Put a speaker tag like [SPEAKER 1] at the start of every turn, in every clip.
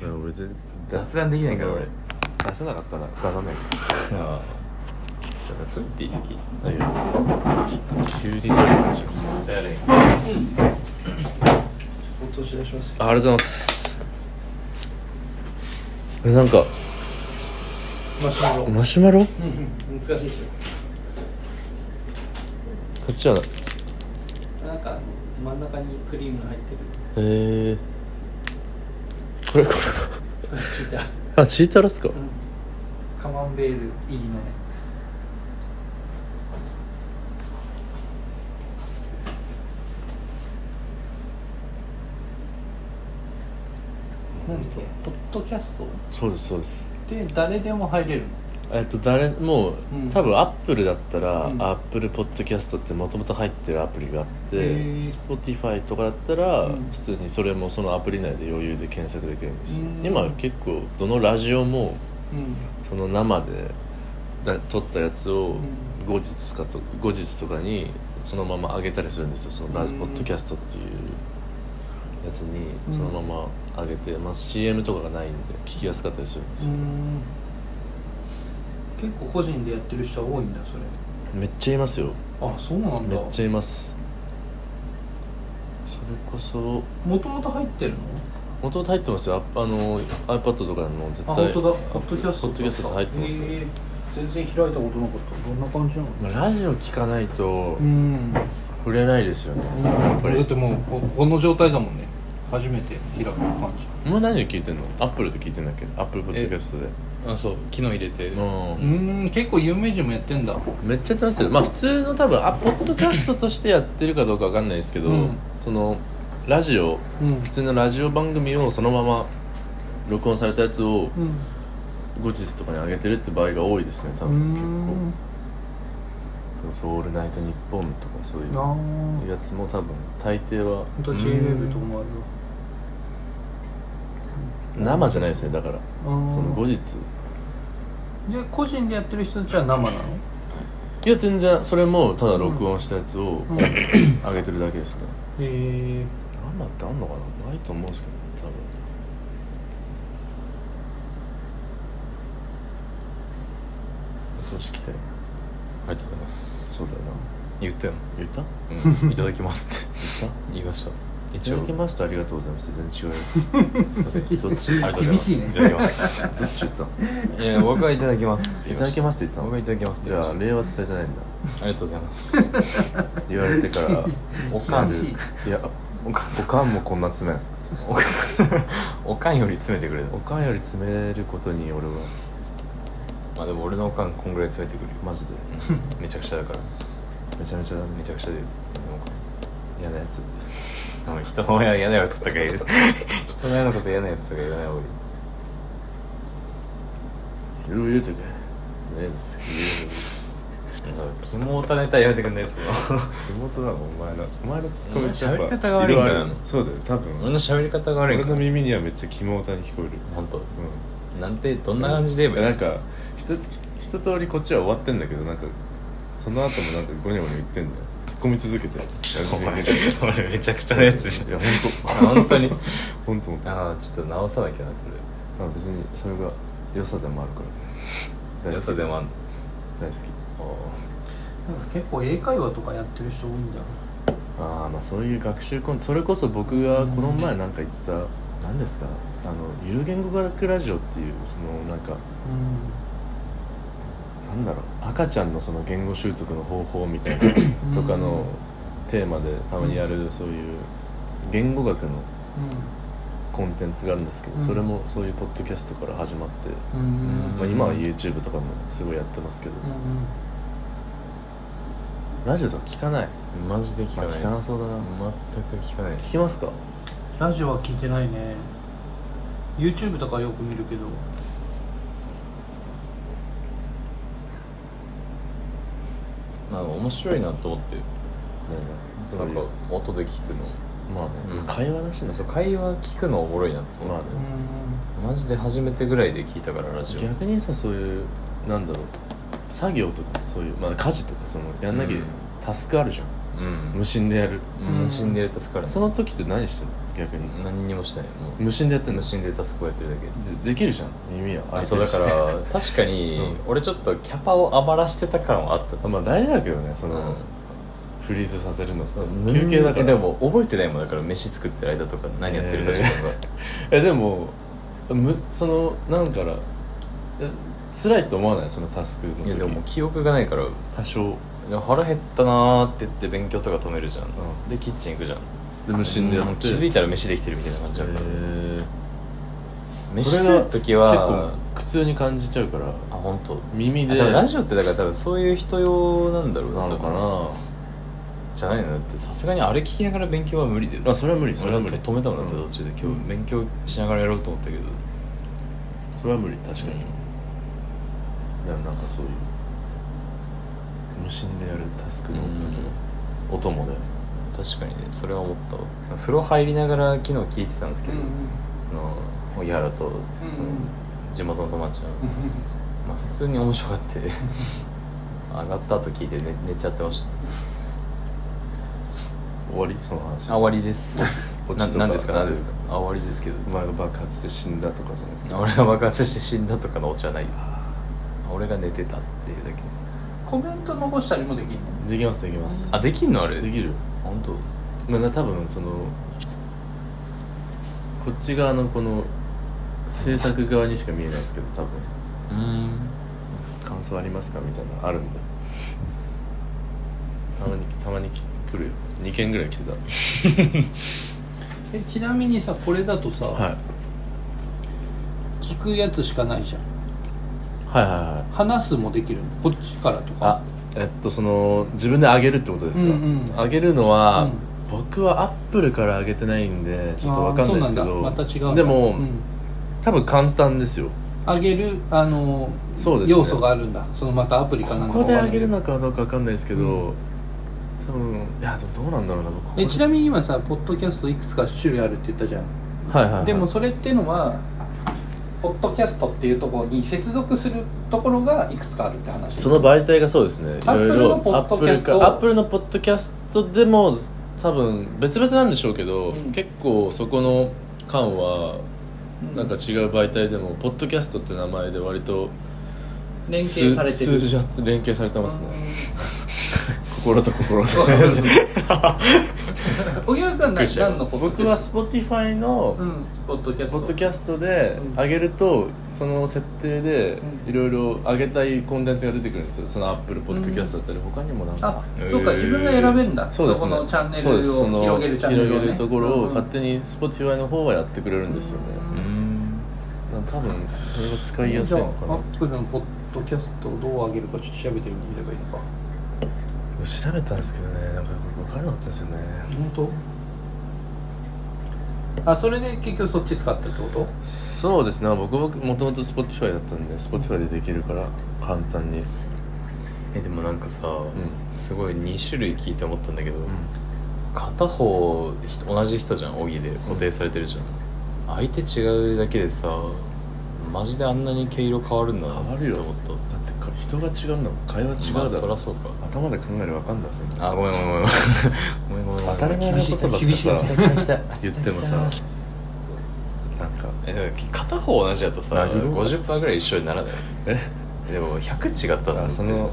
[SPEAKER 1] いや俺全然
[SPEAKER 2] 雑談できないから
[SPEAKER 1] その
[SPEAKER 2] 俺
[SPEAKER 1] 出せなかったら出さないか
[SPEAKER 2] ああじゃあそう言っていい時期
[SPEAKER 1] ら急に出せないし
[SPEAKER 2] 誰
[SPEAKER 3] お年出します
[SPEAKER 4] ありがとうございますえなんか
[SPEAKER 3] マシュマロ
[SPEAKER 4] マシュマロこ
[SPEAKER 3] 難しいでし
[SPEAKER 4] っちはへ
[SPEAKER 3] ょなんか真ん中にクリームが入ってる
[SPEAKER 4] えこれこ
[SPEAKER 3] 聞いた
[SPEAKER 4] れあチータラっすか
[SPEAKER 3] カマンベール入りのねなんだっけポッドキャスト
[SPEAKER 4] そうですそうです
[SPEAKER 3] で誰でも入れるの
[SPEAKER 4] えっと誰もう、
[SPEAKER 3] うん
[SPEAKER 4] 多分アップルだったら、
[SPEAKER 3] うん
[SPEAKER 4] アップルポッドキャストってもともと入ってるアプリがあって
[SPEAKER 3] へー
[SPEAKER 4] Spotify とかだったら、
[SPEAKER 3] うん
[SPEAKER 4] 普通にそれもそのアプリ内で余裕で検索できるんですよ
[SPEAKER 3] うん
[SPEAKER 4] 今結構どのラジオも
[SPEAKER 3] うん
[SPEAKER 4] その生でだ撮ったやつを後日かと後日とかにそのまま上げたりするんですよそのラジ
[SPEAKER 3] うん
[SPEAKER 4] ポッドキャストっていうやつに
[SPEAKER 3] うん
[SPEAKER 4] そのまま上げて、まあ、CM とかがないんで聞きやすかったりするんです
[SPEAKER 3] う
[SPEAKER 4] よ、
[SPEAKER 3] ん結構個人でやってる人は多いんだそれ
[SPEAKER 4] めっちゃいますよ
[SPEAKER 3] あそうなん
[SPEAKER 4] め
[SPEAKER 3] だ
[SPEAKER 4] っちゃいますそれこそ
[SPEAKER 3] もともと入ってるの
[SPEAKER 4] 元々入ってますよああの iPad とかにも絶
[SPEAKER 3] あ
[SPEAKER 4] 対
[SPEAKER 3] 本当だポッドキャスト
[SPEAKER 4] ポッドキャストって入ってますね
[SPEAKER 3] えー全然開いたことなかったどんな感じなの
[SPEAKER 4] まあラジオ聞かないと
[SPEAKER 3] うん
[SPEAKER 4] 触れないですよね、やっぱ
[SPEAKER 3] だっ
[SPEAKER 4] り
[SPEAKER 3] てもうここの状態だもんね初めて開く感じ
[SPEAKER 4] お前何で聞いてんのアップルで聞いてんだっけアップルポッドキャストで
[SPEAKER 2] あそう昨日入れて
[SPEAKER 4] うん
[SPEAKER 3] うん結構有名人もやってんだ
[SPEAKER 4] めっちゃやってますよまあ普通の多分あポッドキャストとしてやってるかどうかわかんないですけど、
[SPEAKER 3] うん
[SPEAKER 4] そのラジオ
[SPEAKER 3] うん
[SPEAKER 4] 普通のラジオ番組をそのまま録音されたやつを
[SPEAKER 3] うん
[SPEAKER 4] 後日とかに上げてるって場合が多いですね多分結構そう「オールナイトニッポン」とかそう
[SPEAKER 3] ああ
[SPEAKER 4] い
[SPEAKER 3] 本
[SPEAKER 4] うやつも多分大抵は
[SPEAKER 3] 当 JWEB と思われる
[SPEAKER 4] 生じゃないですねだから
[SPEAKER 3] わ
[SPEAKER 4] その後日
[SPEAKER 3] で個人でやってる人たちは生なの
[SPEAKER 4] いや全然それもただ録音したやつを
[SPEAKER 3] うん
[SPEAKER 4] 上げてるだけですね
[SPEAKER 3] え
[SPEAKER 4] 生ってあんのかなないと思うんですけどね多分今年来たよ
[SPEAKER 2] ありがとうございます
[SPEAKER 4] そうだよな
[SPEAKER 2] 言ったよ、
[SPEAKER 4] 言った
[SPEAKER 2] うん、いただきますって
[SPEAKER 4] 言った
[SPEAKER 2] 言いました
[SPEAKER 4] い
[SPEAKER 2] 一
[SPEAKER 4] た
[SPEAKER 2] 応
[SPEAKER 4] だきますとありがとうございます全然違 うよすいませんどっち
[SPEAKER 2] ありがとうござい
[SPEAKER 3] 厳
[SPEAKER 2] ます
[SPEAKER 3] しいね
[SPEAKER 2] いただきます
[SPEAKER 4] どっち言った
[SPEAKER 2] いや僕はいただきますって
[SPEAKER 4] い
[SPEAKER 2] 言
[SPEAKER 4] ただき
[SPEAKER 2] す
[SPEAKER 4] ますって言った
[SPEAKER 2] 僕
[SPEAKER 4] の
[SPEAKER 2] はいただきますって
[SPEAKER 4] じ
[SPEAKER 2] 言い
[SPEAKER 4] ゃ
[SPEAKER 2] まし
[SPEAKER 4] あ礼は伝えてないんだ
[SPEAKER 2] たありがとうございます
[SPEAKER 4] 言われて から
[SPEAKER 2] おかん
[SPEAKER 3] 厳しい
[SPEAKER 4] いや
[SPEAKER 2] お母さ
[SPEAKER 4] お
[SPEAKER 2] ん
[SPEAKER 4] かんもこんな詰めん
[SPEAKER 2] おかんおかんより詰めてくれた
[SPEAKER 4] おかんより詰めることに俺は
[SPEAKER 2] まあでも俺のおかんこんぐらい詰めてくるよ
[SPEAKER 4] マジで
[SPEAKER 2] めちゃくちゃだから
[SPEAKER 4] めちゃめちゃだね
[SPEAKER 2] めちゃくちゃで
[SPEAKER 4] 嫌なやつ
[SPEAKER 2] あの人の親嫌なやつとか言う 人の親のこと嫌なやつとか言わない方がい
[SPEAKER 4] い
[SPEAKER 2] い
[SPEAKER 4] ろいろ言うててねえです
[SPEAKER 2] キモたネタやめてくんないその
[SPEAKER 4] 地元なのお前のお前のツッコミって
[SPEAKER 2] お前
[SPEAKER 4] やっぱ
[SPEAKER 2] 喋り方が悪いんだよ
[SPEAKER 4] 色々あるそうだよ多分
[SPEAKER 2] 俺の喋り方が悪い
[SPEAKER 4] 俺
[SPEAKER 2] か
[SPEAKER 4] の
[SPEAKER 2] ら
[SPEAKER 4] 耳にはめっちゃ肝歌に聞こえる
[SPEAKER 2] 本当
[SPEAKER 4] う
[SPEAKER 2] なんてど
[SPEAKER 4] ん
[SPEAKER 2] んな感じで言えば
[SPEAKER 4] ないんかひと一通りこっちは終わってんだけどなんかその後もなんかゴニョゴニョ言ってんだよ突っ込み続けて
[SPEAKER 2] お前
[SPEAKER 4] い
[SPEAKER 2] 俺めちゃくちゃなやつじゃん
[SPEAKER 4] や
[SPEAKER 2] あ
[SPEAKER 4] 本
[SPEAKER 2] 本当に
[SPEAKER 4] 当 本当本当
[SPEAKER 2] ああちょっと直さなきゃなそれ
[SPEAKER 4] まあ別にそれが良さでもあるから大
[SPEAKER 2] 良
[SPEAKER 4] 好
[SPEAKER 2] さ
[SPEAKER 4] き
[SPEAKER 2] でもあんの
[SPEAKER 4] 大好き
[SPEAKER 3] なんか結構英会話とかやってる人多いんだ
[SPEAKER 4] ああまあそういう学習コンテンツそれこそ僕がこの前なんか言った何ですかあのゆる言語学ラジオっていうそのなんか
[SPEAKER 3] う
[SPEAKER 4] なんだろう赤ちゃんのその言語習得の方法みたいな
[SPEAKER 3] ん
[SPEAKER 4] とかのテーマでたまにやるそういう言語学のコンテンツがあるんですけど、
[SPEAKER 3] うん
[SPEAKER 4] それもそういうポッドキャストから始まって、
[SPEAKER 3] うんうん
[SPEAKER 4] まあ、今は YouTube とかもすごいやってますけど、
[SPEAKER 3] う
[SPEAKER 4] ラジオとか聞かない
[SPEAKER 2] マジで聞
[SPEAKER 4] ま
[SPEAKER 2] か
[SPEAKER 4] あ
[SPEAKER 2] ない
[SPEAKER 4] 聞かなそうだな、
[SPEAKER 2] 全く聞かない
[SPEAKER 4] 聞きますか
[SPEAKER 3] んラジオは聞いてないね YouTube とかよく見るけど
[SPEAKER 2] まあ面白いなと思ってそうなんか音で聞く
[SPEAKER 4] まあね、
[SPEAKER 2] うん
[SPEAKER 4] 会話だしね
[SPEAKER 2] のそう会話聞くのおもろいなと思って
[SPEAKER 4] まあ
[SPEAKER 3] うん
[SPEAKER 2] マジで初めてぐらいで聞いたからラジオ
[SPEAKER 4] 逆にさそういうなんだろう作業とかそういう、まあ、家事とかそのやんなきゃ、
[SPEAKER 2] うん
[SPEAKER 4] タスクあるじゃん
[SPEAKER 2] うん
[SPEAKER 4] 無心でやる
[SPEAKER 2] 無心でやると疲れ
[SPEAKER 4] その時って何してんの逆に
[SPEAKER 2] 何にもしてないもう
[SPEAKER 4] 無心でやってんの
[SPEAKER 2] 無心でタスクをやってるだけ
[SPEAKER 4] でできるじゃん耳は開
[SPEAKER 2] あ
[SPEAKER 4] い
[SPEAKER 2] そ
[SPEAKER 4] て
[SPEAKER 2] うだ
[SPEAKER 4] るし
[SPEAKER 2] から確かに俺ちょっとキャパを余らしてた感はあっ た、
[SPEAKER 4] まあ大事だけどねその、
[SPEAKER 2] う
[SPEAKER 4] フリーズさせるのさ
[SPEAKER 2] ん、
[SPEAKER 4] 休憩だから
[SPEAKER 2] でも覚えてないもんだから飯作ってる間とか何やってるか自分が、
[SPEAKER 4] えでもむそのなんからえ辛いと思わないそのタスクの
[SPEAKER 2] いや
[SPEAKER 4] 時
[SPEAKER 2] でももう記憶がないから
[SPEAKER 4] 多少
[SPEAKER 2] いや腹減ったなーって言って勉強とか止めるじゃん、
[SPEAKER 4] ん
[SPEAKER 2] でキッチン行くじゃん
[SPEAKER 4] で無心でやって、
[SPEAKER 2] うん気づいたら飯できてるみたいな感じ
[SPEAKER 4] へ
[SPEAKER 2] だから、
[SPEAKER 4] ー
[SPEAKER 2] 飯食う時は
[SPEAKER 4] 結構苦痛に感じちゃうから
[SPEAKER 2] あ本当。
[SPEAKER 4] 耳で
[SPEAKER 2] あ多分ラジオってだから多分そういう人用なんだろう
[SPEAKER 4] なの
[SPEAKER 2] 多分
[SPEAKER 4] か
[SPEAKER 2] じゃないのだってさすがにあれ聞きながら勉強は無理だよ
[SPEAKER 4] なあそれは無理そ
[SPEAKER 2] 俺
[SPEAKER 4] れ
[SPEAKER 2] だ
[SPEAKER 4] は
[SPEAKER 2] っ
[SPEAKER 4] 無
[SPEAKER 2] て
[SPEAKER 4] 理
[SPEAKER 2] 止めたもんだって
[SPEAKER 4] うん
[SPEAKER 2] 途中で今日勉強しながらやろうと思ったけど、
[SPEAKER 4] それは無理確かに、
[SPEAKER 2] う
[SPEAKER 4] でもなんかそういう無心でやるタスクの時
[SPEAKER 2] う
[SPEAKER 4] の音もね
[SPEAKER 2] ん確かにねそれは思ったわ風呂入りながら昨日聞いてたんですけど、その荻原と、その地元の友達の、まあ、普通に面白がって 上がった後聞いて寝寝ちゃってまし
[SPEAKER 4] 終わりその話
[SPEAKER 2] たあ終わりです
[SPEAKER 4] 落ち
[SPEAKER 2] な
[SPEAKER 4] 落ちとか
[SPEAKER 2] なんですかなんですかあ終わりですけど
[SPEAKER 4] お前が爆発で死んだとかじゃなくて
[SPEAKER 2] 俺が爆発して死んだとかのオチはない俺が寝てたっていうだけ
[SPEAKER 3] コメント残したりもできんの
[SPEAKER 4] できますできます
[SPEAKER 2] あできんのあれ
[SPEAKER 4] できる
[SPEAKER 2] 本当
[SPEAKER 4] まあな多分そのこっち側のこの制作側にしか見えないですけど多分
[SPEAKER 2] うん
[SPEAKER 4] 感想ありますかみたいなのあるんでたまにたまにき来るよ2件ぐらい来てた
[SPEAKER 3] えちなみにさこれだとさ、
[SPEAKER 4] はい
[SPEAKER 3] 聞くやつしかないじゃん
[SPEAKER 4] はいはいはい
[SPEAKER 3] 話すもできるのこっちからと
[SPEAKER 4] あ
[SPEAKER 3] か
[SPEAKER 4] えっとその自分で上げるってことですか、
[SPEAKER 3] うんうん
[SPEAKER 4] 上げるのは、
[SPEAKER 3] うん
[SPEAKER 4] 僕はアップルから上げてないんでちょっとわかんないですけ
[SPEAKER 3] あーそう
[SPEAKER 4] ど
[SPEAKER 3] なんだまた違うんだ
[SPEAKER 4] でも、
[SPEAKER 3] うん
[SPEAKER 4] 多分簡単ですよ
[SPEAKER 3] 上げるあの
[SPEAKER 4] そうですね
[SPEAKER 3] 要素があるんだそのまたアプリかなんか
[SPEAKER 4] ここで上げる
[SPEAKER 3] の
[SPEAKER 4] のかどうかわかんないですけど、
[SPEAKER 3] う
[SPEAKER 4] 多分いやでもどうなんだろうな僕ここ
[SPEAKER 3] えちなみに今さポッドキャストいくつか種類あるって言ったじゃん、
[SPEAKER 4] はいはいはい、
[SPEAKER 3] でもそれっていうのはポッドキャストっていうところに接続するところがいくつかあるって話
[SPEAKER 4] その媒体がそうですねいろい
[SPEAKER 3] Apple の
[SPEAKER 4] ろ
[SPEAKER 3] ポッドキャスト
[SPEAKER 4] アップルのポッドキャストでも多分別々なんでしょうけど、
[SPEAKER 3] うん
[SPEAKER 4] 結構そこの間は
[SPEAKER 3] うん
[SPEAKER 4] なんか違う媒体でも、ポッドキャストって名前で割と
[SPEAKER 3] 連携されて
[SPEAKER 4] 数
[SPEAKER 3] る
[SPEAKER 4] 数字あって連携されてますね
[SPEAKER 3] う
[SPEAKER 4] 心と 心と
[SPEAKER 3] ん小木原君は何何のポッドキ
[SPEAKER 4] 僕
[SPEAKER 3] ャ
[SPEAKER 4] は
[SPEAKER 3] ス
[SPEAKER 4] Spotify
[SPEAKER 3] ト
[SPEAKER 4] の
[SPEAKER 3] うんポッドキャス
[SPEAKER 4] ポ
[SPEAKER 3] ト
[SPEAKER 4] ッドキャストで
[SPEAKER 3] うん
[SPEAKER 4] 上げると、その設定で
[SPEAKER 3] うん
[SPEAKER 4] いろいろ上げたいコンテンツが出てくるんですよその Apple ポッドキャストだったり、他にもなんか
[SPEAKER 3] あそうか自分が選べるんだ
[SPEAKER 4] そうですね
[SPEAKER 3] このチャンネ
[SPEAKER 4] そうです
[SPEAKER 3] ル
[SPEAKER 4] その
[SPEAKER 3] を広げるチャンネルを、ね、
[SPEAKER 4] 広げるところを勝
[SPEAKER 3] に
[SPEAKER 4] 手に Spotify の方はやってくれるんですよね、
[SPEAKER 2] う
[SPEAKER 3] うん
[SPEAKER 2] ん
[SPEAKER 4] なんか多分それが使いやすいのか
[SPEAKER 3] じゃあアップルのポッドキャストをどう上げるかちょっと調べてみればいいのか
[SPEAKER 4] な調べたんですけどねなんか分からなかったんですよね
[SPEAKER 3] 本当あそれで結局そっち使ったってこと
[SPEAKER 4] そうですね僕僕もともと Spotify だったんで Spotify でできるから簡単に
[SPEAKER 2] えでもなんかさ、
[SPEAKER 4] ん
[SPEAKER 2] すごい2種類聞いて思ったんだけど、
[SPEAKER 4] う
[SPEAKER 2] 片方ひ同じ人じゃん荻で固定されてるじゃん、相手違うだけでさマジであんなに毛色変わるんだな
[SPEAKER 4] 変わ
[SPEAKER 2] っ
[SPEAKER 4] るよ
[SPEAKER 2] て思った
[SPEAKER 4] だってか人が違うんだもん会話違うだ
[SPEAKER 2] ま
[SPEAKER 4] ろ、
[SPEAKER 2] あそりゃそうか
[SPEAKER 4] 頭で考える分かんないですよね
[SPEAKER 2] あごめんごめんごめんごめんごめんごめん
[SPEAKER 4] 当たり前のことばっか
[SPEAKER 3] 厳しい
[SPEAKER 4] さ
[SPEAKER 3] 厳しい
[SPEAKER 4] 言ってもさなんか
[SPEAKER 2] えだから片方同じだとさ
[SPEAKER 4] あ色々
[SPEAKER 2] 50%ぐらい一緒にならない
[SPEAKER 4] え
[SPEAKER 2] でも100違ったら
[SPEAKER 4] あその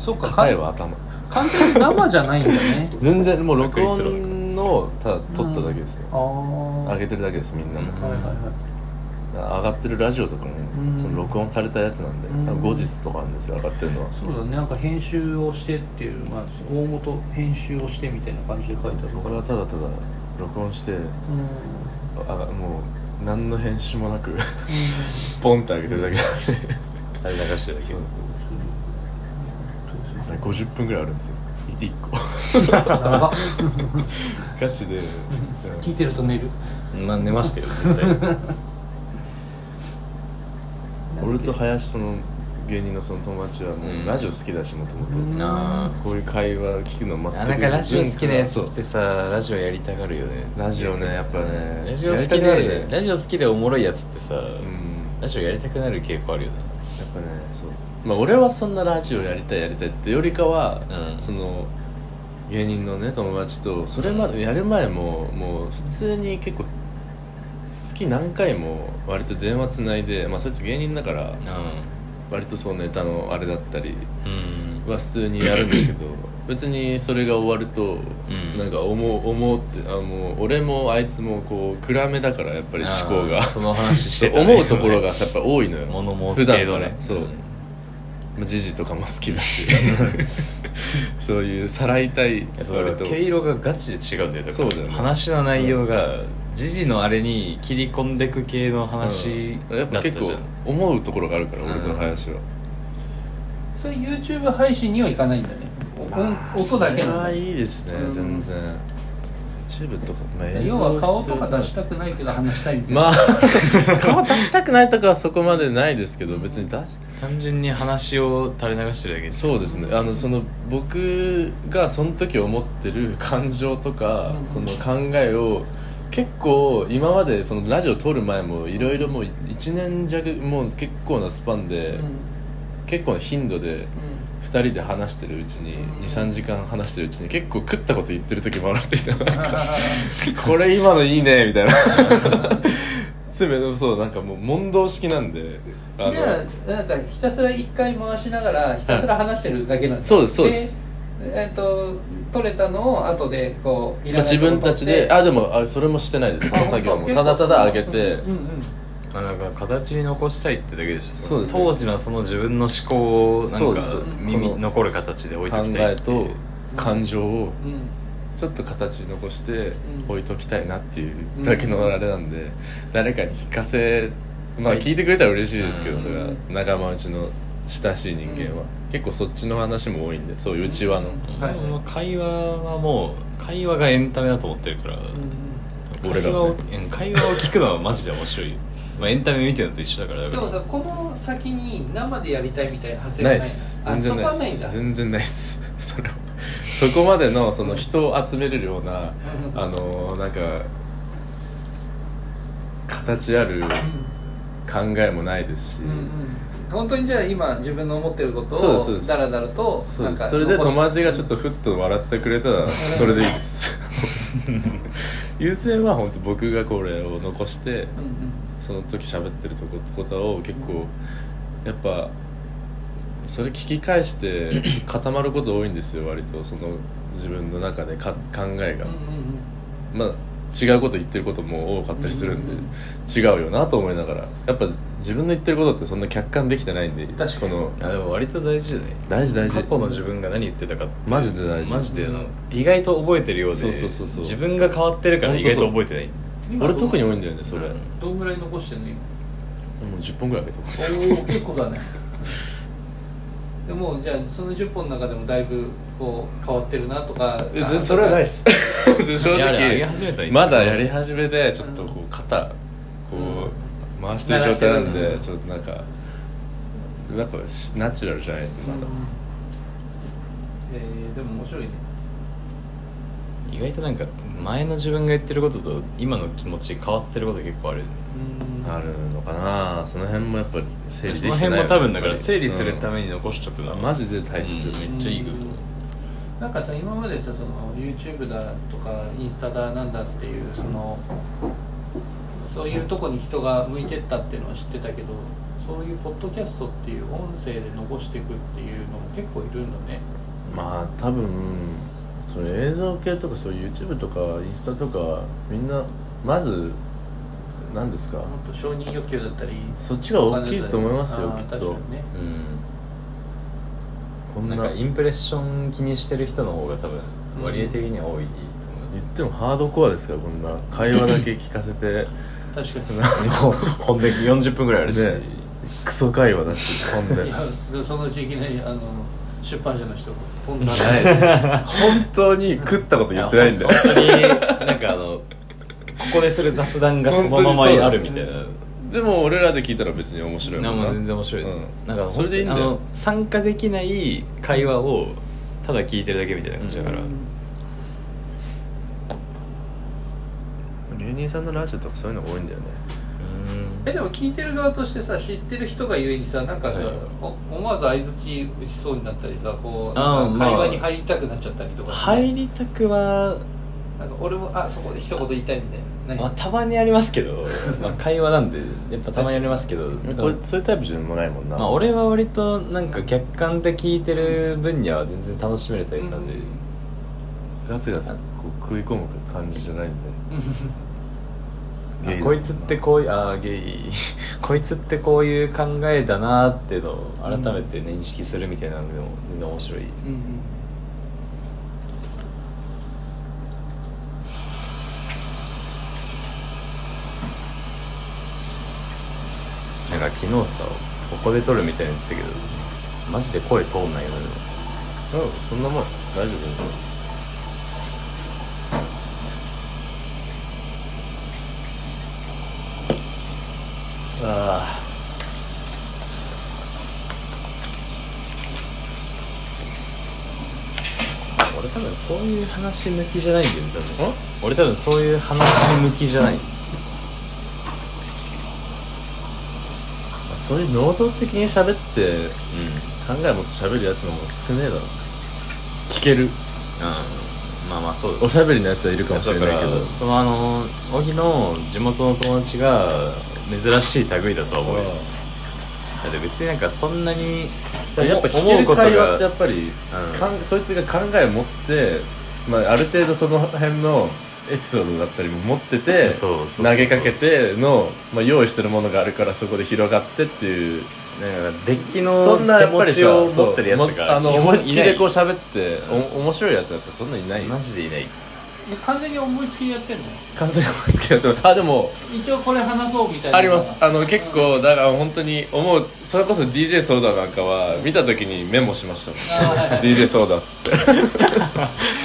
[SPEAKER 3] そっか
[SPEAKER 4] 答えは頭
[SPEAKER 3] かん完全に生じゃないんだね
[SPEAKER 4] 全然もう録
[SPEAKER 2] 確率論
[SPEAKER 4] 音のただ撮っただけですよ
[SPEAKER 3] ああ
[SPEAKER 4] 上げてるだけですみんなも
[SPEAKER 2] うん
[SPEAKER 3] はいはいは
[SPEAKER 4] 上がってるラジオとかも
[SPEAKER 3] うん
[SPEAKER 4] その録音されたやつなんで
[SPEAKER 3] うん
[SPEAKER 4] 多分後日とかなんですよ上がってるのはい
[SPEAKER 3] そうだねなんか編集をしてっていうまあ大元編集をしてみたいな感じで書いてある
[SPEAKER 4] 僕はただただ録音して
[SPEAKER 3] うん
[SPEAKER 4] あもう何の編集もな くポンって上げてるだけなんで
[SPEAKER 2] 垂れ流してるだけ
[SPEAKER 4] そう50分ぐらいあるんですよ1個
[SPEAKER 3] 長っ
[SPEAKER 4] ガチで
[SPEAKER 3] 聞いてると寝る
[SPEAKER 2] まあ寝ましたよ実 際
[SPEAKER 4] 俺と林その芸人のその友達はもううんラジオ好きだしもともと
[SPEAKER 3] うん
[SPEAKER 2] なあ
[SPEAKER 4] こういう会話聞くの全
[SPEAKER 2] あ
[SPEAKER 4] く
[SPEAKER 2] なんかラジオ好きなやつ
[SPEAKER 4] そう
[SPEAKER 2] ってさラジオやりたがるよね
[SPEAKER 4] ラジオねやっぱね
[SPEAKER 2] ラジオ好
[SPEAKER 4] や
[SPEAKER 2] き
[SPEAKER 4] りたくなる
[SPEAKER 2] で
[SPEAKER 4] ね
[SPEAKER 2] ラジオ好きでおもろいやつってさ
[SPEAKER 4] うん
[SPEAKER 2] ラジオやりたくなる傾向あるよね
[SPEAKER 4] やっぱねそうまあ俺はそんなラジオやりたいやりたいってよりかは、
[SPEAKER 2] うん
[SPEAKER 4] その芸人のね友達とそれまでやる前ももう普通に結構月何回も割と電話つないで、まあ、そいつ芸人だから
[SPEAKER 2] う
[SPEAKER 4] 割とそうネタのあれだったり
[SPEAKER 2] んうん
[SPEAKER 4] は普通にやるんだけ ど別にそれが終わると、
[SPEAKER 2] うん
[SPEAKER 4] なんか思う思うってあもう俺もあいつもこう暗めだからやっぱり思考
[SPEAKER 2] あ
[SPEAKER 4] が
[SPEAKER 2] ー その話してた、ね、
[SPEAKER 4] 思うところがさやっぱ多いのよ
[SPEAKER 2] 物申す程度
[SPEAKER 4] 普段
[SPEAKER 2] ね
[SPEAKER 4] からそう、まあ時事とかも好きだし そういうさらいたい
[SPEAKER 2] いやそれ毛色がガチで違うんだよだか
[SPEAKER 4] そう
[SPEAKER 2] ら
[SPEAKER 4] だよね
[SPEAKER 2] 話の内容が時事のあれに切り込んでく系の話
[SPEAKER 4] うんや
[SPEAKER 2] だ
[SPEAKER 4] っぱ
[SPEAKER 2] ったじゃん、
[SPEAKER 4] 結構思うところがあるから俺との話は
[SPEAKER 3] それ YouTube 配信にはいかないんだねお音音だけ
[SPEAKER 4] それ
[SPEAKER 3] なんだ
[SPEAKER 4] は
[SPEAKER 3] ね
[SPEAKER 4] いいですね
[SPEAKER 3] うん
[SPEAKER 4] 全然 YouTube とかまあ
[SPEAKER 3] 要は顔とか出したたくないけど話したいみたいな、
[SPEAKER 4] まあ 顔出したくないとかはそこまでないですけど別に出し
[SPEAKER 2] 単純に話を垂れ流してるだけう
[SPEAKER 4] そうですねあのその僕がその時思ってる感情とか、
[SPEAKER 3] うん
[SPEAKER 4] その考えを結構今までそのラジオ撮る前もいろいろもう1年弱もう結構なスパンで、
[SPEAKER 3] うんうん
[SPEAKER 4] 結構な頻度で2人で話してるうちに23時間話してるうちに結構食ったこと言ってる時もあるん ですよこれ今のいいねみたいな 全てそうなんかもう問答式なんであの
[SPEAKER 3] じゃあなんかひたすら一回回しながらひたすら話してるだけなんだ
[SPEAKER 4] そうですそうです
[SPEAKER 3] えっ、と取れたのを後でこうい
[SPEAKER 4] まあ
[SPEAKER 3] らな
[SPEAKER 4] 自
[SPEAKER 3] いと
[SPEAKER 4] 分
[SPEAKER 3] こ
[SPEAKER 4] たちで
[SPEAKER 3] 取っ
[SPEAKER 4] あでもあそれもしてないですそ
[SPEAKER 3] て
[SPEAKER 4] の作業もただただ上げて
[SPEAKER 3] うんうん
[SPEAKER 2] あなんか形に残したいってだけでしょ
[SPEAKER 4] そうです
[SPEAKER 2] 当時のその自分の思考をな
[SPEAKER 4] そ
[SPEAKER 2] ん
[SPEAKER 4] うで
[SPEAKER 2] か
[SPEAKER 4] す
[SPEAKER 2] 耳
[SPEAKER 4] この
[SPEAKER 2] 残る形で置い
[SPEAKER 4] 考
[SPEAKER 2] ときたい
[SPEAKER 4] え
[SPEAKER 2] っていう
[SPEAKER 4] と感情を
[SPEAKER 3] うんうん
[SPEAKER 4] ちょっと形に残して
[SPEAKER 3] うん
[SPEAKER 4] 置いときたいなっていう
[SPEAKER 3] うん
[SPEAKER 4] だけのあれなんで誰かに聞かせまあ
[SPEAKER 2] はい
[SPEAKER 4] 聞いてくれたら嬉しいですけ
[SPEAKER 2] う
[SPEAKER 4] ど
[SPEAKER 2] ん
[SPEAKER 4] それは仲間内の親しい人間は結構そっちの話も多いんでそういう内輪の
[SPEAKER 3] はい
[SPEAKER 2] もう会話はもう会話がエンタメだと思ってるから、
[SPEAKER 4] 俺ら
[SPEAKER 2] 会話を
[SPEAKER 4] は
[SPEAKER 2] うん会話を聞くのはマジで 面白い、まあ、エンタメ見てるのと一緒だから
[SPEAKER 3] う
[SPEAKER 2] だ
[SPEAKER 3] んで
[SPEAKER 2] から
[SPEAKER 3] もさこの先に生でやりたいみたいな派生
[SPEAKER 4] な
[SPEAKER 3] が
[SPEAKER 4] いです
[SPEAKER 3] あ
[SPEAKER 4] 全然ない
[SPEAKER 3] そこはない
[SPEAKER 4] で
[SPEAKER 3] んだ
[SPEAKER 4] す全然ないです それはそこまでのその人を集めれるような
[SPEAKER 3] うん
[SPEAKER 4] あのなんか形ある考えもないですし、
[SPEAKER 3] うんうん本当にじゃあ今自分の思ってること
[SPEAKER 4] そうですそう
[SPEAKER 3] を
[SPEAKER 4] です
[SPEAKER 3] ダラダラと
[SPEAKER 4] そ
[SPEAKER 3] な
[SPEAKER 4] うんで
[SPEAKER 3] か
[SPEAKER 4] すそれで友達がちょっ
[SPEAKER 3] と
[SPEAKER 4] とふっと笑ってくれたらそれでいいです 優先は本当僕がこれを残してその時喋ってるとことことを結構やっぱそれ聞き返 して固まること多いんですよ割とその自分の中でか考えが、まあ違うこと言ってることも多かったりするんで、
[SPEAKER 3] うんうん
[SPEAKER 4] 違うよなと思いながらやっぱ自分の言ってることってそんな客観できてないんで
[SPEAKER 3] 確かに
[SPEAKER 4] この
[SPEAKER 2] あでも割と大事だね
[SPEAKER 4] 大事大事
[SPEAKER 2] 過去の自分が何言ってたかって
[SPEAKER 4] マジで大事
[SPEAKER 2] マジであの意外と覚えてるようで
[SPEAKER 4] そうそうそうそう
[SPEAKER 2] 自分が変わってるから意外と覚えてない
[SPEAKER 4] 俺特に多いん
[SPEAKER 3] だ
[SPEAKER 4] だよねそれ、
[SPEAKER 2] うん
[SPEAKER 4] も
[SPEAKER 3] どんぐらい残してんの今
[SPEAKER 4] う10本ぐらいあげてます
[SPEAKER 3] おお結構だね でもじゃあその10本の中でもだいぶこう変わってるなとか
[SPEAKER 4] 全然それはないっす 正
[SPEAKER 2] いややり
[SPEAKER 4] 直
[SPEAKER 2] 始めたらいいんですよ
[SPEAKER 4] まだやり始めでちょっとこう肩こう回してる状態なん
[SPEAKER 3] 鳴
[SPEAKER 4] で
[SPEAKER 3] らして
[SPEAKER 4] ちょっとなんかやっぱしナチュラルじゃないです
[SPEAKER 3] うん
[SPEAKER 4] まだ、
[SPEAKER 3] えーでも面白いね
[SPEAKER 2] 意外となんか前の自分が言ってることと今の気持ち変わってること結構ある
[SPEAKER 3] うん
[SPEAKER 4] あるのかなその辺もやっぱり整理でき
[SPEAKER 2] そ
[SPEAKER 4] てな
[SPEAKER 2] の
[SPEAKER 4] い
[SPEAKER 2] 辺も多分だから整理するた
[SPEAKER 4] に、
[SPEAKER 2] めに残しとくの
[SPEAKER 4] う
[SPEAKER 2] は
[SPEAKER 4] んマジで大切、
[SPEAKER 2] うんめっちゃいいこと思う
[SPEAKER 3] なんかさ今までさその YouTube だとかインスタだなんだっていうそのそういうとこに人が向いてったっていうのは知ってたけどそういうポッドキャストっていう音声で残していくっていうのも結構いるんだね
[SPEAKER 4] まあ多分それ映像系とかそういう YouTube とかインスタとかみんなまず何ですか
[SPEAKER 3] もっと承認欲求だったり
[SPEAKER 4] そっちが大きいと思いますよ
[SPEAKER 3] あ
[SPEAKER 4] き
[SPEAKER 3] ー
[SPEAKER 4] っ
[SPEAKER 3] 確
[SPEAKER 4] と
[SPEAKER 3] かにね
[SPEAKER 4] こ
[SPEAKER 2] うんん
[SPEAKER 4] な
[SPEAKER 2] なんかイ
[SPEAKER 4] 言
[SPEAKER 2] ンプレッション気にしてる人の方が多分割合的には多いと思います、
[SPEAKER 4] ってもハードコアですからこんな会話だけ聞かせ て
[SPEAKER 3] 確かに
[SPEAKER 2] ほんで40分ぐらいあるし、
[SPEAKER 4] ねクソ会話だし飛ん
[SPEAKER 3] い
[SPEAKER 4] で
[SPEAKER 3] やでそのうちいきなりあの出版社の人がこんな
[SPEAKER 4] ないです本当に食ったこと言ってないんだよ
[SPEAKER 2] や本当になんかあのここでする雑談がそのままあるみたいな
[SPEAKER 4] でも俺らで聞いたら別に面白い
[SPEAKER 2] な
[SPEAKER 4] もん
[SPEAKER 2] ん
[SPEAKER 4] な
[SPEAKER 2] か全然面白い、
[SPEAKER 4] うん
[SPEAKER 2] なんか
[SPEAKER 4] それでいいんだよ
[SPEAKER 2] あの参加できない会話をただ聞いてるだけみたいな感じだから、
[SPEAKER 4] 芸人さんのラジオとかそういうのが多いんだよね
[SPEAKER 3] えでも聞いてる側としてさ知ってる人がゆえにさなんかさ、
[SPEAKER 2] はい
[SPEAKER 3] お思わず相づち打ちそうになったりさこう
[SPEAKER 2] あ
[SPEAKER 3] な
[SPEAKER 2] ー
[SPEAKER 3] んか
[SPEAKER 2] まあ
[SPEAKER 3] 会話に入りたくなっちゃったりとか、
[SPEAKER 2] 入りたくは
[SPEAKER 3] なんか俺もあそこで一言言いたいみたいなない
[SPEAKER 2] まあ、たまにありますけ ど、まあ、会話なんでやっぱたまにありますけど
[SPEAKER 4] これそういうタイプじゃないもんな、
[SPEAKER 2] まあ、俺は割となんか客観で聞いてる分には全然楽しめるタイプなんで、
[SPEAKER 3] うん
[SPEAKER 4] ガツガツこう食い込む感じじゃないん
[SPEAKER 2] あ
[SPEAKER 4] で
[SPEAKER 2] こいつってこういうあーゲイ こいつってこういう考えだなーっていうのを改めて認識するみたいなのでも全然面白いです
[SPEAKER 3] うんう
[SPEAKER 2] ね、
[SPEAKER 3] ん
[SPEAKER 2] なんか昨日さここで撮るみたいに言ってたけどマジで声通んないよね
[SPEAKER 4] うんそんなもん大丈夫
[SPEAKER 2] ああ俺多分そういう話向きじゃないんだよね多分俺多分そういう話向きじゃない
[SPEAKER 4] あそういう能動的に喋って
[SPEAKER 2] う
[SPEAKER 4] 考えもっと喋るやつの方が少ねえだろ聞ける
[SPEAKER 2] ん、うん、まあまあそうだ
[SPEAKER 4] おしゃべりのやつはいるかもしれないけど
[SPEAKER 2] だからそのあの小木の地元の友達が珍しい類だとは思うよだって別になんかそんなに
[SPEAKER 4] うんやっぱ聞け
[SPEAKER 2] 思う
[SPEAKER 4] る
[SPEAKER 2] こと
[SPEAKER 4] 会話
[SPEAKER 2] が
[SPEAKER 4] ってやっぱり、かんそいつが考えを持って、まあ、ある程度その辺のエピソードだったりも持ってて
[SPEAKER 2] そうそうそうそう
[SPEAKER 4] 投げかけての、まあ、用意してるものがあるからそこで広がってっていう
[SPEAKER 2] なんかデッキ
[SPEAKER 4] そ
[SPEAKER 2] の
[SPEAKER 4] んな
[SPEAKER 2] 手
[SPEAKER 4] やっぱ
[SPEAKER 2] 持
[SPEAKER 4] り
[SPEAKER 2] ち
[SPEAKER 4] さ
[SPEAKER 2] を持ってるやつ
[SPEAKER 4] そうも
[SPEAKER 2] が
[SPEAKER 4] あの
[SPEAKER 2] 基
[SPEAKER 4] 思
[SPEAKER 2] 本
[SPEAKER 4] いっき
[SPEAKER 2] い
[SPEAKER 4] り
[SPEAKER 2] ない
[SPEAKER 4] でこう喋ってお面白いやつやっぱそんなにない
[SPEAKER 2] マジでいない
[SPEAKER 3] 完全に思いつきでやってんの
[SPEAKER 4] 完全に思いつきだと 思うあでも
[SPEAKER 3] 一応これ話そうみたいな
[SPEAKER 4] ありますあの結構だから本当に思うそれこそ DJ ソーダなんかは見た時にメモしました もん
[SPEAKER 3] あはいはい
[SPEAKER 4] DJ ソーダっつって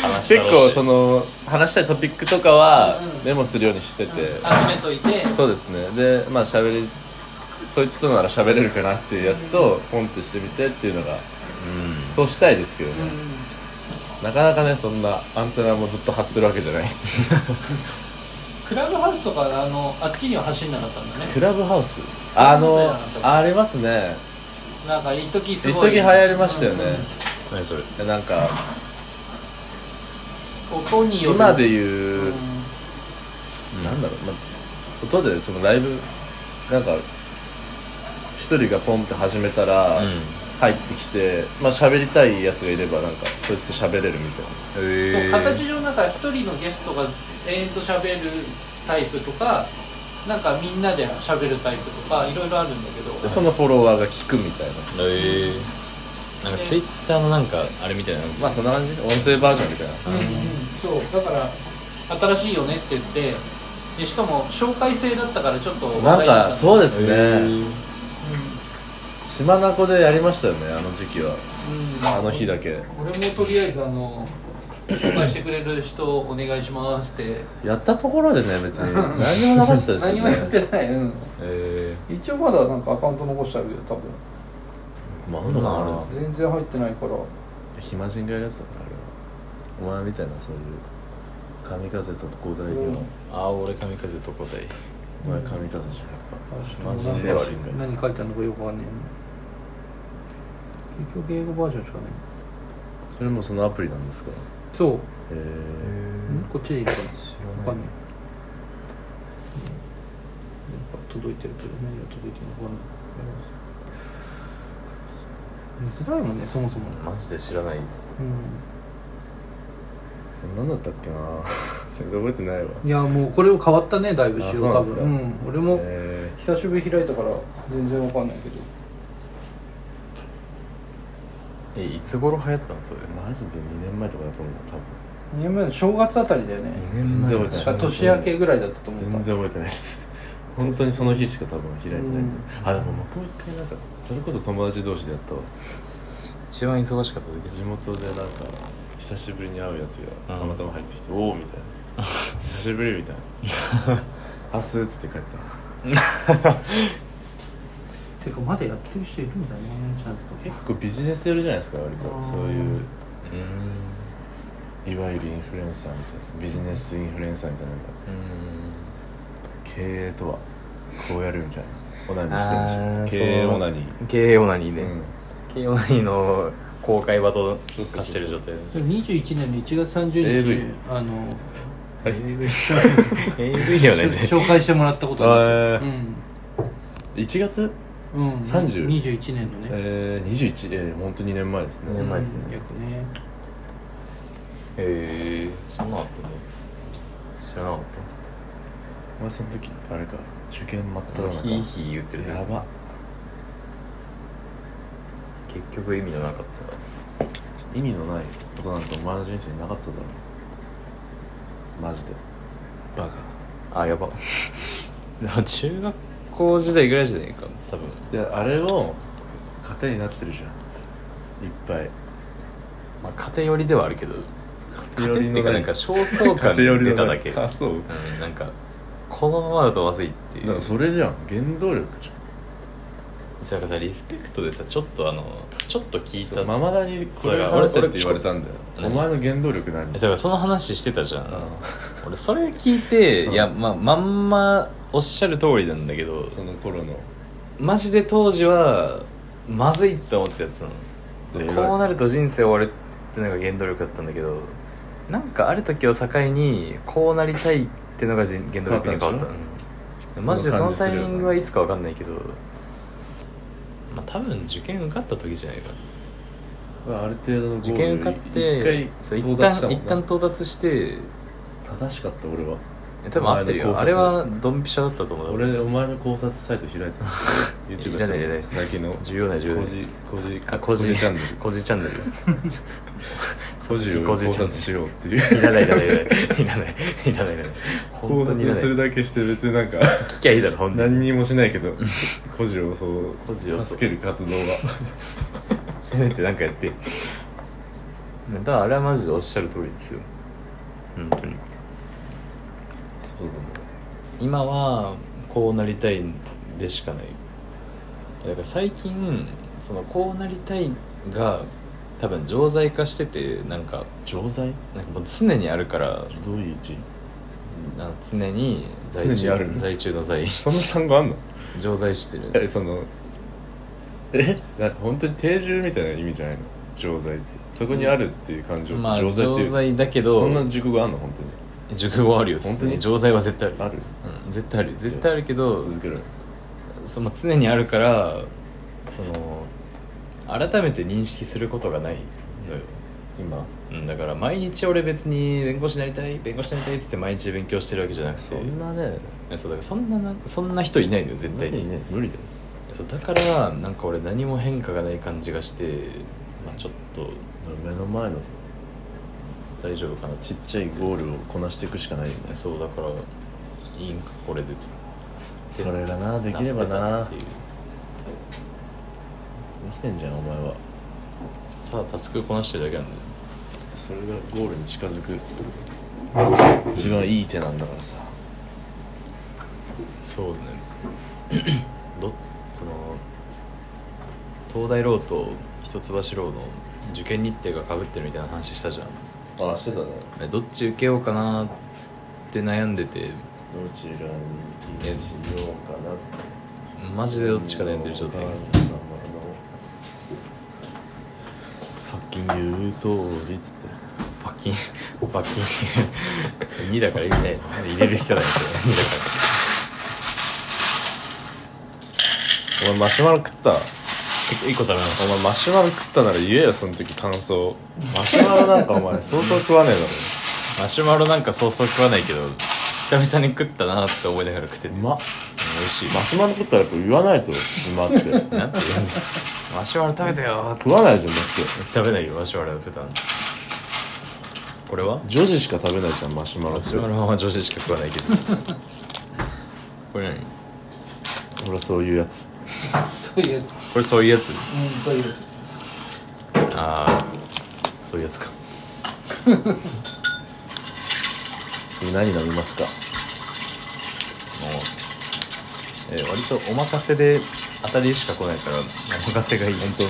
[SPEAKER 2] 話し
[SPEAKER 4] 結
[SPEAKER 2] たら
[SPEAKER 4] 構その話したいトピックとかは
[SPEAKER 3] うん
[SPEAKER 4] メモするようにしてて、
[SPEAKER 3] 集めといて
[SPEAKER 4] そうですねでまあ喋りそいつとなら喋れるかなっていうやつとポンってしてみてっていうのが
[SPEAKER 2] うん
[SPEAKER 4] そうしたいですけどね、
[SPEAKER 3] う
[SPEAKER 4] なかなかねそんなアンテナもずっと張ってるわけじゃない
[SPEAKER 3] んクラブハウスとかあのあっちには走んなかったんだね
[SPEAKER 4] クラブハウスあのありますね
[SPEAKER 3] なんか一時す
[SPEAKER 4] 一
[SPEAKER 3] ごい
[SPEAKER 4] 時流行りましたよね、
[SPEAKER 2] 何それ
[SPEAKER 4] なんか
[SPEAKER 3] うんうん音による
[SPEAKER 4] 今で
[SPEAKER 3] う
[SPEAKER 4] い
[SPEAKER 3] ん
[SPEAKER 4] う、なんだろう、まあ、音でそのライブなんか一人がポンって始めたら、
[SPEAKER 2] うん
[SPEAKER 4] 入ってきてまあ喋りたいやつがいればなんかそいつと喋れるみたいな
[SPEAKER 2] え
[SPEAKER 3] そう形上なんか一人のゲストが延々と喋るタイプとかなんかみんなで喋るタイプとかいろいろあるんだけど
[SPEAKER 4] でそのフォロワーが聞くみたいな
[SPEAKER 2] えー、なんかツイッターのなんかあれみたいな感じ、
[SPEAKER 4] まあそんな感じ音声バージョンみたいな
[SPEAKER 3] うんうん、そうだから新しいよねって言ってでしかも紹介制だったからちょっと
[SPEAKER 4] なんかそう
[SPEAKER 3] で
[SPEAKER 4] ですね、島名湖でやりましたよねあの時期はあの日だけ
[SPEAKER 3] 俺もとりあえずあの紹介してくれる人お願いしますって
[SPEAKER 4] やったところでね別に何もなかったですよね
[SPEAKER 3] 何もやってない、うん、
[SPEAKER 2] え
[SPEAKER 3] 一応まだなんかアカウント残してあるよ多分
[SPEAKER 2] ー、
[SPEAKER 4] まあ
[SPEAKER 2] そんなのあるんですね
[SPEAKER 3] 全然入ってないから
[SPEAKER 4] 暇人がやるやつだからあれはお前みたいなそういう神風と高台
[SPEAKER 3] う
[SPEAKER 4] に
[SPEAKER 3] ん
[SPEAKER 4] は
[SPEAKER 2] ああ俺神風と答え
[SPEAKER 4] お前神風じゃんやっぱマジで
[SPEAKER 2] なん
[SPEAKER 4] 悪
[SPEAKER 2] か
[SPEAKER 4] いんだよ
[SPEAKER 3] 何書いてあるのかよくわかんねえ結局英語バージョンしかない
[SPEAKER 4] それもそのアプリなんですかへ
[SPEAKER 3] そう
[SPEAKER 4] え
[SPEAKER 3] こっちでいいのかな
[SPEAKER 2] ない
[SPEAKER 3] わかんないなんか届いてるけど何が届いてるのかわかんない見づらいもんねそもそも、
[SPEAKER 2] マジで知らないです
[SPEAKER 3] う
[SPEAKER 4] そんなんだったっけな 全然覚えてないわ
[SPEAKER 3] ん、いやもうこれを変わったねだいぶ
[SPEAKER 4] あ
[SPEAKER 3] 仕
[SPEAKER 4] そう
[SPEAKER 3] 様
[SPEAKER 4] なん
[SPEAKER 3] 多
[SPEAKER 4] ですか
[SPEAKER 3] 分うん俺も
[SPEAKER 4] へ
[SPEAKER 3] 久しぶりに開いたから全然わかんないけど
[SPEAKER 2] えいつ頃流行ったのそれ
[SPEAKER 4] ーマジで2年前とかだと思う多分
[SPEAKER 3] 2年前の正月あたりだよね
[SPEAKER 2] 年
[SPEAKER 4] 前
[SPEAKER 2] 全然
[SPEAKER 3] か年明けぐらいだったと思った
[SPEAKER 4] 全然覚えてないです 本当にその日しか多分開いてないと思う、
[SPEAKER 3] うん
[SPEAKER 4] あでも僕も一回なんかそれこそ友達同士でやったわ
[SPEAKER 2] 一番忙しかった時
[SPEAKER 4] 地元でなんか久しぶりに会うやつが
[SPEAKER 2] うん
[SPEAKER 4] たまたま入ってきて「おお」みたい な「久しぶり」みたいな「明日」っつって帰った
[SPEAKER 3] てかまだやってる人いるんだねちゃんと
[SPEAKER 4] 結構ビジネス寄りじゃないですか割とそういう
[SPEAKER 2] うーん
[SPEAKER 4] いわゆるインフルエンサーみたいなビジネスインフルエンサーみたいなのが
[SPEAKER 2] うーん
[SPEAKER 4] 経営とはこうやるみたいなオナニーしてる
[SPEAKER 2] あ
[SPEAKER 4] ん
[SPEAKER 2] ー
[SPEAKER 4] でしょ経営
[SPEAKER 2] その
[SPEAKER 4] オナニー
[SPEAKER 2] 経営オナニーね、
[SPEAKER 4] うん
[SPEAKER 2] 経営オナニーの公開場と
[SPEAKER 4] そうそうそうそう
[SPEAKER 2] 化してる状態
[SPEAKER 3] 21年の1月30日
[SPEAKER 4] AV
[SPEAKER 3] あの
[SPEAKER 2] AV だよね
[SPEAKER 3] 紹介してもらったことがあって
[SPEAKER 4] へ1月
[SPEAKER 3] うんうん
[SPEAKER 4] 30
[SPEAKER 3] 21年のね、
[SPEAKER 4] えー、21えー、本当2年前ですね、
[SPEAKER 2] 二年前ですね
[SPEAKER 3] 約ね
[SPEAKER 2] へえそんなのあったね知らなかっ
[SPEAKER 4] お前その時あれか受験真った只中
[SPEAKER 2] ヒーヒー言ってる時
[SPEAKER 4] やば
[SPEAKER 2] 結局意味のなかっ
[SPEAKER 4] 意味のないことなんてお前の人生になかっただろマジでバカ
[SPEAKER 2] たあや ばでも中学校時代ぐらいじゃないか多分
[SPEAKER 4] いやあれを糧になってるじゃんいっぱい
[SPEAKER 2] まあ家庭寄りではあるけど家庭っていうかなんか焦燥感
[SPEAKER 4] 偏り
[SPEAKER 2] 出
[SPEAKER 4] のな
[SPEAKER 2] た
[SPEAKER 4] い
[SPEAKER 2] だけ
[SPEAKER 4] あそう
[SPEAKER 2] うんなんかこのままだとまずいって
[SPEAKER 4] だか
[SPEAKER 2] いう
[SPEAKER 4] らそれじゃん原動力じ
[SPEAKER 2] じゃあさリスペクトでさちょっとあのちょっと聞い
[SPEAKER 4] ゃ
[SPEAKER 2] た
[SPEAKER 4] んママだにこれが話せって言われたんだよ
[SPEAKER 2] 俺
[SPEAKER 4] お
[SPEAKER 2] 俺
[SPEAKER 4] 前の原動力何
[SPEAKER 2] えだからその話してたじゃん、
[SPEAKER 4] あ
[SPEAKER 2] 俺それ聞いて、
[SPEAKER 4] うん
[SPEAKER 2] いやまあまんまおっしゃる通りなんだけど
[SPEAKER 4] ーその頃の
[SPEAKER 2] マジで当時はまずいって思ったやつなのこうなると人生終わるってのが原動力だったんだけどなんかある時を境にこうなりたいってのが人原動力に変わった
[SPEAKER 4] 変わったんで
[SPEAKER 2] うんマジでそ
[SPEAKER 4] その
[SPEAKER 2] の
[SPEAKER 4] 感じす
[SPEAKER 2] タイ
[SPEAKER 4] るよね
[SPEAKER 2] ミングはいつか分かんないけどまあ多分受験受かった時じゃないかな
[SPEAKER 4] ある程度のゴール
[SPEAKER 2] 受験受かってそう
[SPEAKER 4] 一回
[SPEAKER 2] 一
[SPEAKER 4] 到達した
[SPEAKER 2] 旦
[SPEAKER 4] もん
[SPEAKER 2] 一
[SPEAKER 4] な
[SPEAKER 2] 旦到達して
[SPEAKER 4] 正しかった俺は
[SPEAKER 2] え多分合ってる
[SPEAKER 4] お
[SPEAKER 2] よあ
[SPEAKER 4] 前の考
[SPEAKER 2] れ
[SPEAKER 4] 察
[SPEAKER 2] はドンピシャだったと思う多分
[SPEAKER 4] 俺お前の考察サイト 開いた YouTube
[SPEAKER 2] いらないいらない
[SPEAKER 4] 最近の
[SPEAKER 2] 重要な重要な
[SPEAKER 4] 個人個人
[SPEAKER 2] あ
[SPEAKER 4] 個
[SPEAKER 2] 個
[SPEAKER 4] 人
[SPEAKER 2] 人
[SPEAKER 4] チャンネ ル
[SPEAKER 2] 個人チャンネル
[SPEAKER 4] 個人を考察しようっていう
[SPEAKER 2] いらないいらないいらないいらないいらない
[SPEAKER 4] 考
[SPEAKER 2] 本当に
[SPEAKER 4] 察
[SPEAKER 2] いら
[SPEAKER 4] する
[SPEAKER 2] ない
[SPEAKER 4] だけして別になんか
[SPEAKER 2] 聞きゃいいだろ本当に
[SPEAKER 4] 何にもしないけ ど個人をそう
[SPEAKER 2] 個人を そう
[SPEAKER 4] 助ける活動は
[SPEAKER 2] せめてなんかやってだからあれはマジでおっしゃる通りですよ本当に
[SPEAKER 4] そうだね
[SPEAKER 2] 今はこうなりたいでしかないだから最近そのこうなりたいが多分常在化しててなんか
[SPEAKER 4] 錠剤
[SPEAKER 2] なんかもう常にあるから
[SPEAKER 4] どういう字
[SPEAKER 2] あの常に在
[SPEAKER 4] 常にある
[SPEAKER 2] 中在中の在
[SPEAKER 4] そんな単語あんの
[SPEAKER 2] 常在して
[SPEAKER 4] え
[SPEAKER 2] る
[SPEAKER 4] そのえな本当に定住みたいな意味じゃないの錠剤ってそこにあるっていう感情
[SPEAKER 2] ま
[SPEAKER 4] っ
[SPEAKER 2] あ
[SPEAKER 4] て錠剤っ
[SPEAKER 2] 常
[SPEAKER 4] ていう、
[SPEAKER 2] 在だけど
[SPEAKER 4] そんな熟語あんの本当に
[SPEAKER 2] 熟語あるよ
[SPEAKER 4] 本当に
[SPEAKER 2] 常在は絶対ある
[SPEAKER 4] ある
[SPEAKER 2] うん、絶対あるよ絶対あるけど
[SPEAKER 4] 続けろよ
[SPEAKER 2] その常にあるからその改めて認識することがないのよ、
[SPEAKER 4] 今
[SPEAKER 2] うん、だから毎日俺別に勉強しなりたい弁護士になりたいっつって毎日勉強してるわけじゃなくて
[SPEAKER 4] そんなね
[SPEAKER 2] えそうだからそんななそんな人いないのよ絶対に
[SPEAKER 4] ね無理だよ
[SPEAKER 2] そうだからなんか俺何も変化がない感じがして、まあ、ちょっと
[SPEAKER 4] 目の前の
[SPEAKER 2] 大丈夫かな
[SPEAKER 4] ちっちゃいゴールをこなしていくしかないよね
[SPEAKER 2] そうだからいいんかこれで
[SPEAKER 4] それがなできれば
[SPEAKER 2] っ
[SPEAKER 4] な
[SPEAKER 2] て
[SPEAKER 4] で
[SPEAKER 2] たっていう
[SPEAKER 4] きてんじゃんお前は
[SPEAKER 2] ただタスクこなしてるだけなんだよ
[SPEAKER 4] それがゴールに近づく一番いい手なんだからさ
[SPEAKER 2] そうだねどその東大ローと一橋ローの受験日程がかぶってるみたいな話したじゃん
[SPEAKER 4] あしてたね
[SPEAKER 2] えどっち受けようかなって悩んでて
[SPEAKER 4] どちらに寄付しようかなっつって
[SPEAKER 2] マジでどっちか悩んでる状態
[SPEAKER 4] お母様のファッキング言う通りっつって
[SPEAKER 2] パッキン パッキン2だから意味ないな入れる必要ないん だよ2だか
[SPEAKER 4] お
[SPEAKER 2] ら
[SPEAKER 4] 前マシュマロ食った
[SPEAKER 2] 1個食べまし
[SPEAKER 4] お前マシュマロ食ったなら言えよその時感想マシュマロなんかお前相当食わねえだろ
[SPEAKER 2] たマシュマロなんかそうそう食わないけど久々に食ったなって思いながら食ってて
[SPEAKER 4] うまっ
[SPEAKER 2] うん美味しい
[SPEAKER 4] マシュマロ食ったらやっぱ言わないと今って食
[SPEAKER 2] なんて言うんだマシュマロ食べたよーって
[SPEAKER 4] わないじゃんだっ
[SPEAKER 2] 食べないよマシュマロ普段これは
[SPEAKER 4] て女子しか食べないじゃんマシュマロ
[SPEAKER 2] マ
[SPEAKER 4] って
[SPEAKER 2] シュマロは女子しか食わないけどこれ何
[SPEAKER 4] 俺はそういうやつ
[SPEAKER 3] そういうやつうん
[SPEAKER 2] これそういうやつ
[SPEAKER 3] そういうやつ
[SPEAKER 2] ああそういうやつか
[SPEAKER 4] 次何飲みますか
[SPEAKER 2] もう、えー割とお任せで当たりしか来ないからお任せがいい本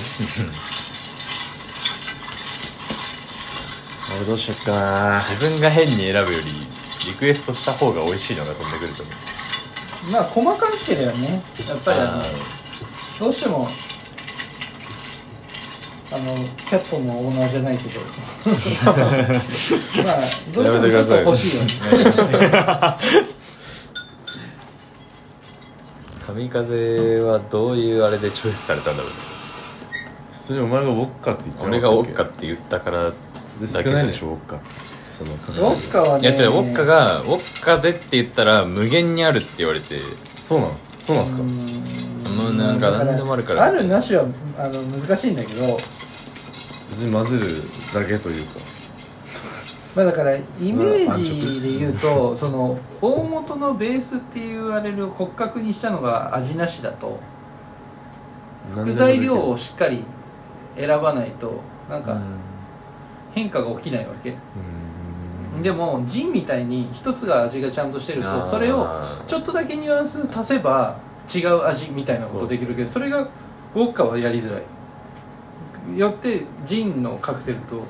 [SPEAKER 4] 俺どうしよっかな
[SPEAKER 2] 自分が変に選ぶよりリクエストした方が美味しいのが飛んでくると思う
[SPEAKER 3] まあ細かいけどねやっぱりあの
[SPEAKER 2] あ
[SPEAKER 3] どうしてもあのキャットのオーナーじゃない けどまあどう
[SPEAKER 4] やめてくだ
[SPEAKER 3] して
[SPEAKER 4] さ
[SPEAKER 3] も
[SPEAKER 4] い
[SPEAKER 3] 欲しいよね
[SPEAKER 2] 神風はどういうあれでチョイスされたんだろうね
[SPEAKER 4] 普通にお前がウォッカって言ってなか
[SPEAKER 2] 俺が
[SPEAKER 4] ったっ
[SPEAKER 2] ウォ
[SPEAKER 4] け
[SPEAKER 2] ッカって言ったから
[SPEAKER 4] で少
[SPEAKER 2] だけじ
[SPEAKER 4] な
[SPEAKER 2] ゃ
[SPEAKER 4] い
[SPEAKER 2] な
[SPEAKER 4] で
[SPEAKER 2] い
[SPEAKER 4] しょウォッカってその感
[SPEAKER 3] ウォッカはね
[SPEAKER 2] いや違うウォッカがウォッカでって言ったら無限にあるって言われて
[SPEAKER 4] そうなんすそうなんすか
[SPEAKER 2] もうなんか何でもあるから
[SPEAKER 3] あるなしはあの難しいんだけど
[SPEAKER 4] 別に混ぜるだけというか
[SPEAKER 3] まあだからイメージで言うとその大元のベースって言われる骨格にしたのが味なしだと
[SPEAKER 4] 何でもでき
[SPEAKER 3] 副
[SPEAKER 4] る
[SPEAKER 3] 材料をしっかり選ばないとなんか変化が起きないわけ
[SPEAKER 4] うん
[SPEAKER 3] でもジンみたいに一つが味がちゃんとしてる
[SPEAKER 2] あ
[SPEAKER 3] と
[SPEAKER 2] ー
[SPEAKER 3] それをちょっとだけニュアンス足せば違う味みたいなことできるけどそれがウォッカはやりづらいよってジンのカクテルと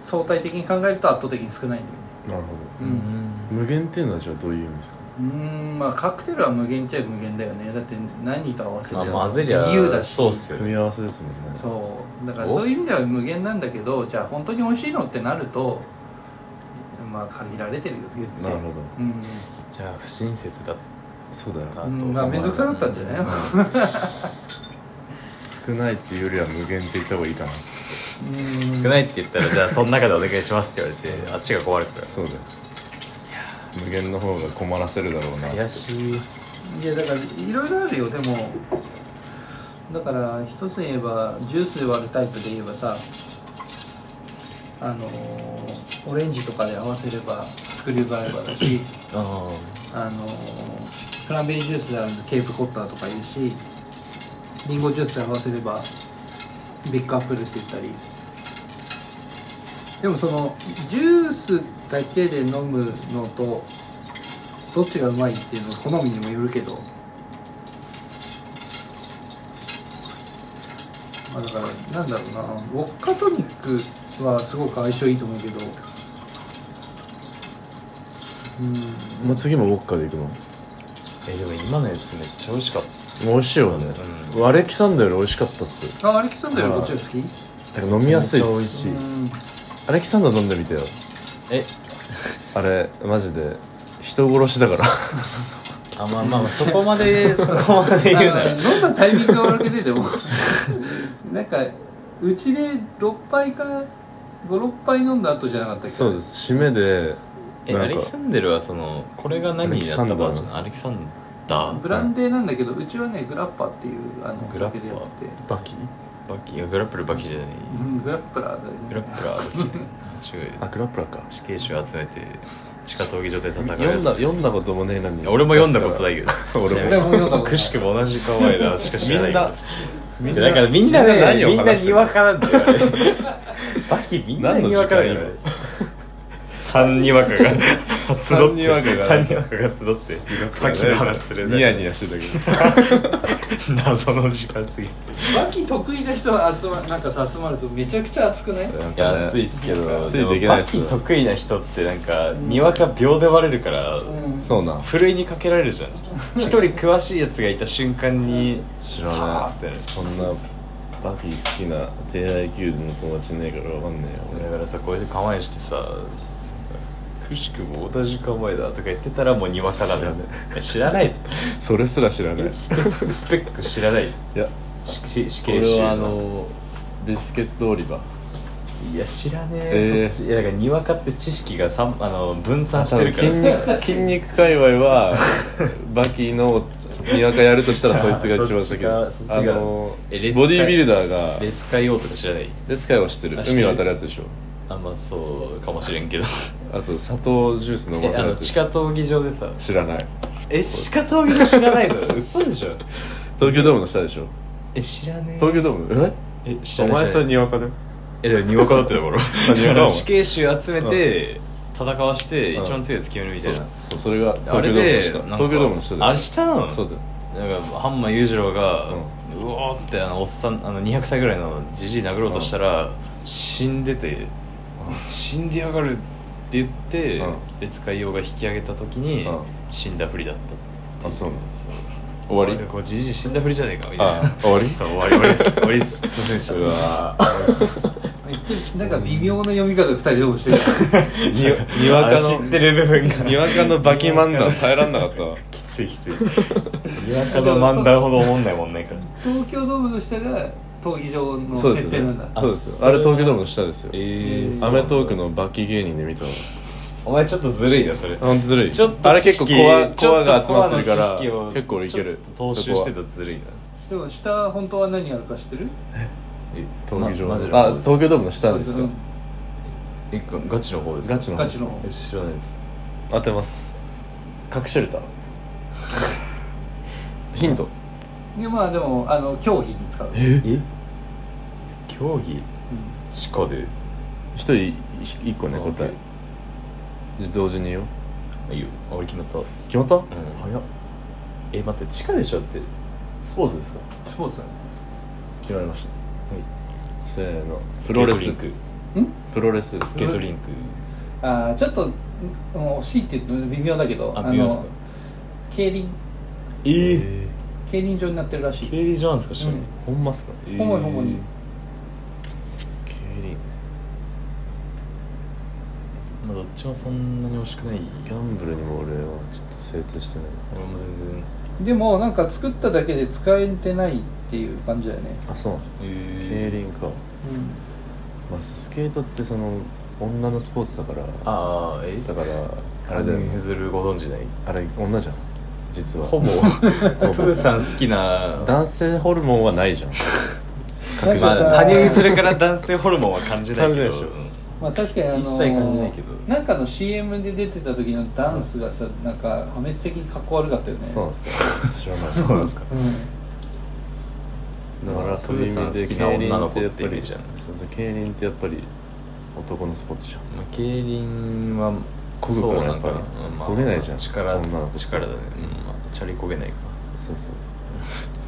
[SPEAKER 3] 相対的に考えると圧倒的に少ないんだ
[SPEAKER 4] なる
[SPEAKER 3] よね
[SPEAKER 4] ほ
[SPEAKER 3] う
[SPEAKER 2] うんん
[SPEAKER 4] ど無限っていうのはじゃあどういう意味ですか
[SPEAKER 3] うーんまあカクテルは無限っちゃ無限だよねだって何と合わせて
[SPEAKER 2] まあ
[SPEAKER 3] も
[SPEAKER 2] 混ぜり
[SPEAKER 3] 自由だ
[SPEAKER 2] ゃ
[SPEAKER 3] し
[SPEAKER 2] そうっすよ
[SPEAKER 4] 組
[SPEAKER 2] ね
[SPEAKER 4] み合わせですもんね
[SPEAKER 3] そうだから
[SPEAKER 2] お
[SPEAKER 3] そういう意味では無限なんだけどじゃあ本当に美味しいのってなるとまあ限られてるよ言って
[SPEAKER 4] なるほど
[SPEAKER 3] うん
[SPEAKER 2] じゃあ不親切だっ
[SPEAKER 4] そうだよ
[SPEAKER 2] た
[SPEAKER 3] う
[SPEAKER 2] と
[SPEAKER 3] んまあ面倒くさかったんじゃない
[SPEAKER 2] うん
[SPEAKER 4] 少ないっていうよりは無限って言った方がいいかな
[SPEAKER 2] 少ないって言ったらじゃあその中でお願いしますって言われてあっちが壊れたか
[SPEAKER 4] そうだよ無限の方が困らせるだろうな
[SPEAKER 2] ら
[SPEAKER 4] って
[SPEAKER 2] 悔しい
[SPEAKER 3] いやだからいろいろあるよでもだから一つ言えばジュースで割るタイプで言えばさあのーオレンジとかで合わせればスクリュードライバーだし
[SPEAKER 2] あ
[SPEAKER 3] あのークランベリージュースであるとケープコッターとかいるしリンゴジュースで合わせればビッグアップルって言ったりでもそのジュースだけで飲むのとどっちがうまいっていうのは好みにもよるけど、まあ、だからなんだろうなウォッカトニックはすごく相性いいと思うけどうん
[SPEAKER 4] もう次もウォッカでいくの
[SPEAKER 2] えでも今のやつめっちゃ美味しかっ
[SPEAKER 4] 美味しいよね
[SPEAKER 2] う
[SPEAKER 4] 割れキサンドより美味しかったっす
[SPEAKER 3] あ、アレキサンダーよりこっちが好き
[SPEAKER 4] なんか飲みやすいっ
[SPEAKER 2] めちゃめちゃ美味
[SPEAKER 4] す
[SPEAKER 2] しい
[SPEAKER 4] アレキサンダー飲んでみてよ
[SPEAKER 2] たえ
[SPEAKER 4] あれマジで人殺しだから
[SPEAKER 2] あまあまあまあそこまでそこまで言うな
[SPEAKER 3] あ
[SPEAKER 2] ら
[SPEAKER 3] 飲んだタイミングが悪くてでも なんかうちで6杯か56杯飲んだ後じゃなかったっけ
[SPEAKER 4] そうです締めで
[SPEAKER 2] え
[SPEAKER 4] なんか
[SPEAKER 2] アレキサンデルはそのこれが何になったバージョンアレキサンダー
[SPEAKER 3] ブランデーなんだけどうちはねグラッパっていうあのお
[SPEAKER 2] グラッパ
[SPEAKER 3] 酒でやってて
[SPEAKER 4] バキ
[SPEAKER 2] バキいやグラップルバキじゃない
[SPEAKER 3] うんグラップラーだよね
[SPEAKER 2] グラップラー どっちだよ違う
[SPEAKER 4] あグラップラーか
[SPEAKER 2] 死刑囚集めて地下闘技場で戦う
[SPEAKER 4] 読んだ
[SPEAKER 2] やつ
[SPEAKER 4] 読んだこともねえのに
[SPEAKER 2] 俺も読んだことないけど
[SPEAKER 4] 俺
[SPEAKER 3] 俺も読んだことない
[SPEAKER 2] くしくも同じ構えだしか知らないけど
[SPEAKER 4] みん
[SPEAKER 2] じゃあだからみんなねみんな
[SPEAKER 4] 話して
[SPEAKER 2] に
[SPEAKER 4] る
[SPEAKER 2] わかなんだよあれバキみんなにわかなんだよ
[SPEAKER 4] 何の時
[SPEAKER 2] 3にわかが集って
[SPEAKER 4] 三にわかが
[SPEAKER 2] 3にわかが集ってバキの話する
[SPEAKER 4] ニヤニヤしてたけど
[SPEAKER 2] 謎の時間すぎい
[SPEAKER 3] バキ得意な人は集まなんかさ集まるとめちゃくちゃ熱くない
[SPEAKER 4] なんかね
[SPEAKER 2] や暑いっすけど
[SPEAKER 4] つ
[SPEAKER 2] で
[SPEAKER 4] いて
[SPEAKER 2] も
[SPEAKER 4] いけない
[SPEAKER 2] バ
[SPEAKER 4] っす
[SPEAKER 2] キ得意な人ってなんかにわか秒で割れるから
[SPEAKER 3] うん
[SPEAKER 4] そうなん
[SPEAKER 2] ふるいにかけられるじゃん 一人詳しいやつがいた瞬間に
[SPEAKER 4] 知ら
[SPEAKER 2] さー
[SPEAKER 4] な
[SPEAKER 2] ってないる
[SPEAKER 4] そんなバキ好きな低 IQ の友達いねえからわかんねえよ
[SPEAKER 2] だからさこうやって構えしてさくしくも同じ構えだとか言ってたらもうにわかだねいや知らない
[SPEAKER 4] 俺それすら知らないい
[SPEAKER 2] スペックスペック知らない
[SPEAKER 4] や
[SPEAKER 2] しし死
[SPEAKER 4] こ
[SPEAKER 2] 刑
[SPEAKER 4] れ
[SPEAKER 2] 囚
[SPEAKER 4] はあのビスケット売り場
[SPEAKER 2] いや知らね
[SPEAKER 4] え
[SPEAKER 2] え、
[SPEAKER 4] ー
[SPEAKER 2] そっちいやだからにわかって知識がさんあの分散してるか
[SPEAKER 4] 筋
[SPEAKER 2] らさ
[SPEAKER 4] 肉筋肉界隈 はバキのにわかやるとしたらそいつが一番下けど
[SPEAKER 2] あそっちが
[SPEAKER 4] あの
[SPEAKER 2] えレッツ界
[SPEAKER 4] ボディービルダーが
[SPEAKER 2] 別海王とか知らない
[SPEAKER 4] 列界は知ってる
[SPEAKER 2] あ知っ
[SPEAKER 4] 海
[SPEAKER 2] てる
[SPEAKER 4] 渡るやつでしょ
[SPEAKER 2] あんまそうかもしれんけ ど
[SPEAKER 4] あと砂糖ジュース飲ま
[SPEAKER 2] え
[SPEAKER 4] せ
[SPEAKER 2] あ
[SPEAKER 4] るや
[SPEAKER 2] の
[SPEAKER 4] つ
[SPEAKER 2] 地下闘技場でさ
[SPEAKER 4] 知らない
[SPEAKER 2] え地下闘技場知らないの嘘でしょ
[SPEAKER 4] 東京ドームの下でしょ
[SPEAKER 2] え知らねえ
[SPEAKER 4] 東京ドーム
[SPEAKER 2] え知
[SPEAKER 4] えお
[SPEAKER 2] らない
[SPEAKER 4] 前
[SPEAKER 2] 知ら
[SPEAKER 4] さ
[SPEAKER 2] ない
[SPEAKER 4] にわかで
[SPEAKER 2] えでもにわかだったよこ
[SPEAKER 4] あ にわかだも
[SPEAKER 2] れ
[SPEAKER 4] ん
[SPEAKER 2] 死刑囚集めて、戦わして
[SPEAKER 4] うん
[SPEAKER 2] 一番強いやつ決めるみた
[SPEAKER 4] そう
[SPEAKER 2] いな、
[SPEAKER 4] そうそれが東
[SPEAKER 2] あれ
[SPEAKER 4] 京ドーム
[SPEAKER 2] で
[SPEAKER 4] の下
[SPEAKER 2] なんか
[SPEAKER 4] 東京ドームの下で
[SPEAKER 2] あれ下なの
[SPEAKER 4] そうだよ
[SPEAKER 2] なんかハンマー裕次郎が、うおーってあのおっさんあの200歳ぐらいのじじい殴ろうとしたら、死んでて、死んでやがるって言って、
[SPEAKER 4] うん
[SPEAKER 2] 別海洋が引き上げた時に、
[SPEAKER 4] うん
[SPEAKER 2] 死んだふりだったっていう
[SPEAKER 4] あそうなん
[SPEAKER 2] ですよ
[SPEAKER 4] 終わり
[SPEAKER 2] こうじじい死んだふりじゃねえかみたい
[SPEAKER 4] あ
[SPEAKER 2] な
[SPEAKER 4] 終わり
[SPEAKER 2] そう終わり終わりです終わりですすいませんでした
[SPEAKER 4] うわ
[SPEAKER 3] なんか微妙な読み方二人ともしてる
[SPEAKER 4] にわかの
[SPEAKER 2] あ知ってる部分 が
[SPEAKER 4] にわかのバキ漫談耐えらんなかったわ
[SPEAKER 2] きついきついにわかの漫談ほど思んないもんないから
[SPEAKER 3] 東京ドームの下が闘技場の設定なんだ
[SPEAKER 4] そうですあれ東京ドームの下ですよ
[SPEAKER 2] え
[SPEAKER 3] ー
[SPEAKER 4] アメトークのバキ芸人で見たわ
[SPEAKER 2] お前ちょっとずるいなそれ
[SPEAKER 4] ほんとずるい
[SPEAKER 2] ちょっと
[SPEAKER 4] あれ結構
[SPEAKER 2] 知識
[SPEAKER 4] コアコア
[SPEAKER 2] ちょ
[SPEAKER 4] が
[SPEAKER 2] っと
[SPEAKER 4] 集まってるか
[SPEAKER 2] コアの
[SPEAKER 4] ら
[SPEAKER 2] 知識を
[SPEAKER 4] 結構俺いける
[SPEAKER 2] ちょっと踏襲して
[SPEAKER 4] そ
[SPEAKER 2] た
[SPEAKER 4] こは
[SPEAKER 2] ずるいな
[SPEAKER 3] でも下本当は何やるか知ってる
[SPEAKER 4] え闘技場
[SPEAKER 2] まマジで
[SPEAKER 4] あ東京ドームの下ですか
[SPEAKER 2] えガガチの方ですか
[SPEAKER 4] ガチの
[SPEAKER 3] ガチの
[SPEAKER 2] え知らないです
[SPEAKER 4] 当てます核シェル ターヒント
[SPEAKER 3] でまあでもあの競技に使う、
[SPEAKER 2] え競技
[SPEAKER 3] う
[SPEAKER 2] 地下で
[SPEAKER 4] 一人ひ一個ね
[SPEAKER 2] あ
[SPEAKER 4] 答
[SPEAKER 2] OK
[SPEAKER 4] えじゃあ同時に言おう
[SPEAKER 2] あいいよあ俺決まった
[SPEAKER 4] 決まった、うん
[SPEAKER 2] 早っえ待って地下でしょって
[SPEAKER 4] スポーツですか
[SPEAKER 3] ん、スポーツだ
[SPEAKER 4] 決まりました
[SPEAKER 2] はい
[SPEAKER 4] せーの
[SPEAKER 2] ス
[SPEAKER 4] プ
[SPEAKER 2] ケ
[SPEAKER 4] ロ
[SPEAKER 2] ー
[SPEAKER 4] レ
[SPEAKER 2] トリ
[SPEAKER 4] ス
[SPEAKER 2] ンク
[SPEAKER 3] ん
[SPEAKER 4] プロレス
[SPEAKER 2] スケートリンク
[SPEAKER 3] あーちょっともう惜しいって言うと微妙だけど
[SPEAKER 2] あ微妙ですか
[SPEAKER 3] の競輪
[SPEAKER 2] え
[SPEAKER 4] え
[SPEAKER 2] ー
[SPEAKER 4] ー、
[SPEAKER 3] 競輪場になってるらしい
[SPEAKER 2] 競輪場なんですか知らない
[SPEAKER 3] うん
[SPEAKER 4] ほんますか
[SPEAKER 2] えー
[SPEAKER 3] ほんまにほんまに
[SPEAKER 4] 競輪
[SPEAKER 2] まあどっちもそんなに惜しくない
[SPEAKER 4] ギャンブルにも俺はちょっと精通してない
[SPEAKER 2] 俺も全然
[SPEAKER 3] でもなんか作っただけで使えてないっていう感じだよね、
[SPEAKER 4] あそうなんですね競
[SPEAKER 2] えー、
[SPEAKER 4] 輪か、まあ、スケートってその女のスポーツだから
[SPEAKER 2] ああえ
[SPEAKER 4] だからあ
[SPEAKER 2] あ
[SPEAKER 4] れ
[SPEAKER 2] れ
[SPEAKER 4] だ
[SPEAKER 2] で
[SPEAKER 4] よね
[SPEAKER 2] 譲るご存知ない
[SPEAKER 4] あれ女じゃん実は
[SPEAKER 2] ほぼプーさん好きな
[SPEAKER 4] 男性ホルモンはないじゃん
[SPEAKER 3] 確
[SPEAKER 2] ま
[SPEAKER 3] か
[SPEAKER 2] あ
[SPEAKER 3] さ
[SPEAKER 2] 羽生結弦から男性ホルモンは感じないけ
[SPEAKER 4] 感
[SPEAKER 2] ど
[SPEAKER 4] じないでしょ
[SPEAKER 3] まあ確かにあの
[SPEAKER 2] 一切感じないけど
[SPEAKER 3] なんかの CM で出てた時のダンスがさなんか破滅的にかっこ悪かったよね
[SPEAKER 4] そうなんですか知らない
[SPEAKER 2] そうなんですか
[SPEAKER 3] う
[SPEAKER 4] だからそういう意味で競
[SPEAKER 2] プーさん好きな女
[SPEAKER 4] 輪
[SPEAKER 2] の
[SPEAKER 4] って
[SPEAKER 2] 子
[SPEAKER 4] や
[SPEAKER 2] っ
[SPEAKER 4] ってぱ
[SPEAKER 2] イメー
[SPEAKER 4] り
[SPEAKER 2] ジあるんで
[SPEAKER 4] そうだ競輪ってやっぱり男のスポーツじゃん
[SPEAKER 2] まあ、競輪は
[SPEAKER 4] 漕ぐからやっぱり
[SPEAKER 2] そうなのかな
[SPEAKER 4] 漕げないじゃん
[SPEAKER 2] 力
[SPEAKER 4] 女の子
[SPEAKER 2] 力だね、うんまあ、チャリ漕げないか
[SPEAKER 4] そうそう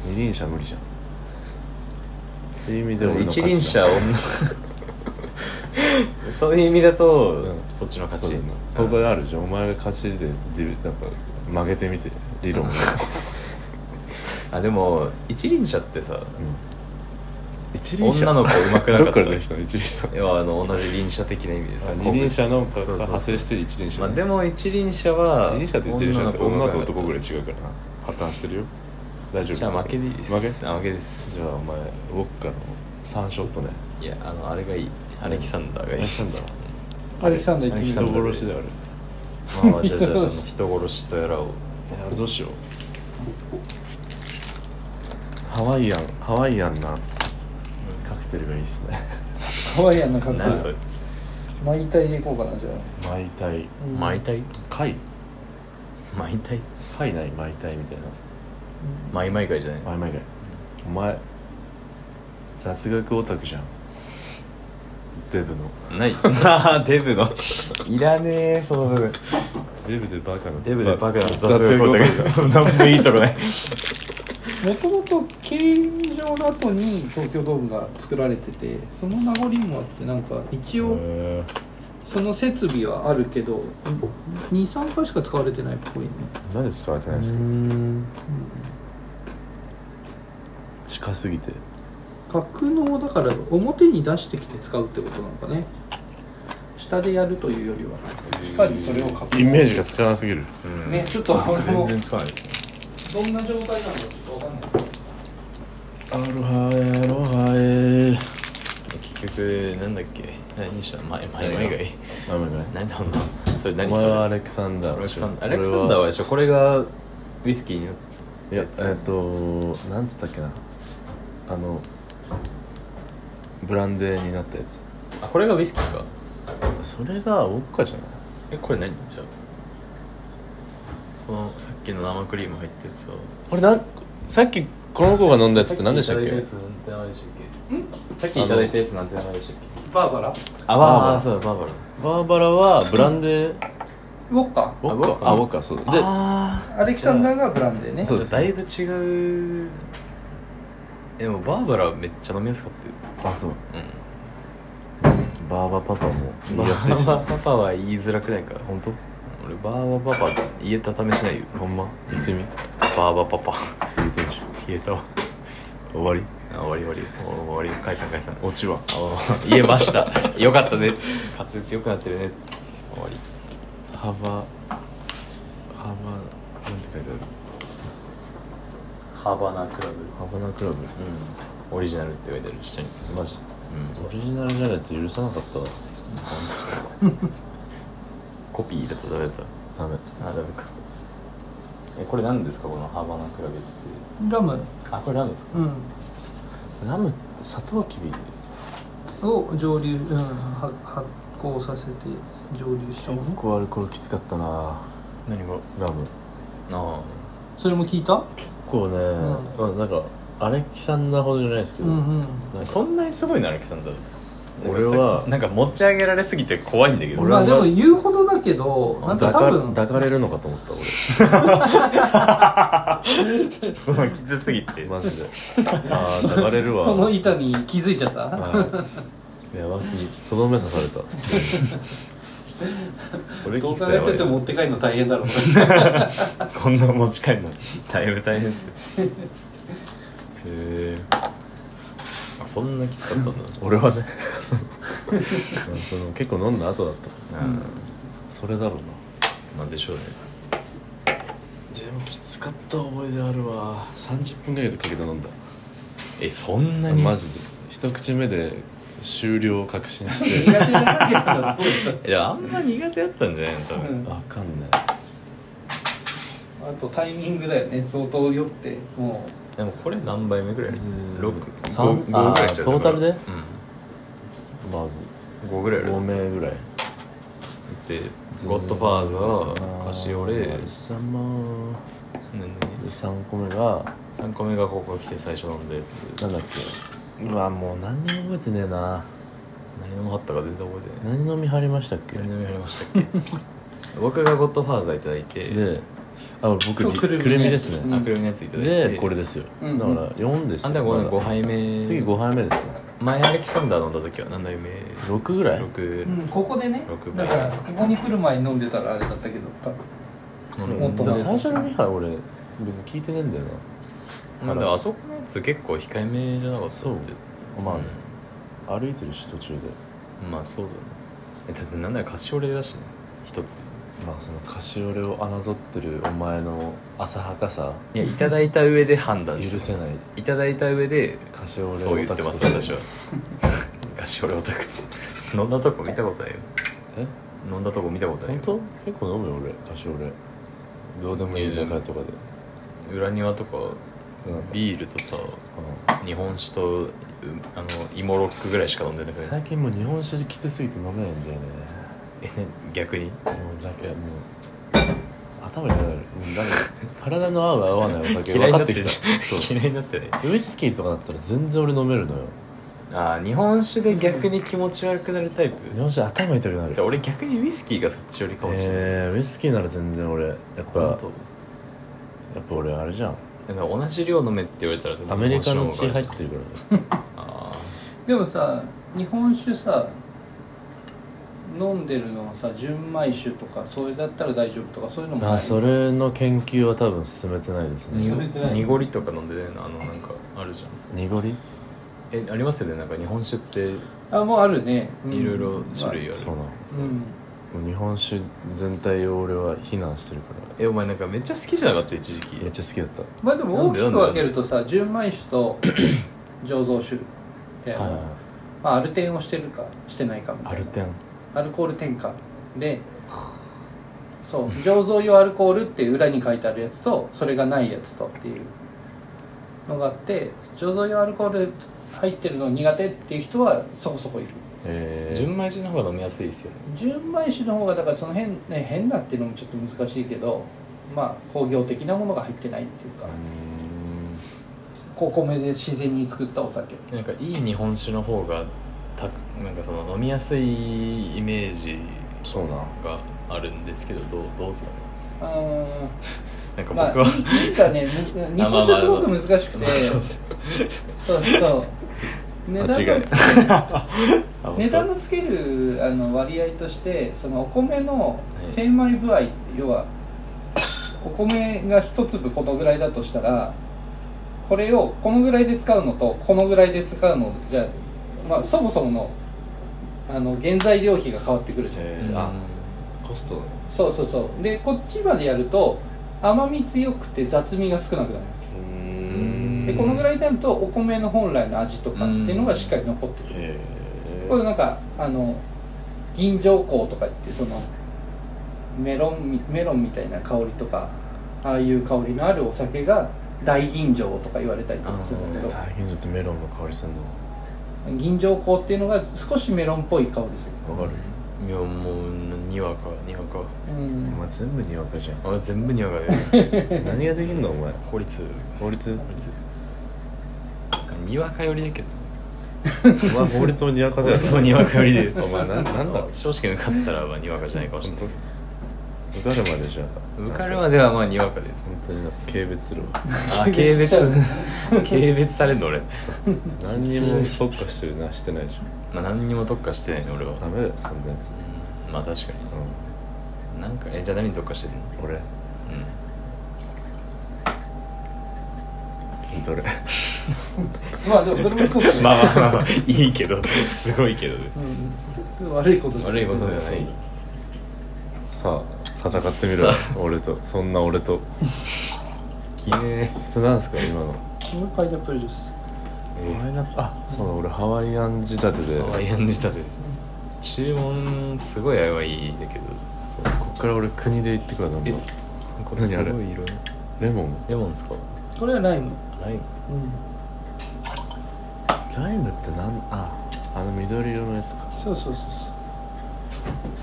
[SPEAKER 4] 二輪車無理じゃんっていう意味で
[SPEAKER 2] でも
[SPEAKER 4] 俺の
[SPEAKER 2] 一
[SPEAKER 4] 勝ちだ
[SPEAKER 2] 輪車女 そういう意味だと、
[SPEAKER 4] うん
[SPEAKER 2] そっちの勝
[SPEAKER 4] そう
[SPEAKER 2] ち
[SPEAKER 4] だな
[SPEAKER 2] うん
[SPEAKER 4] 他あるじゃんお前が勝ちでディなんか曲げてみて理論を、
[SPEAKER 2] あでも一輪車ってさ
[SPEAKER 4] うん一輪車
[SPEAKER 2] 女の子上手くなかった
[SPEAKER 4] どっからできたの一輪車
[SPEAKER 2] いやあの同じ輪車的な意味でさ
[SPEAKER 4] 二輪車の
[SPEAKER 2] そうそう
[SPEAKER 4] 派生して一輪車
[SPEAKER 2] まあ、
[SPEAKER 4] ね、
[SPEAKER 2] でも一輪車は
[SPEAKER 4] 二輪車と一輪車って女と男ぐらい
[SPEAKER 2] い
[SPEAKER 4] 違うからな破綻してるよ大丈夫
[SPEAKER 2] じゃあ負けでいいです
[SPEAKER 4] 負け
[SPEAKER 2] あ負けです
[SPEAKER 4] じゃあお前ウォッカの3ショットね
[SPEAKER 2] いやあのあれがいいアレキサンダーがいい
[SPEAKER 4] アレキサンダー
[SPEAKER 3] んアレキサンダー
[SPEAKER 2] ア
[SPEAKER 3] 行っ
[SPEAKER 2] レ
[SPEAKER 3] て
[SPEAKER 2] キ
[SPEAKER 3] み
[SPEAKER 2] サ
[SPEAKER 4] 人
[SPEAKER 2] ン
[SPEAKER 3] よ
[SPEAKER 4] 殺しだよあ
[SPEAKER 3] う
[SPEAKER 2] ダー
[SPEAKER 4] れ
[SPEAKER 2] まあまあじゃあじゃあじゃあ人殺しとやらを
[SPEAKER 4] えあれどうしようハワイアンハワイアンなカクテルがいいっすね
[SPEAKER 3] ハワイアンな格
[SPEAKER 2] 何
[SPEAKER 3] 好
[SPEAKER 2] それ
[SPEAKER 3] マイタイで行こうかなじゃ
[SPEAKER 4] マイタイ
[SPEAKER 3] あ、うん
[SPEAKER 2] マイタイ
[SPEAKER 4] 貝
[SPEAKER 2] マイタイ
[SPEAKER 4] 貝ないマイタイみたいな
[SPEAKER 2] マイマイ会じゃない
[SPEAKER 4] マイマイ貝お前雑学オタクじゃんデブの
[SPEAKER 2] ない あーデブのいらねえその部分
[SPEAKER 4] デブでバカな
[SPEAKER 2] デブでバカな雑
[SPEAKER 4] 雑
[SPEAKER 2] 学
[SPEAKER 4] 学オ
[SPEAKER 2] だ
[SPEAKER 4] タ
[SPEAKER 2] け
[SPEAKER 4] ク
[SPEAKER 2] ど何もいいとこない
[SPEAKER 3] もともと競輪場の後に東京ドームが作られててその名残もあってなんか一応
[SPEAKER 4] へー
[SPEAKER 3] その設備はあるけど23回しか使われてないっぽいね、
[SPEAKER 4] 何で使われてないんですか近すぎて
[SPEAKER 3] 格納だから表に出してきて使うってことなのかね下でやるというよりはしっかりそれを格納
[SPEAKER 4] イメージがつかなすぎる
[SPEAKER 2] うん
[SPEAKER 3] ねちょっと俺
[SPEAKER 2] 全
[SPEAKER 3] も
[SPEAKER 2] 然つかないですね
[SPEAKER 3] どんな状態なのかちょっとわかんな
[SPEAKER 4] アロハ
[SPEAKER 3] い
[SPEAKER 4] エアロハエ
[SPEAKER 2] 結局なんだっけ何したマイマイマイ会
[SPEAKER 4] ダメだね
[SPEAKER 2] 何だろうなそれ
[SPEAKER 4] お
[SPEAKER 2] 何そ
[SPEAKER 4] 前
[SPEAKER 2] れ
[SPEAKER 4] はアレクサンダー
[SPEAKER 2] アレクサンダーア
[SPEAKER 4] 俺
[SPEAKER 2] レクサンダーはでしょこれがウイスキーになっ
[SPEAKER 4] いやえっ、となんつったっけなあのブランデーになったやつ
[SPEAKER 2] あこれがウイスキーか
[SPEAKER 4] それがウォッカじゃない
[SPEAKER 2] えこれ何じゃあこのさっきの生クリーム入ってるやつを
[SPEAKER 4] これなんさっきこの子が飲んだやつって何でしたっけ
[SPEAKER 2] さっきいただいたやつなんて名前でしたっけ
[SPEAKER 3] バーバラ
[SPEAKER 2] あ
[SPEAKER 4] バーバラ
[SPEAKER 2] あそうだバーバラ
[SPEAKER 4] バーバラはブランデー
[SPEAKER 3] ウォッカ
[SPEAKER 4] ウォッカ
[SPEAKER 2] あ
[SPEAKER 4] あ
[SPEAKER 2] ウ
[SPEAKER 4] ウ
[SPEAKER 2] ォ
[SPEAKER 4] ォッ
[SPEAKER 2] ッ
[SPEAKER 4] カそうで
[SPEAKER 2] あ
[SPEAKER 3] アレキサンダーがブランデーね
[SPEAKER 2] じゃあだいぶ違うでもバーバラめっちゃ飲みやすかったよ
[SPEAKER 4] あそう
[SPEAKER 2] う
[SPEAKER 4] バーバパパも
[SPEAKER 2] ん
[SPEAKER 4] 言いやすいし
[SPEAKER 2] バーバラパパは言いづらくないか
[SPEAKER 4] 本当
[SPEAKER 2] 俺バーバパパ家畳めしないよ
[SPEAKER 4] ほんま言ってみ
[SPEAKER 2] バーバパパ
[SPEAKER 4] 言ってみし
[SPEAKER 2] 言えたわ
[SPEAKER 4] 終わり
[SPEAKER 2] あ終わり終わりお終わり解散解散
[SPEAKER 4] 落ちは
[SPEAKER 2] あ言えましたよかったね滑舌良くなってるね終わり
[SPEAKER 4] 幅幅なんて書いてある
[SPEAKER 2] ハバナクラブ
[SPEAKER 4] ハバナクラブ
[SPEAKER 2] うんオリジナルって書いてある下に
[SPEAKER 4] マジ
[SPEAKER 2] うん
[SPEAKER 4] オリジナルじゃないと許さなかったわ
[SPEAKER 2] コピーだとダメだった
[SPEAKER 4] ダメ
[SPEAKER 2] あダメかえこれ何ですかこのハバナクラブって
[SPEAKER 5] ラム、
[SPEAKER 2] あこれラムですか
[SPEAKER 5] うん、
[SPEAKER 4] ラムってサトウキビ
[SPEAKER 5] を蒸留、うん、は発酵させて蒸留したも
[SPEAKER 4] 結
[SPEAKER 5] の
[SPEAKER 4] 構アルコールきつかったな
[SPEAKER 2] 何が
[SPEAKER 4] ラム
[SPEAKER 2] あ
[SPEAKER 5] それも聞いた
[SPEAKER 4] 結構ね、
[SPEAKER 5] う
[SPEAKER 4] うん、なんかアレキサンダーほどじゃないですけ
[SPEAKER 5] う
[SPEAKER 4] ど、
[SPEAKER 5] んうん
[SPEAKER 4] なん
[SPEAKER 2] あ
[SPEAKER 4] か
[SPEAKER 2] そんなにすごいなアレキサンダーなんかさ
[SPEAKER 4] 俺は
[SPEAKER 2] なんか持ち上げられすぎて怖いんだけど
[SPEAKER 5] まあでも言うほどだけどなんか多
[SPEAKER 4] 抱か
[SPEAKER 5] 分
[SPEAKER 4] 抱かれるのかと思った
[SPEAKER 2] そのきつすぎて
[SPEAKER 4] 俺マ ジでああ抱かれるわ
[SPEAKER 5] その板に気づいちゃった
[SPEAKER 4] はいやばすぎとどめ刺された普 通に
[SPEAKER 2] それ
[SPEAKER 3] ど
[SPEAKER 2] 聞
[SPEAKER 3] う
[SPEAKER 2] くと
[SPEAKER 3] 考
[SPEAKER 2] や
[SPEAKER 3] え
[SPEAKER 2] ば
[SPEAKER 3] て
[SPEAKER 2] い
[SPEAKER 3] て持って帰るの大変だろうね
[SPEAKER 2] こんな持ち帰るのだいぶ大変ですよへえあそんなきつかったんだ
[SPEAKER 4] 俺はね そのうんその結構飲んだ後だった
[SPEAKER 2] うん
[SPEAKER 4] それだろうな
[SPEAKER 2] なんでしょうね
[SPEAKER 4] でもきつかった覚えであるわ30分ぐらいでかけて飲んだ
[SPEAKER 2] えそんなに
[SPEAKER 4] マジで一口目で終了を確信し
[SPEAKER 3] 苦
[SPEAKER 4] て
[SPEAKER 3] 手なわけだと
[SPEAKER 2] いやあんま苦手だったんじゃないの多分
[SPEAKER 4] わかんない
[SPEAKER 3] あとタイミングだよね相当酔っても
[SPEAKER 2] でもこれ何杯目ぐらいです
[SPEAKER 4] うん
[SPEAKER 2] 六
[SPEAKER 4] 三
[SPEAKER 2] 五五ぐらい
[SPEAKER 4] あー
[SPEAKER 2] ちゃった
[SPEAKER 4] トータルでま
[SPEAKER 2] うん5ぐら
[SPEAKER 4] あ
[SPEAKER 2] いある
[SPEAKER 4] 5名ぐらい
[SPEAKER 2] でゴッドファーザーカシオレ
[SPEAKER 4] あー貴様で3個目が
[SPEAKER 2] 3個目がここ来て最初飲んだやつ
[SPEAKER 4] なんだっけうわもう何にも覚えてねえな
[SPEAKER 2] 何飲みはったか全然覚えてない
[SPEAKER 4] 何飲みはりましたっけ
[SPEAKER 2] 何飲みはりました っけ僕がゴッドファーザーいただいて
[SPEAKER 4] であ僕り
[SPEAKER 3] く
[SPEAKER 4] く
[SPEAKER 3] るみね
[SPEAKER 4] るみですね
[SPEAKER 2] アクリルのやついただいて
[SPEAKER 4] でこれですよ
[SPEAKER 3] う
[SPEAKER 4] だ
[SPEAKER 3] ん
[SPEAKER 4] から4です
[SPEAKER 2] あ
[SPEAKER 4] よ
[SPEAKER 2] んたごめん5
[SPEAKER 4] まだ
[SPEAKER 2] 杯目
[SPEAKER 4] 次5杯目ですね
[SPEAKER 2] 前アレキサンダー飲んだ時は何杯目
[SPEAKER 4] 六ぐらい
[SPEAKER 2] 6
[SPEAKER 3] う、うん、ここでね
[SPEAKER 2] 六
[SPEAKER 3] だか
[SPEAKER 2] 杯
[SPEAKER 3] らここに来る前に飲んでたらあれだったけど多分もっと
[SPEAKER 4] でも最初のミハ俺別に聞いてねえんだよな
[SPEAKER 2] まだあそこのやつ結構控えめじゃなかった
[SPEAKER 4] そう
[SPEAKER 2] って
[SPEAKER 4] まあね歩いてるし途中で
[SPEAKER 2] まあそうだねえだってなんならカシオレだしね一つ
[SPEAKER 4] まあそのカシオレを侮ってるお前の浅はかさ
[SPEAKER 2] いやいただいた上で判断して
[SPEAKER 4] 許せない
[SPEAKER 2] いただいた上で
[SPEAKER 4] カシオレオタク
[SPEAKER 2] そう言ってます私 はカシオレオタク飲んだとこ見たことないよ
[SPEAKER 4] え
[SPEAKER 2] 飲んだとこ見たことない
[SPEAKER 4] 本
[SPEAKER 2] よ
[SPEAKER 4] 当結構飲むよ俺カシオレどうでもいい居酒屋とかで
[SPEAKER 2] 裏庭とか
[SPEAKER 4] うん
[SPEAKER 2] ビールとさ
[SPEAKER 4] うん
[SPEAKER 2] 日本酒とうあの芋ロックぐらいしか飲んでなくない
[SPEAKER 4] 最近もう日本酒きつすぎて飲めないんだよね
[SPEAKER 2] え、ね、 逆に
[SPEAKER 4] もうだけもう頭痛くなるもうなんか体の合う合わないお酒
[SPEAKER 2] 嫌
[SPEAKER 4] 分
[SPEAKER 2] いに
[SPEAKER 4] か
[SPEAKER 2] な
[SPEAKER 4] っ
[SPEAKER 2] って
[SPEAKER 4] て
[SPEAKER 2] る
[SPEAKER 4] き
[SPEAKER 2] じ
[SPEAKER 4] た そう
[SPEAKER 2] ゃん嫌いになってない
[SPEAKER 4] ウイスキーとかだったら全然俺飲めるのよ
[SPEAKER 2] あー日本酒で逆に気持ち悪くなるタイプ
[SPEAKER 4] 日本酒頭痛くなる
[SPEAKER 2] じゃあ俺逆にウイスキーがそっちよりかもしれない、
[SPEAKER 4] えー、ウイスキーなら全然俺やっぱやっ
[SPEAKER 2] 本
[SPEAKER 4] ぱ俺あれじゃん
[SPEAKER 2] 当だから同じ量飲めって言われたら
[SPEAKER 4] アメリカの
[SPEAKER 2] 日本
[SPEAKER 4] 血
[SPEAKER 2] 酒
[SPEAKER 4] 入
[SPEAKER 2] 方が
[SPEAKER 4] ってるからね
[SPEAKER 2] あー
[SPEAKER 3] でもさ日本酒さ飲んでるのはさ純米酒とかそれだったら大丈夫とかそういうのもない
[SPEAKER 4] あそれの研究は多分進めてないです
[SPEAKER 3] に
[SPEAKER 4] ね
[SPEAKER 3] 進めてない
[SPEAKER 2] 濁りとか飲んでないのあのなんかあるじゃん
[SPEAKER 4] 濁り
[SPEAKER 2] えありますよねなんか日本酒って
[SPEAKER 3] あもうあるね
[SPEAKER 2] いろいろ種類ある、
[SPEAKER 4] そうなの
[SPEAKER 2] そう
[SPEAKER 3] うん
[SPEAKER 4] もう日本酒全体を俺は非難してるから
[SPEAKER 2] えお前なんかめっちゃ好きじゃなかった一時期
[SPEAKER 4] めっちゃ好きだった
[SPEAKER 3] まあでも大きく分けるとさ純米酒と醸造酒で、
[SPEAKER 4] はいはい
[SPEAKER 3] まあ、アルテンをしてるかしてないかみた
[SPEAKER 4] ア
[SPEAKER 3] い
[SPEAKER 4] ル
[SPEAKER 3] な
[SPEAKER 4] テン
[SPEAKER 3] アルコール添加でそう醸造用アルコールっていう裏に書いてあるやつとそれがないやつとっていうのがあって醸造用アルコール入ってるの苦手っていう人はそこそこいる
[SPEAKER 4] えー、
[SPEAKER 2] 純米酒の方が飲みやすいですよね
[SPEAKER 3] 純米酒の方がだからその変,、ね、変なっていうのもちょっと難しいけどまあ工業的なものが入ってないっていうかお米で自然に作ったお酒
[SPEAKER 2] なんかいい日本酒の方がたなんかその飲みやすいイメージ
[SPEAKER 4] そうな
[SPEAKER 2] があるんですけどどうどうすかね
[SPEAKER 3] あー
[SPEAKER 2] なんか
[SPEAKER 3] まあ
[SPEAKER 2] 僕は、
[SPEAKER 3] いいいいかねむ日本酒すごく難しくて
[SPEAKER 2] そうそう
[SPEAKER 3] そうそう値
[SPEAKER 6] 間違
[SPEAKER 3] 段
[SPEAKER 6] い
[SPEAKER 3] のつけ
[SPEAKER 2] あ本当
[SPEAKER 3] 値段のつけるあの割合としてそのお米の
[SPEAKER 2] い
[SPEAKER 3] 千枚具合って要はお米が一粒このぐらいだとしたらこれをこのぐらいで使うのとこのぐらいで使うのじゃ、まあ、そもそものあの原材料費が変わってくるじゃん、
[SPEAKER 4] えーあコストの
[SPEAKER 3] そうそうそうでこっちまでやると甘み強くて雑味が少なくなるわ
[SPEAKER 4] う
[SPEAKER 3] け
[SPEAKER 4] ん
[SPEAKER 3] でこのぐらいになるとお米の本来の味とかっていうのがしっかり残ってくる
[SPEAKER 4] へえ
[SPEAKER 3] これなんかあの銀条香とか言ってそのメロンみメロンみたいな香りとかああいう香りのあるお酒が大吟醸とか言われたりとかするんだけど
[SPEAKER 4] 大変ちょっとメロンの香りする
[SPEAKER 3] 銀醸香っていうのが少しメロンっぽい香りす
[SPEAKER 4] の
[SPEAKER 3] る、
[SPEAKER 4] わかる
[SPEAKER 2] いやもうにわかにわか
[SPEAKER 3] うん
[SPEAKER 4] お前全部にわかじゃ
[SPEAKER 2] あ全部にわか だよ
[SPEAKER 4] ん何ができんのお前
[SPEAKER 2] 法律
[SPEAKER 4] 法律
[SPEAKER 2] 法律にわかよりだけど
[SPEAKER 4] お前法律もにわかだよな
[SPEAKER 2] そうにわかよりで
[SPEAKER 4] お前ななんだ
[SPEAKER 2] 少子化受かったらまあにわかじゃないかもしれない
[SPEAKER 4] 本受かるまでじゃあ
[SPEAKER 2] 受かるまではまあにわかで
[SPEAKER 4] 本当になんか軽蔑する わ
[SPEAKER 2] あ軽 蔑軽蔑されんの俺
[SPEAKER 4] 何にも特化してるなしてないじゃ
[SPEAKER 2] まあ何にも特化してないね俺は
[SPEAKER 4] んダメだよそんなやつ
[SPEAKER 2] うんまあ確か
[SPEAKER 4] う
[SPEAKER 2] になんかえじゃあ何に特化してるの
[SPEAKER 4] ん俺筋 トレ
[SPEAKER 3] まあでもそれも一つ
[SPEAKER 2] う
[SPEAKER 3] ね
[SPEAKER 2] ん まあまあまあまあいいけどすごいけどね
[SPEAKER 7] うん
[SPEAKER 3] それ悪いことじゃな
[SPEAKER 2] 悪いことではない
[SPEAKER 4] さあ戦ってみろよ俺とそんな俺と
[SPEAKER 2] きね
[SPEAKER 4] それなんすか今の
[SPEAKER 7] 俺パイナップルジュース
[SPEAKER 2] え
[SPEAKER 4] ワイナップあそうだ俺ハワイアン仕立てで
[SPEAKER 2] ハワイアン仕立て注文すごいあいいんだけど
[SPEAKER 4] こっから俺国で行ってくわどんどん
[SPEAKER 2] これ
[SPEAKER 4] 何
[SPEAKER 2] す
[SPEAKER 4] あ
[SPEAKER 2] ご
[SPEAKER 4] れ
[SPEAKER 2] い色々
[SPEAKER 4] レモン
[SPEAKER 2] レモンですか
[SPEAKER 7] これはライム
[SPEAKER 2] ライム
[SPEAKER 7] うん
[SPEAKER 4] ライムってなんああの緑色のやつか
[SPEAKER 7] そうそうそうそ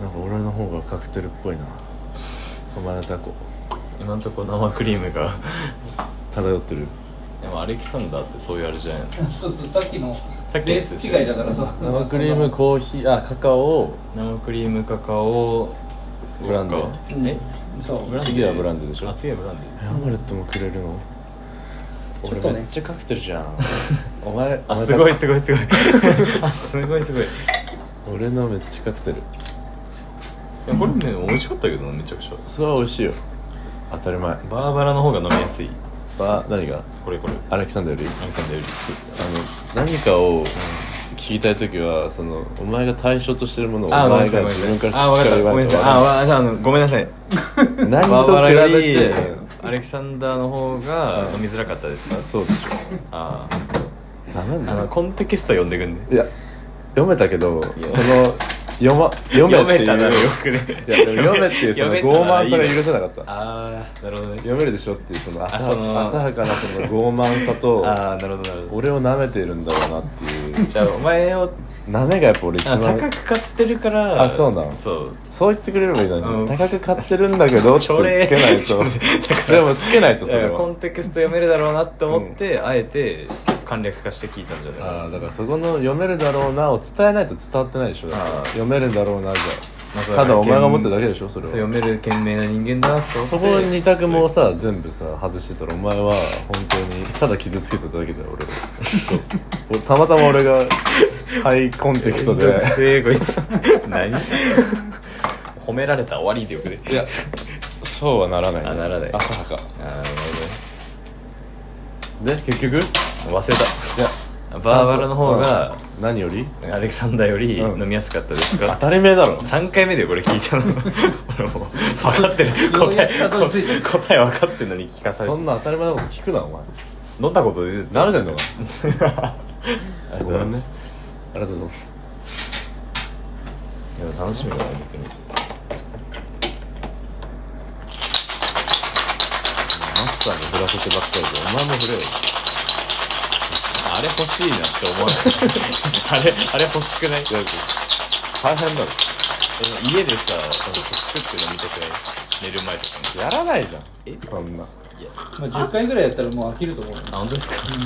[SPEAKER 4] なんか俺の方がカクテルっぽいなお前の雑魚
[SPEAKER 2] 今んとこ生クリームが
[SPEAKER 4] 漂ってる
[SPEAKER 2] でもアレキサンダーってそういうあれじゃないの
[SPEAKER 3] そうそうさっきの
[SPEAKER 2] さっき
[SPEAKER 3] レ
[SPEAKER 2] の
[SPEAKER 3] ー
[SPEAKER 2] やつで
[SPEAKER 3] ス
[SPEAKER 2] す
[SPEAKER 3] 違
[SPEAKER 2] よね
[SPEAKER 3] いだからそう
[SPEAKER 4] 生クリームコーヒーあカカオ
[SPEAKER 2] 生クリームカカオ
[SPEAKER 4] ブランデー
[SPEAKER 2] ウォッカ
[SPEAKER 3] うん
[SPEAKER 2] え
[SPEAKER 3] そう
[SPEAKER 2] ブランデー
[SPEAKER 4] 次はブランデーでしょ
[SPEAKER 2] あ次はブランデ
[SPEAKER 4] えアマレットもくれるの
[SPEAKER 3] ちょ
[SPEAKER 4] 俺
[SPEAKER 3] っとね
[SPEAKER 4] めっちゃカクテルじゃ んお前
[SPEAKER 2] ーあ
[SPEAKER 4] お前
[SPEAKER 2] すごいすごいすごい あすごいすごい
[SPEAKER 4] 俺のめっちゃカクテル
[SPEAKER 2] いやこれね美味しかったけどなめちゃくちゃ
[SPEAKER 4] それは美味しいよ当たり前
[SPEAKER 2] バーバラの方が飲みやすい
[SPEAKER 4] ば何が
[SPEAKER 2] これこれ
[SPEAKER 4] アレキサンダーより
[SPEAKER 2] アレキサンダーよりす
[SPEAKER 4] あの何かを聞きたい時はそのお前が対象としてるものをお
[SPEAKER 2] あーごめん
[SPEAKER 4] 前
[SPEAKER 2] なさ
[SPEAKER 4] が
[SPEAKER 2] いごめ
[SPEAKER 4] 自分から
[SPEAKER 2] んなさいあー分かったごめんなさいあーわあじゃああのごめんなさい
[SPEAKER 4] 分
[SPEAKER 2] バーバラ
[SPEAKER 4] 何と
[SPEAKER 2] よ
[SPEAKER 4] 比べ
[SPEAKER 2] り
[SPEAKER 4] て
[SPEAKER 2] アレキサンダーの方が飲みづらかったですか
[SPEAKER 4] そうでしょ
[SPEAKER 2] あ
[SPEAKER 4] ダメ
[SPEAKER 2] ー
[SPEAKER 4] だ
[SPEAKER 2] あの
[SPEAKER 4] よ
[SPEAKER 2] コンテキスト読んでくんね
[SPEAKER 4] いや読めたけど
[SPEAKER 2] いや
[SPEAKER 4] その読,、ま、読めっていう
[SPEAKER 2] たなよくね
[SPEAKER 4] いやでも読めっていうその
[SPEAKER 2] 読
[SPEAKER 4] 傲
[SPEAKER 2] めたな
[SPEAKER 4] 慢さが許せなかった
[SPEAKER 2] ああなるほどね
[SPEAKER 4] 読めるでしょっていうその浅
[SPEAKER 2] あその
[SPEAKER 4] 浅はかなその傲慢さと
[SPEAKER 2] ああなるほどなるほど
[SPEAKER 4] 俺を舐めているんだろうなっていう
[SPEAKER 2] じゃあお前を
[SPEAKER 4] 舐めがやっぱ俺一
[SPEAKER 2] あ
[SPEAKER 4] 番
[SPEAKER 2] 高く買ってるから
[SPEAKER 4] あそうなの
[SPEAKER 2] そう
[SPEAKER 4] そう言ってくれればいいのに、
[SPEAKER 2] うん
[SPEAKER 4] 高く買ってるんだけどってつ
[SPEAKER 2] 朝礼
[SPEAKER 4] けないと でもつけないとそ
[SPEAKER 2] だか
[SPEAKER 4] れ
[SPEAKER 2] らコ
[SPEAKER 4] は
[SPEAKER 2] ンテキスト読めるだろうなって思って、あえて簡略化して聞いたんじゃないかな
[SPEAKER 4] あーだからそこの「読めるだろうな」を伝えないと伝わってないでしょだから
[SPEAKER 2] あー
[SPEAKER 4] 読めるだろうなじ
[SPEAKER 2] まあそ
[SPEAKER 4] ゃ
[SPEAKER 2] れは
[SPEAKER 4] ただお前が持ってるだけでしょそれは
[SPEAKER 2] そう読める賢明な人間だなって思って
[SPEAKER 4] そこの二択もさ全部さ外してたらお前は本当にただ傷つけてただけだよ俺をそう 俺たまたま俺がハイコンテキスト で
[SPEAKER 2] えこいつ何褒められたら終わりでよくね
[SPEAKER 4] いやそうはならない、
[SPEAKER 2] あならない
[SPEAKER 4] 浅はか
[SPEAKER 2] あ
[SPEAKER 4] で結局い
[SPEAKER 2] ーなるほど忘れ
[SPEAKER 4] や
[SPEAKER 2] たバーバラの方が、
[SPEAKER 4] うん何より
[SPEAKER 2] アレクサンダーより
[SPEAKER 4] うん
[SPEAKER 2] 飲みやすかったです
[SPEAKER 4] 当
[SPEAKER 2] か、
[SPEAKER 4] たり前だろ
[SPEAKER 2] 三3回目でこれ聞いたの 俺もう分か ってる
[SPEAKER 3] よう
[SPEAKER 2] 答
[SPEAKER 3] やく
[SPEAKER 2] え
[SPEAKER 3] たどり着い
[SPEAKER 2] 答え答え分かってんのに聞かされ
[SPEAKER 4] そ
[SPEAKER 2] て
[SPEAKER 4] んな当たり前なこと聞くなお前
[SPEAKER 2] 飲んだことで
[SPEAKER 4] 慣れてんのか
[SPEAKER 2] ありがとうございます
[SPEAKER 4] ありがとうございます
[SPEAKER 2] いや楽しみだな思ってる
[SPEAKER 4] マスターに振らせてばっかりでお前も振れよ
[SPEAKER 2] あれ欲しいなって思わ ないあれあれ欲しくない
[SPEAKER 4] 大変だろ
[SPEAKER 2] 家でさちょっと作って飲みたくない寝る前とか
[SPEAKER 4] やらないじゃん
[SPEAKER 2] え
[SPEAKER 4] そんな
[SPEAKER 3] まあ、10回ぐらいやったらもう飽きると思うよ
[SPEAKER 2] あ本当ですかバー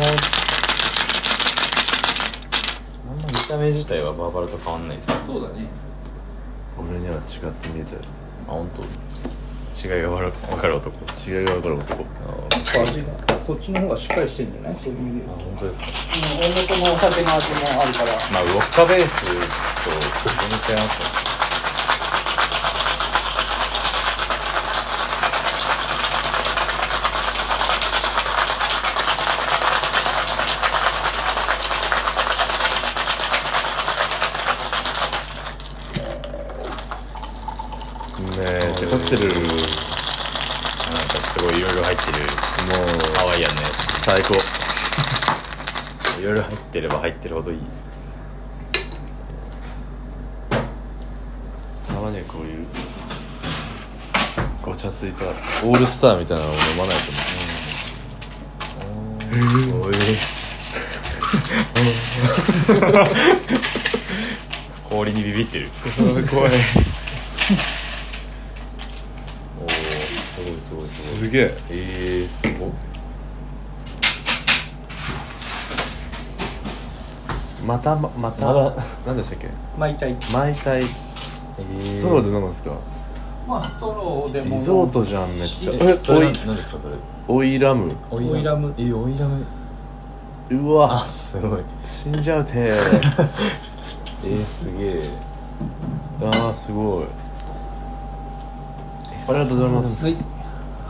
[SPEAKER 2] バラあんま見た目自体はバーバラと変わんないです
[SPEAKER 3] そうだね
[SPEAKER 4] あ俺には違って見えてる
[SPEAKER 2] あ本当違いがわか分かる男
[SPEAKER 4] 違いが分かる男
[SPEAKER 8] 味がこっちの方がしっかりしてんじゃないそういう意味で
[SPEAKER 2] あ本当ですか
[SPEAKER 8] 音楽もお酒の味もあるから
[SPEAKER 2] まあウォッカベースと全然違いますよね
[SPEAKER 4] めっちゃ凝ってるもう
[SPEAKER 2] なんかすごいいろいろ入ってるハワイアンのや
[SPEAKER 4] 最高
[SPEAKER 2] ついろいろ入ってれば入ってるほどいい
[SPEAKER 4] たまにはこういうごちゃついたオールスターみたいなのを飲まないとね
[SPEAKER 2] おい 氷にビビってる
[SPEAKER 4] 怖い
[SPEAKER 2] おおすごいすごいすごい
[SPEAKER 4] すげえ
[SPEAKER 2] えー、すごっ
[SPEAKER 4] またままた
[SPEAKER 2] ま
[SPEAKER 4] 何でしたっけ
[SPEAKER 8] 毎回
[SPEAKER 4] 毎回
[SPEAKER 2] えー
[SPEAKER 4] ストローで飲むんですか
[SPEAKER 3] まあストローでも
[SPEAKER 4] リゾートじゃんめっちゃ
[SPEAKER 2] え
[SPEAKER 4] え
[SPEAKER 2] そ
[SPEAKER 4] お
[SPEAKER 2] れ
[SPEAKER 4] い
[SPEAKER 2] 何ですかそれ
[SPEAKER 4] おいラム
[SPEAKER 2] オ
[SPEAKER 8] イラム
[SPEAKER 2] えオイラム
[SPEAKER 4] うわ
[SPEAKER 2] すごい
[SPEAKER 4] 死んじゃうて
[SPEAKER 2] えー、すげえ
[SPEAKER 4] あーすごいありがとうございます
[SPEAKER 8] はい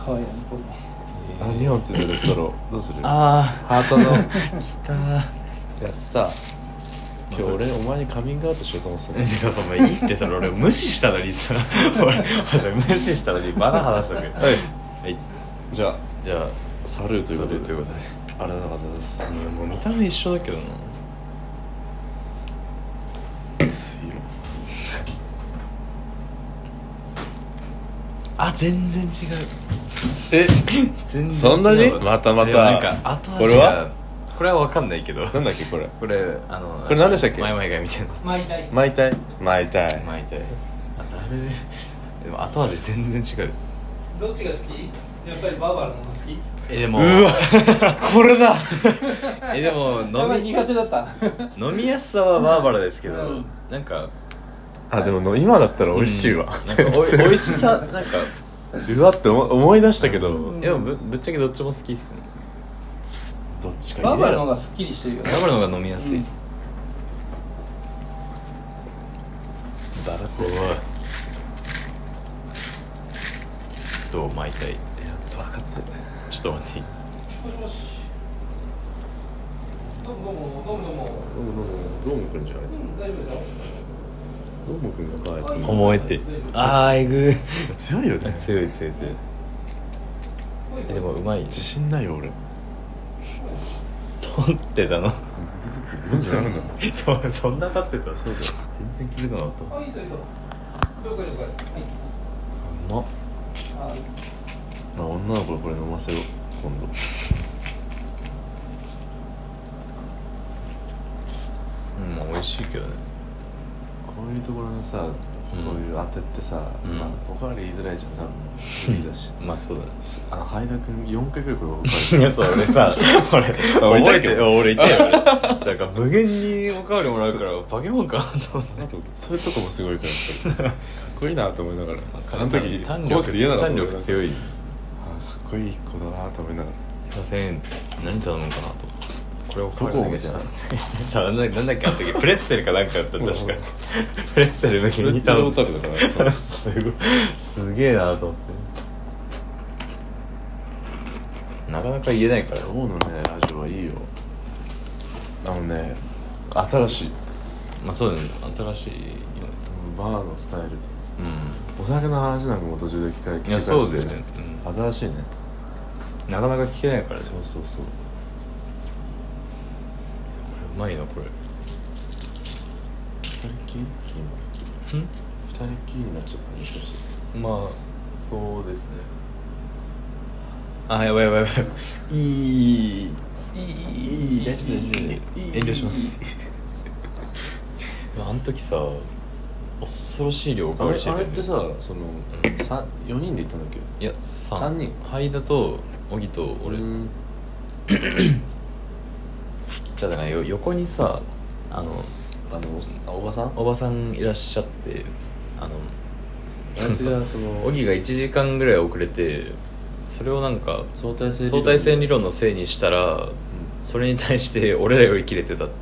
[SPEAKER 8] ハワイアンのこの
[SPEAKER 4] あ2本ついてるストローどうするハ
[SPEAKER 2] あ
[SPEAKER 4] ー トの
[SPEAKER 2] あきたー
[SPEAKER 4] やった今日俺お前にカミングアウトしようと思ってた
[SPEAKER 2] えてかそのいいってそれ俺無視したのにさ俺俺それ無視したのにまだ話すわけ
[SPEAKER 4] はい
[SPEAKER 2] はい
[SPEAKER 4] じゃあ
[SPEAKER 2] じゃあ
[SPEAKER 4] サルーとい
[SPEAKER 2] という
[SPEAKER 4] こ
[SPEAKER 2] うことと
[SPEAKER 4] で
[SPEAKER 2] でということで
[SPEAKER 4] ありがとうございます
[SPEAKER 2] あのもう見た目一緒だけどなあ全然違う
[SPEAKER 4] え
[SPEAKER 2] 全然違う
[SPEAKER 4] そんなにまたまた
[SPEAKER 2] でもなんか後
[SPEAKER 4] こ
[SPEAKER 2] 味
[SPEAKER 4] れ
[SPEAKER 2] が
[SPEAKER 4] は
[SPEAKER 2] これは分かんないけど
[SPEAKER 4] なんだっけこれ
[SPEAKER 2] これあの
[SPEAKER 4] これ何でしたっけ
[SPEAKER 2] 前々回みたいな
[SPEAKER 3] 毎回
[SPEAKER 4] 毎体毎体
[SPEAKER 2] 巻いてあなるでも後味全然違う
[SPEAKER 3] どっちが好きやっぱりバーバラの方が好き
[SPEAKER 2] えで
[SPEAKER 4] う
[SPEAKER 2] も
[SPEAKER 4] わこれだ
[SPEAKER 2] えでも
[SPEAKER 3] やば
[SPEAKER 2] 飲
[SPEAKER 3] い
[SPEAKER 2] み
[SPEAKER 3] 苦手だった
[SPEAKER 2] 飲みやすさはバーバラですけど、
[SPEAKER 3] うん
[SPEAKER 2] なんか
[SPEAKER 4] あでもの今だったら美味しいわ、
[SPEAKER 2] うん なんかおい美味しさなんか
[SPEAKER 4] うわって思思い出したけど、
[SPEAKER 2] えでもぶぶっちゃけどっちも好きですね
[SPEAKER 4] どっちか
[SPEAKER 3] バーバラの方
[SPEAKER 4] が
[SPEAKER 3] がすっきりしてるよ
[SPEAKER 2] バ
[SPEAKER 3] ね
[SPEAKER 2] ーバラの方が飲みやすいです、
[SPEAKER 4] バラす
[SPEAKER 2] すごいどう巻いたいって
[SPEAKER 4] 爆発だよね
[SPEAKER 2] ちょっと待って
[SPEAKER 3] もしもしどうもどうもどうもどう
[SPEAKER 4] ど
[SPEAKER 3] も
[SPEAKER 4] うもどうもどうもくんじゃないです
[SPEAKER 3] 大丈夫だよ
[SPEAKER 4] どうもくんが可愛い
[SPEAKER 2] 思えてあーえぐ
[SPEAKER 4] 強いよね
[SPEAKER 2] 強い強い強いえでもうまい
[SPEAKER 4] 自信ないよ俺
[SPEAKER 2] 取ってたの
[SPEAKER 4] 47なの
[SPEAKER 2] そそんな経ってたそうだ全然気づかなかった
[SPEAKER 3] あいいぞいいぞ了解了解はい
[SPEAKER 2] あうまっ
[SPEAKER 3] あ
[SPEAKER 4] まあ女の子にこれ飲ませよう今度
[SPEAKER 2] うんまあ美味しいけどね
[SPEAKER 4] こういうところのさ、
[SPEAKER 2] うん
[SPEAKER 4] こういう当てってさ、
[SPEAKER 2] うん
[SPEAKER 4] まあ、おかわり言いづらいじゃん多分無理だし
[SPEAKER 2] まあそうだね
[SPEAKER 4] あのハイダ君4回くらい これおかわりし
[SPEAKER 2] いやそう俺さ俺
[SPEAKER 4] 俺い
[SPEAKER 2] 覚
[SPEAKER 4] た
[SPEAKER 2] え
[SPEAKER 4] け
[SPEAKER 2] て
[SPEAKER 4] ど
[SPEAKER 2] 俺いたよ俺なんか無限におかわりもらうからバケモンかと思って
[SPEAKER 4] たそういうとこもすごいからやっぱりかっこいいなと思いながらあの時
[SPEAKER 2] 弾
[SPEAKER 4] 怖く
[SPEAKER 2] 力
[SPEAKER 4] て嫌だなと
[SPEAKER 2] 弾
[SPEAKER 4] 思いなが
[SPEAKER 2] 力
[SPEAKER 4] ら
[SPEAKER 2] 強い
[SPEAKER 4] あかっこいい子だなと思いながら
[SPEAKER 2] すいません何頼むかなと思ってこれおかわり
[SPEAKER 4] ど
[SPEAKER 2] お
[SPEAKER 4] こを
[SPEAKER 2] 願いします さあなんだなんだっけあの時プレッツェルかなんかだった確かプレッツェル無限に頼む
[SPEAKER 4] プレッツェルオタクだから
[SPEAKER 2] すごいすげえなと思ってなかなか言えないから
[SPEAKER 4] 今日のねラジオはいいよあのね新しい
[SPEAKER 2] まあそうだね新しいよね
[SPEAKER 4] バーのスタイルで
[SPEAKER 2] う
[SPEAKER 4] お酒の話なんかも途中で聞か聞き
[SPEAKER 2] んいや
[SPEAKER 4] 返して
[SPEAKER 2] そうだよね、
[SPEAKER 4] 新しいね
[SPEAKER 2] うん、なかなか聞けないからね
[SPEAKER 4] そうそうそう
[SPEAKER 2] うまいなこれ
[SPEAKER 4] 二人っきり
[SPEAKER 2] ん
[SPEAKER 4] 今二人っきりになっちゃったね少し
[SPEAKER 2] まあそうですねあやばいやばいやばいいいいいいい
[SPEAKER 4] 大丈夫大丈夫
[SPEAKER 2] 遠慮します あの時さ恐ろしい量おか
[SPEAKER 4] あ
[SPEAKER 2] わ
[SPEAKER 4] れ
[SPEAKER 2] りして
[SPEAKER 4] あ
[SPEAKER 2] た
[SPEAKER 4] れ
[SPEAKER 2] よ
[SPEAKER 4] って
[SPEAKER 2] ね
[SPEAKER 4] さその、さ4人で行ったんだっけ
[SPEAKER 2] いや3
[SPEAKER 4] 三人
[SPEAKER 2] 灰田と荻と俺、
[SPEAKER 4] うん
[SPEAKER 2] じゃあだからよ横にさあの
[SPEAKER 4] あのおっあおばさん
[SPEAKER 2] おばさんいらっしゃってあの
[SPEAKER 4] あいつがそ の
[SPEAKER 2] 荻が1時間ぐらい遅れてそれをなんか
[SPEAKER 4] 相対性理
[SPEAKER 2] 相対性理論のせいにしたらそれに対して俺らより切れて たって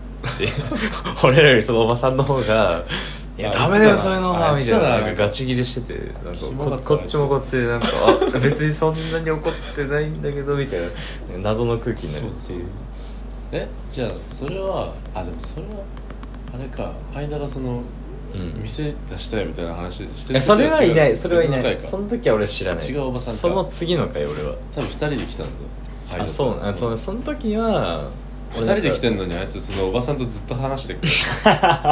[SPEAKER 2] 俺らよりそのおばさんの方が「いや
[SPEAKER 4] あ
[SPEAKER 2] ダメだ
[SPEAKER 4] あ
[SPEAKER 2] よ
[SPEAKER 4] いつだな
[SPEAKER 2] そういうのは」
[SPEAKER 4] あい
[SPEAKER 2] み
[SPEAKER 4] つ
[SPEAKER 2] た
[SPEAKER 4] だ
[SPEAKER 2] い
[SPEAKER 4] な
[SPEAKER 2] ななんかガチ切れしててなん
[SPEAKER 4] キ
[SPEAKER 2] か
[SPEAKER 4] モか
[SPEAKER 2] こ
[SPEAKER 4] ったな
[SPEAKER 2] こっちもこっちで なんか「あ別にそんなに怒ってないんだけど」みたいな謎の空気にな
[SPEAKER 4] そう
[SPEAKER 2] るっていう
[SPEAKER 4] えじゃあそれはあでもそれはあれか間がその
[SPEAKER 2] うん
[SPEAKER 4] 店出したいみたいな話して
[SPEAKER 2] いやそれはいないそれはいな
[SPEAKER 4] 別の
[SPEAKER 2] い
[SPEAKER 4] 回か
[SPEAKER 2] その時は俺知らない
[SPEAKER 4] 違うおばさんか
[SPEAKER 2] その次の回俺は
[SPEAKER 4] 多分二人で来たんだよ
[SPEAKER 2] あそうあそのその時は
[SPEAKER 4] 二人で来て
[SPEAKER 2] ん
[SPEAKER 4] んのにあいつそのおばさんとずっと話してく る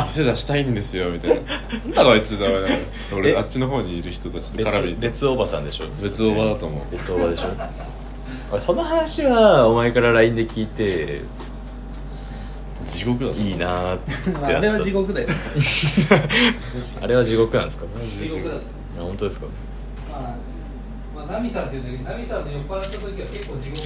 [SPEAKER 4] 店出したいんですよみたいななんだろあいつだろうね
[SPEAKER 2] え
[SPEAKER 4] 俺あっちの方にいる人たちと絡み
[SPEAKER 2] 別別おばさんでしょ
[SPEAKER 4] 別おばだと思う
[SPEAKER 2] 別おばでしょ 俺その話はお前から LINE で聞いて
[SPEAKER 4] 地獄だぞ
[SPEAKER 2] いいなーってなっ
[SPEAKER 9] まあ
[SPEAKER 2] た
[SPEAKER 9] あれは地獄だよ
[SPEAKER 2] あれは地獄なんですかマ
[SPEAKER 3] 地獄だね
[SPEAKER 2] あ本当ですか
[SPEAKER 3] まあまあナミさんっていうんだけどナミさんの酔っ払った時は結構地獄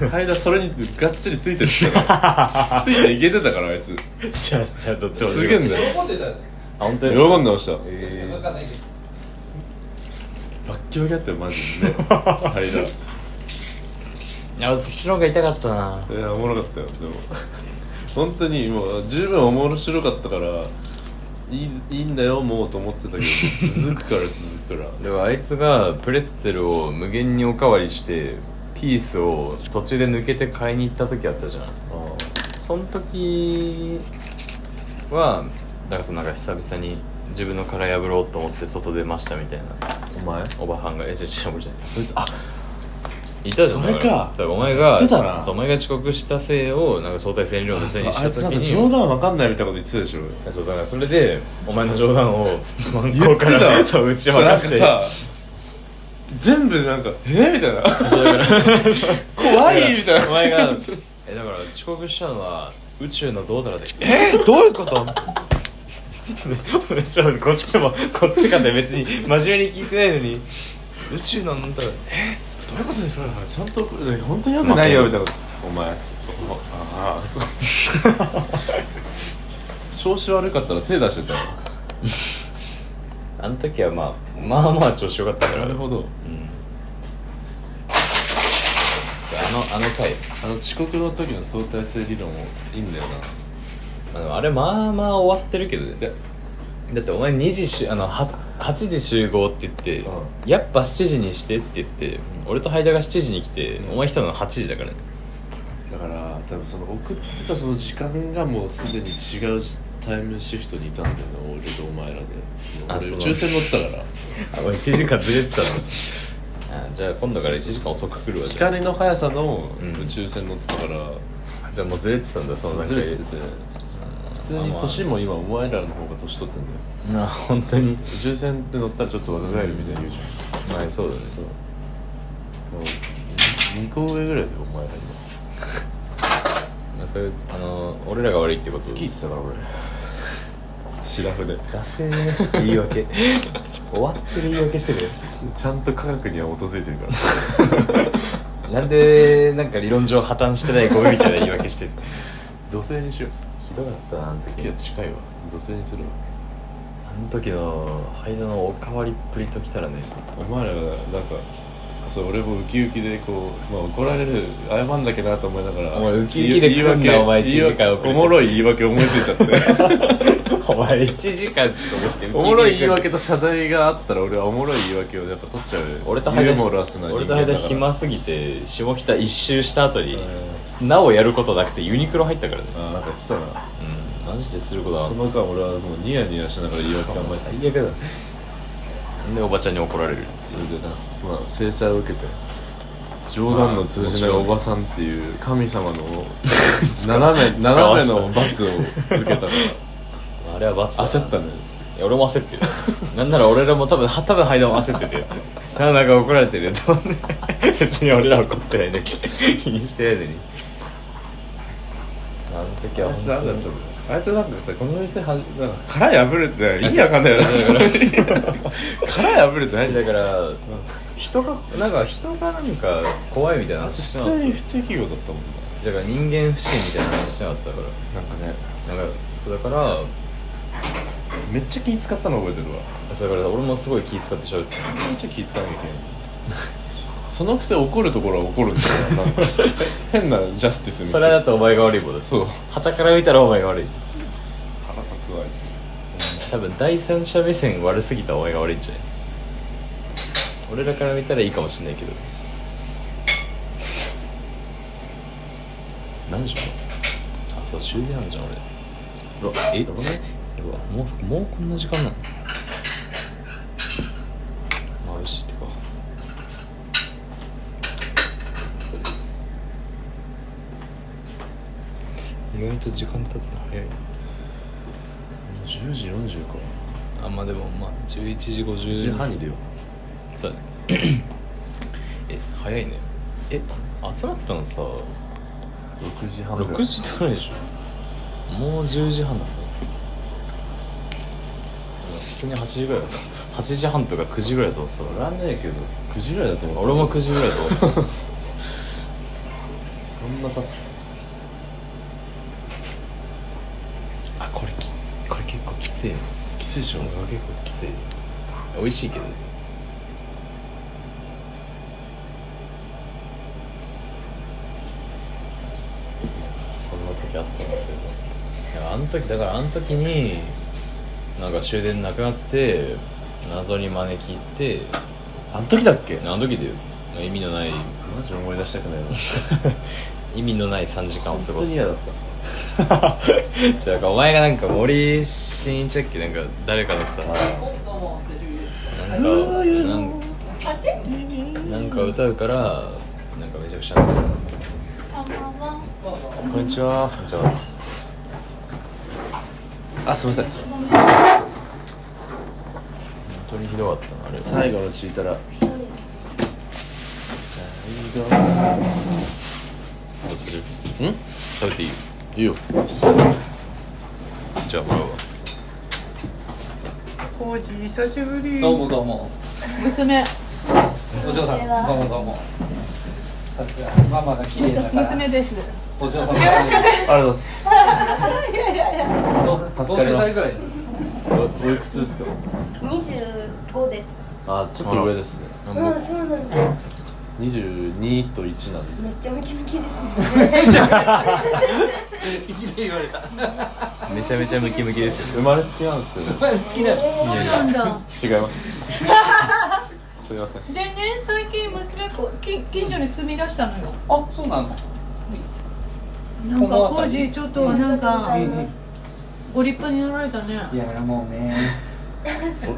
[SPEAKER 3] だから
[SPEAKER 4] 間それにがっちりついてるからついていけてたからあいつ
[SPEAKER 2] じゃあじゃあどっちも地獄
[SPEAKER 4] すげえんだよ
[SPEAKER 3] 喜んでたよね
[SPEAKER 2] あ本当です
[SPEAKER 4] 喜
[SPEAKER 2] か
[SPEAKER 4] んでました
[SPEAKER 2] え
[SPEAKER 3] 分かんないけど
[SPEAKER 4] バッキバキだったよマジでね間
[SPEAKER 2] ーいやそっちの方が痛かったない
[SPEAKER 4] やおもろかったよでも本当にもう十分面白かったからいいいいんだよもうと思ってたけど続くから続くから
[SPEAKER 2] でもあいつがプレッツェルを無限におかわりしてピースを途中で抜けて買いに行った時あったじゃん
[SPEAKER 4] あ
[SPEAKER 2] その時はだからそのなんか久々に自分の殻破ろうと思って外出ましたみたいな
[SPEAKER 4] お前
[SPEAKER 2] おばはんが「えじゃじゃじゃ
[SPEAKER 4] そいつあ
[SPEAKER 2] いたじゃん
[SPEAKER 4] それか
[SPEAKER 2] だらだらお前が
[SPEAKER 4] 言ってたな
[SPEAKER 2] そうお前が遅刻したせいをなんか相対性理論のせいにし
[SPEAKER 4] あ
[SPEAKER 2] た
[SPEAKER 4] いつなん
[SPEAKER 2] 時
[SPEAKER 4] か
[SPEAKER 2] に
[SPEAKER 4] 冗談わかんないみたいなこと言ってたでしょ
[SPEAKER 2] いやそうだからそれでお前の冗談を真っ向か
[SPEAKER 4] 言って
[SPEAKER 2] ら
[SPEAKER 4] た
[SPEAKER 2] そう打ち
[SPEAKER 4] そう
[SPEAKER 2] 分
[SPEAKER 4] なん
[SPEAKER 2] か
[SPEAKER 4] か
[SPEAKER 2] して
[SPEAKER 4] さ全部なんか「えみたいな
[SPEAKER 2] 怖
[SPEAKER 4] 怖いみたいな
[SPEAKER 2] お前がえだから遅刻したのは宇宙のどうだらでえどういう ことちょこっちもこっちかで別に真面目に聞いてないのに宇宙のなんだろう
[SPEAKER 4] どういうことですかちゃんと本当によくないよみたいなお前そおああそう 調子悪かったら手出してたよ
[SPEAKER 2] あの時はまあまあまあ調子よかったから
[SPEAKER 4] なるほど
[SPEAKER 2] うんあのあの回
[SPEAKER 4] あの遅刻の時の相対性理論もいいんだよな
[SPEAKER 2] あのあれまあまあ終わってるけどね
[SPEAKER 4] で
[SPEAKER 2] だってお前2時しゅあのは8時集合って言って、
[SPEAKER 4] う
[SPEAKER 2] やっぱ7時にしてって言って、俺とハイダが7時に来て、
[SPEAKER 4] うん
[SPEAKER 2] お前来たの8時だからね
[SPEAKER 4] だから多分その送ってたその時間がもうすでに違うタイムシフトにいたんだよね俺とお前らでその
[SPEAKER 2] あ
[SPEAKER 4] 俺
[SPEAKER 2] そう
[SPEAKER 4] 抽選乗ってたから
[SPEAKER 2] あ1時間ずれてた のあじゃあ今度から1時間遅く来るわじゃ
[SPEAKER 4] 光の速さの
[SPEAKER 2] うん
[SPEAKER 4] 抽選乗ってたから、
[SPEAKER 2] あじゃあもうずれてたんだその
[SPEAKER 4] ず
[SPEAKER 2] 中
[SPEAKER 4] れ
[SPEAKER 2] で
[SPEAKER 4] てて普通に年も今お前らの方が年取ってんだよ
[SPEAKER 2] あ本当に
[SPEAKER 4] 抽選で乗ったらちょっと若返るみたいな言うじゃん
[SPEAKER 2] まあそうだね
[SPEAKER 4] そうもう2個上ぐらいでお前ら今
[SPEAKER 2] まあそれあの俺らが悪いってこと
[SPEAKER 4] 月行ってたから俺シラフで
[SPEAKER 2] ダセー言い訳終わってる言い訳してるよ
[SPEAKER 4] ちゃんと科学には基づいてるから
[SPEAKER 2] なんでなんか理論上破綻してないゴミみたいな言い訳してる
[SPEAKER 4] 土星にしよう
[SPEAKER 2] ひどかったなあの時
[SPEAKER 4] 月は近いわ土星にするわ
[SPEAKER 2] あの時の間のおかわりっぷりときたらね
[SPEAKER 4] お前らがなんかそう俺もウキウキでこう、まあ、怒られる謝んだけなと思いながら
[SPEAKER 2] お前ウキウキで
[SPEAKER 4] 言い訳
[SPEAKER 2] 来んなお前
[SPEAKER 4] 言い訳
[SPEAKER 2] 一時間遅れて
[SPEAKER 4] おもろい言い訳思いついちゃって
[SPEAKER 2] お前1時間遅刻して
[SPEAKER 4] おもろい言い訳と謝罪があったら俺はおもろい言い訳をやっぱ取っちゃう
[SPEAKER 2] 俺と間
[SPEAKER 4] ユーモラスな人
[SPEAKER 2] 俺
[SPEAKER 4] 間
[SPEAKER 2] と
[SPEAKER 4] だか
[SPEAKER 2] 間
[SPEAKER 4] ら
[SPEAKER 2] 暇すぎて下北一周した後になおやることなくてユニクロ入ったからね
[SPEAKER 4] あーなんか言ってたな
[SPEAKER 2] うんマジですることは
[SPEAKER 4] その間俺はもうニヤニヤしながら言い訳
[SPEAKER 2] お
[SPEAKER 4] 考
[SPEAKER 2] 前
[SPEAKER 4] えて
[SPEAKER 2] 最悪だでおばちゃんに怒られる
[SPEAKER 4] それでなまあ制裁を受けて冗談の通じないおばさんっていう神様の斜め
[SPEAKER 2] 使わ
[SPEAKER 4] 斜
[SPEAKER 2] し
[SPEAKER 4] め
[SPEAKER 2] た
[SPEAKER 4] の罰を受けたから
[SPEAKER 2] あれは罰だな
[SPEAKER 4] 焦ったね
[SPEAKER 2] いや俺も焦って るなんなら俺らも多分は多分間も焦っててなんなんか怒られてるよと思って 別に俺ら怒ってないんだけど気にしてないのにあの時は本当に
[SPEAKER 4] あいつなんかさこの店はなんか殻破れて意味わかんないよね殻破れてない
[SPEAKER 2] だから人がなんか人がなんか怖いみたいな話してな
[SPEAKER 4] 普
[SPEAKER 2] かっ
[SPEAKER 4] 通に不適合だったもんな
[SPEAKER 2] ただから人間不信みたいな話してなかったから
[SPEAKER 4] なんかね
[SPEAKER 2] なんかそうだから
[SPEAKER 4] めっちゃ気使ったの覚えてるわ
[SPEAKER 2] だから俺もすごい気使って喋ってた
[SPEAKER 4] めっちゃ気使わなきゃいけないそのくせ怒るところは怒るんだよなん か変なジャスティス見せ
[SPEAKER 2] そ
[SPEAKER 4] て
[SPEAKER 2] れだとお前が悪いもんだ
[SPEAKER 4] そう
[SPEAKER 2] 旗から見たらお前が悪い
[SPEAKER 4] 腹立つわあい
[SPEAKER 2] 多分第三者目線悪すぎたお前が悪いんじゃない俺らから見たらいいかもしんないけど何時あそう終電あるじゃん俺うわえやばないやばもうそもうこんな時間なの眩しいってか意外と時間経つの早い
[SPEAKER 4] つ10時40か
[SPEAKER 2] あまあでもまあ11時50
[SPEAKER 4] 10時半に出よ
[SPEAKER 2] そうだねえ早いねえ集まったのさ
[SPEAKER 4] う6時半
[SPEAKER 2] 6時ってぐらいでしょもう10時半なんだ普通に8時ぐらいだと思った8時半とか9時ぐらいだと思ってた
[SPEAKER 4] らねえけど9時ぐらいだと思
[SPEAKER 2] 俺も9時ぐらいだと思ってた
[SPEAKER 4] そんな経つ
[SPEAKER 2] あこれきこれ結構きついね
[SPEAKER 4] きついでしょ
[SPEAKER 2] これ結構きつい美味しいけどねそんな時あったんだけどいやあの時だからあの時になんか終電なくなって謎に招き行って
[SPEAKER 4] あん時だっけ
[SPEAKER 2] あの時だよ意味のない
[SPEAKER 4] マジ思い出したくないな
[SPEAKER 2] 意味のない3時間を過
[SPEAKER 4] 本当
[SPEAKER 2] ご
[SPEAKER 4] に
[SPEAKER 2] す
[SPEAKER 4] 嫌だっ
[SPEAKER 2] じゃあお前がなんか森進一だっけなんか誰かのさなんかなんなんか歌うからなんかめちゃくちゃなんかさこんにちはこんにちは
[SPEAKER 4] たあすいません
[SPEAKER 2] 本当にひどかったなあれ
[SPEAKER 4] 最後の聞いたら
[SPEAKER 2] どうするん
[SPEAKER 4] ん
[SPEAKER 2] 食べていい
[SPEAKER 4] いいよ
[SPEAKER 2] じゃあもらうわ
[SPEAKER 10] コージ久しぶり
[SPEAKER 3] どうもどうも
[SPEAKER 10] 娘
[SPEAKER 3] お嬢さん
[SPEAKER 10] こんにちは
[SPEAKER 3] どうもどうもさすがママが綺麗だから
[SPEAKER 10] 娘ですよ
[SPEAKER 3] お嬢さん
[SPEAKER 10] ろしくね
[SPEAKER 4] ありがとうございます
[SPEAKER 10] いやいやいや
[SPEAKER 3] 同同世代ぐらい
[SPEAKER 4] おいくつですか
[SPEAKER 11] 二十五です。
[SPEAKER 4] あちょっと上ですね
[SPEAKER 11] うん、そうなんだ。
[SPEAKER 4] 22と1なんで
[SPEAKER 11] めっちゃムキムキですね。
[SPEAKER 3] 綺麗言われた
[SPEAKER 2] めちゃめちゃムキムキですよ
[SPEAKER 4] 生まれつきなんですよね
[SPEAKER 3] 好きな
[SPEAKER 10] そうなんだ
[SPEAKER 4] 違いますすいません
[SPEAKER 10] でね最近娘こ近近所に住み出したのよ
[SPEAKER 3] あそうなの
[SPEAKER 10] なんか
[SPEAKER 3] この
[SPEAKER 10] コー
[SPEAKER 3] 辺り
[SPEAKER 10] ジちょっとなんか
[SPEAKER 3] うん
[SPEAKER 10] ご立派になられたね
[SPEAKER 3] いやもうね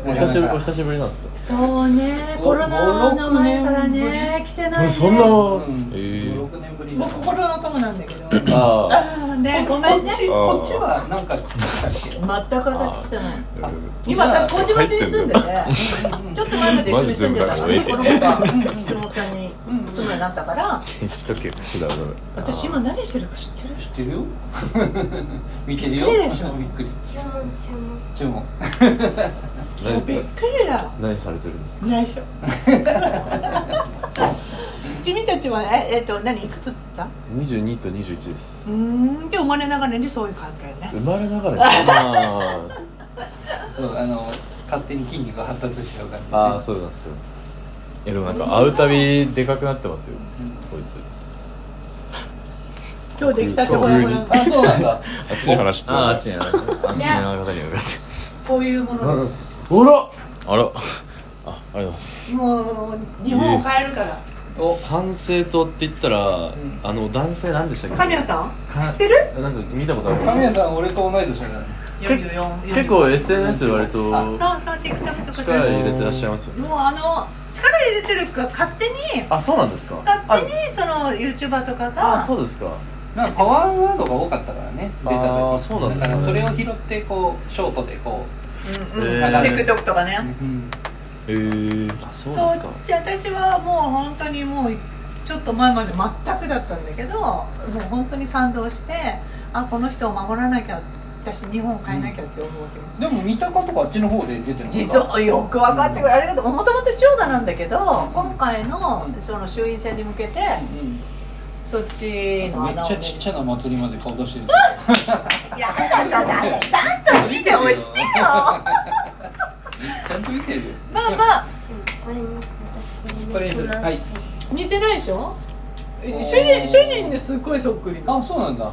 [SPEAKER 4] お久しぶりお久しぶりなんですか
[SPEAKER 10] そうねコロナの前からね来てないね
[SPEAKER 4] そんな
[SPEAKER 3] うん
[SPEAKER 2] えー
[SPEAKER 3] 56年ぶり
[SPEAKER 10] 僕コロナ友なんだけど
[SPEAKER 4] ああ
[SPEAKER 10] あねごめんね
[SPEAKER 3] こっちこっちはなんか来たっけ
[SPEAKER 10] 全く私来てない今私麹町に住んでてちょっと前まで一緒に住んでたのねこの子が下北に住むようになったから
[SPEAKER 2] しとけよ
[SPEAKER 4] ダメ
[SPEAKER 10] 私今何してるか知ってる
[SPEAKER 3] 知ってるよ見てるよ
[SPEAKER 10] びっくりでしょ
[SPEAKER 3] びっくり
[SPEAKER 11] 注文注文。
[SPEAKER 3] 注文
[SPEAKER 4] ダ
[SPEAKER 10] びっ
[SPEAKER 4] メ
[SPEAKER 10] くりだ
[SPEAKER 4] 何されてるんですか
[SPEAKER 10] 内 緒君たちはええっと何いくつっつった
[SPEAKER 4] 22と21です
[SPEAKER 10] うーんで生まれながらにそういう関係ね
[SPEAKER 4] 生まれながらに
[SPEAKER 2] あ
[SPEAKER 3] そうあの勝手に筋肉が発達しちゃうから、ね、
[SPEAKER 4] ああそうなんですよ
[SPEAKER 2] いやでもなんか会うたびでかくなってますよこいつ
[SPEAKER 10] 今日できたところもなんか
[SPEAKER 3] あそうなんだ
[SPEAKER 4] あっちに話して
[SPEAKER 2] あああっちにあっちの方に向かって
[SPEAKER 10] こういうものです
[SPEAKER 4] おら
[SPEAKER 2] あらあありがとうございます
[SPEAKER 10] もうもう日本を変えるから
[SPEAKER 3] お
[SPEAKER 4] 賛成党って言ったら、
[SPEAKER 3] ん
[SPEAKER 4] あの男性何でしたっけ
[SPEAKER 10] 神谷
[SPEAKER 4] ん
[SPEAKER 10] さん知ってる
[SPEAKER 4] なんか見たことあ
[SPEAKER 3] 神
[SPEAKER 4] る
[SPEAKER 3] 谷さん俺と同い年だね
[SPEAKER 10] 44
[SPEAKER 4] 結構 SNS 割と
[SPEAKER 10] そうそう TikTok とか
[SPEAKER 4] 力
[SPEAKER 10] で
[SPEAKER 4] 入れてらっしゃいますよね
[SPEAKER 10] もうあの力入れてるか勝手に
[SPEAKER 4] あそうなんですかあ
[SPEAKER 10] 勝手にその YouTuber とか
[SPEAKER 4] あ
[SPEAKER 10] が
[SPEAKER 4] そうですか
[SPEAKER 3] なんかパワーワードが多かったからね出た時
[SPEAKER 4] あーそうなんですね
[SPEAKER 3] だからそれを拾ってこうショートでこ
[SPEAKER 10] うんうん
[SPEAKER 4] へー
[SPEAKER 10] TikTok とか
[SPEAKER 3] う、
[SPEAKER 10] ね
[SPEAKER 2] えー、
[SPEAKER 4] あそ
[SPEAKER 10] そうう
[SPEAKER 4] ですか
[SPEAKER 10] で私はもう本当にもうちょっと前まで全くだったんだけどもう本当に賛同してあこの人を守らなきゃ私日本を変えなきゃって思うわけです、
[SPEAKER 3] でも三鷹とかあっちの方で出てるの
[SPEAKER 10] 実はよく分かってくれありがとうもともと長打なんだけど今回のその衆院選に向けて
[SPEAKER 3] うん
[SPEAKER 10] そっちの
[SPEAKER 3] めっ
[SPEAKER 10] 穴を
[SPEAKER 3] ち
[SPEAKER 10] ね
[SPEAKER 3] ゃちっちゃな祭りまで顔出してる
[SPEAKER 10] やだちょっとあんたちゃんと見て押してよまあ
[SPEAKER 3] ちゃんと見てるよ
[SPEAKER 10] まあ
[SPEAKER 11] これに私
[SPEAKER 3] と
[SPEAKER 11] こ
[SPEAKER 3] りあえ
[SPEAKER 11] れに
[SPEAKER 3] ず
[SPEAKER 11] します
[SPEAKER 3] はい
[SPEAKER 10] 似てないでしょ主
[SPEAKER 3] ー
[SPEAKER 10] 人主人にすっごいそっくり
[SPEAKER 3] あそうなんだ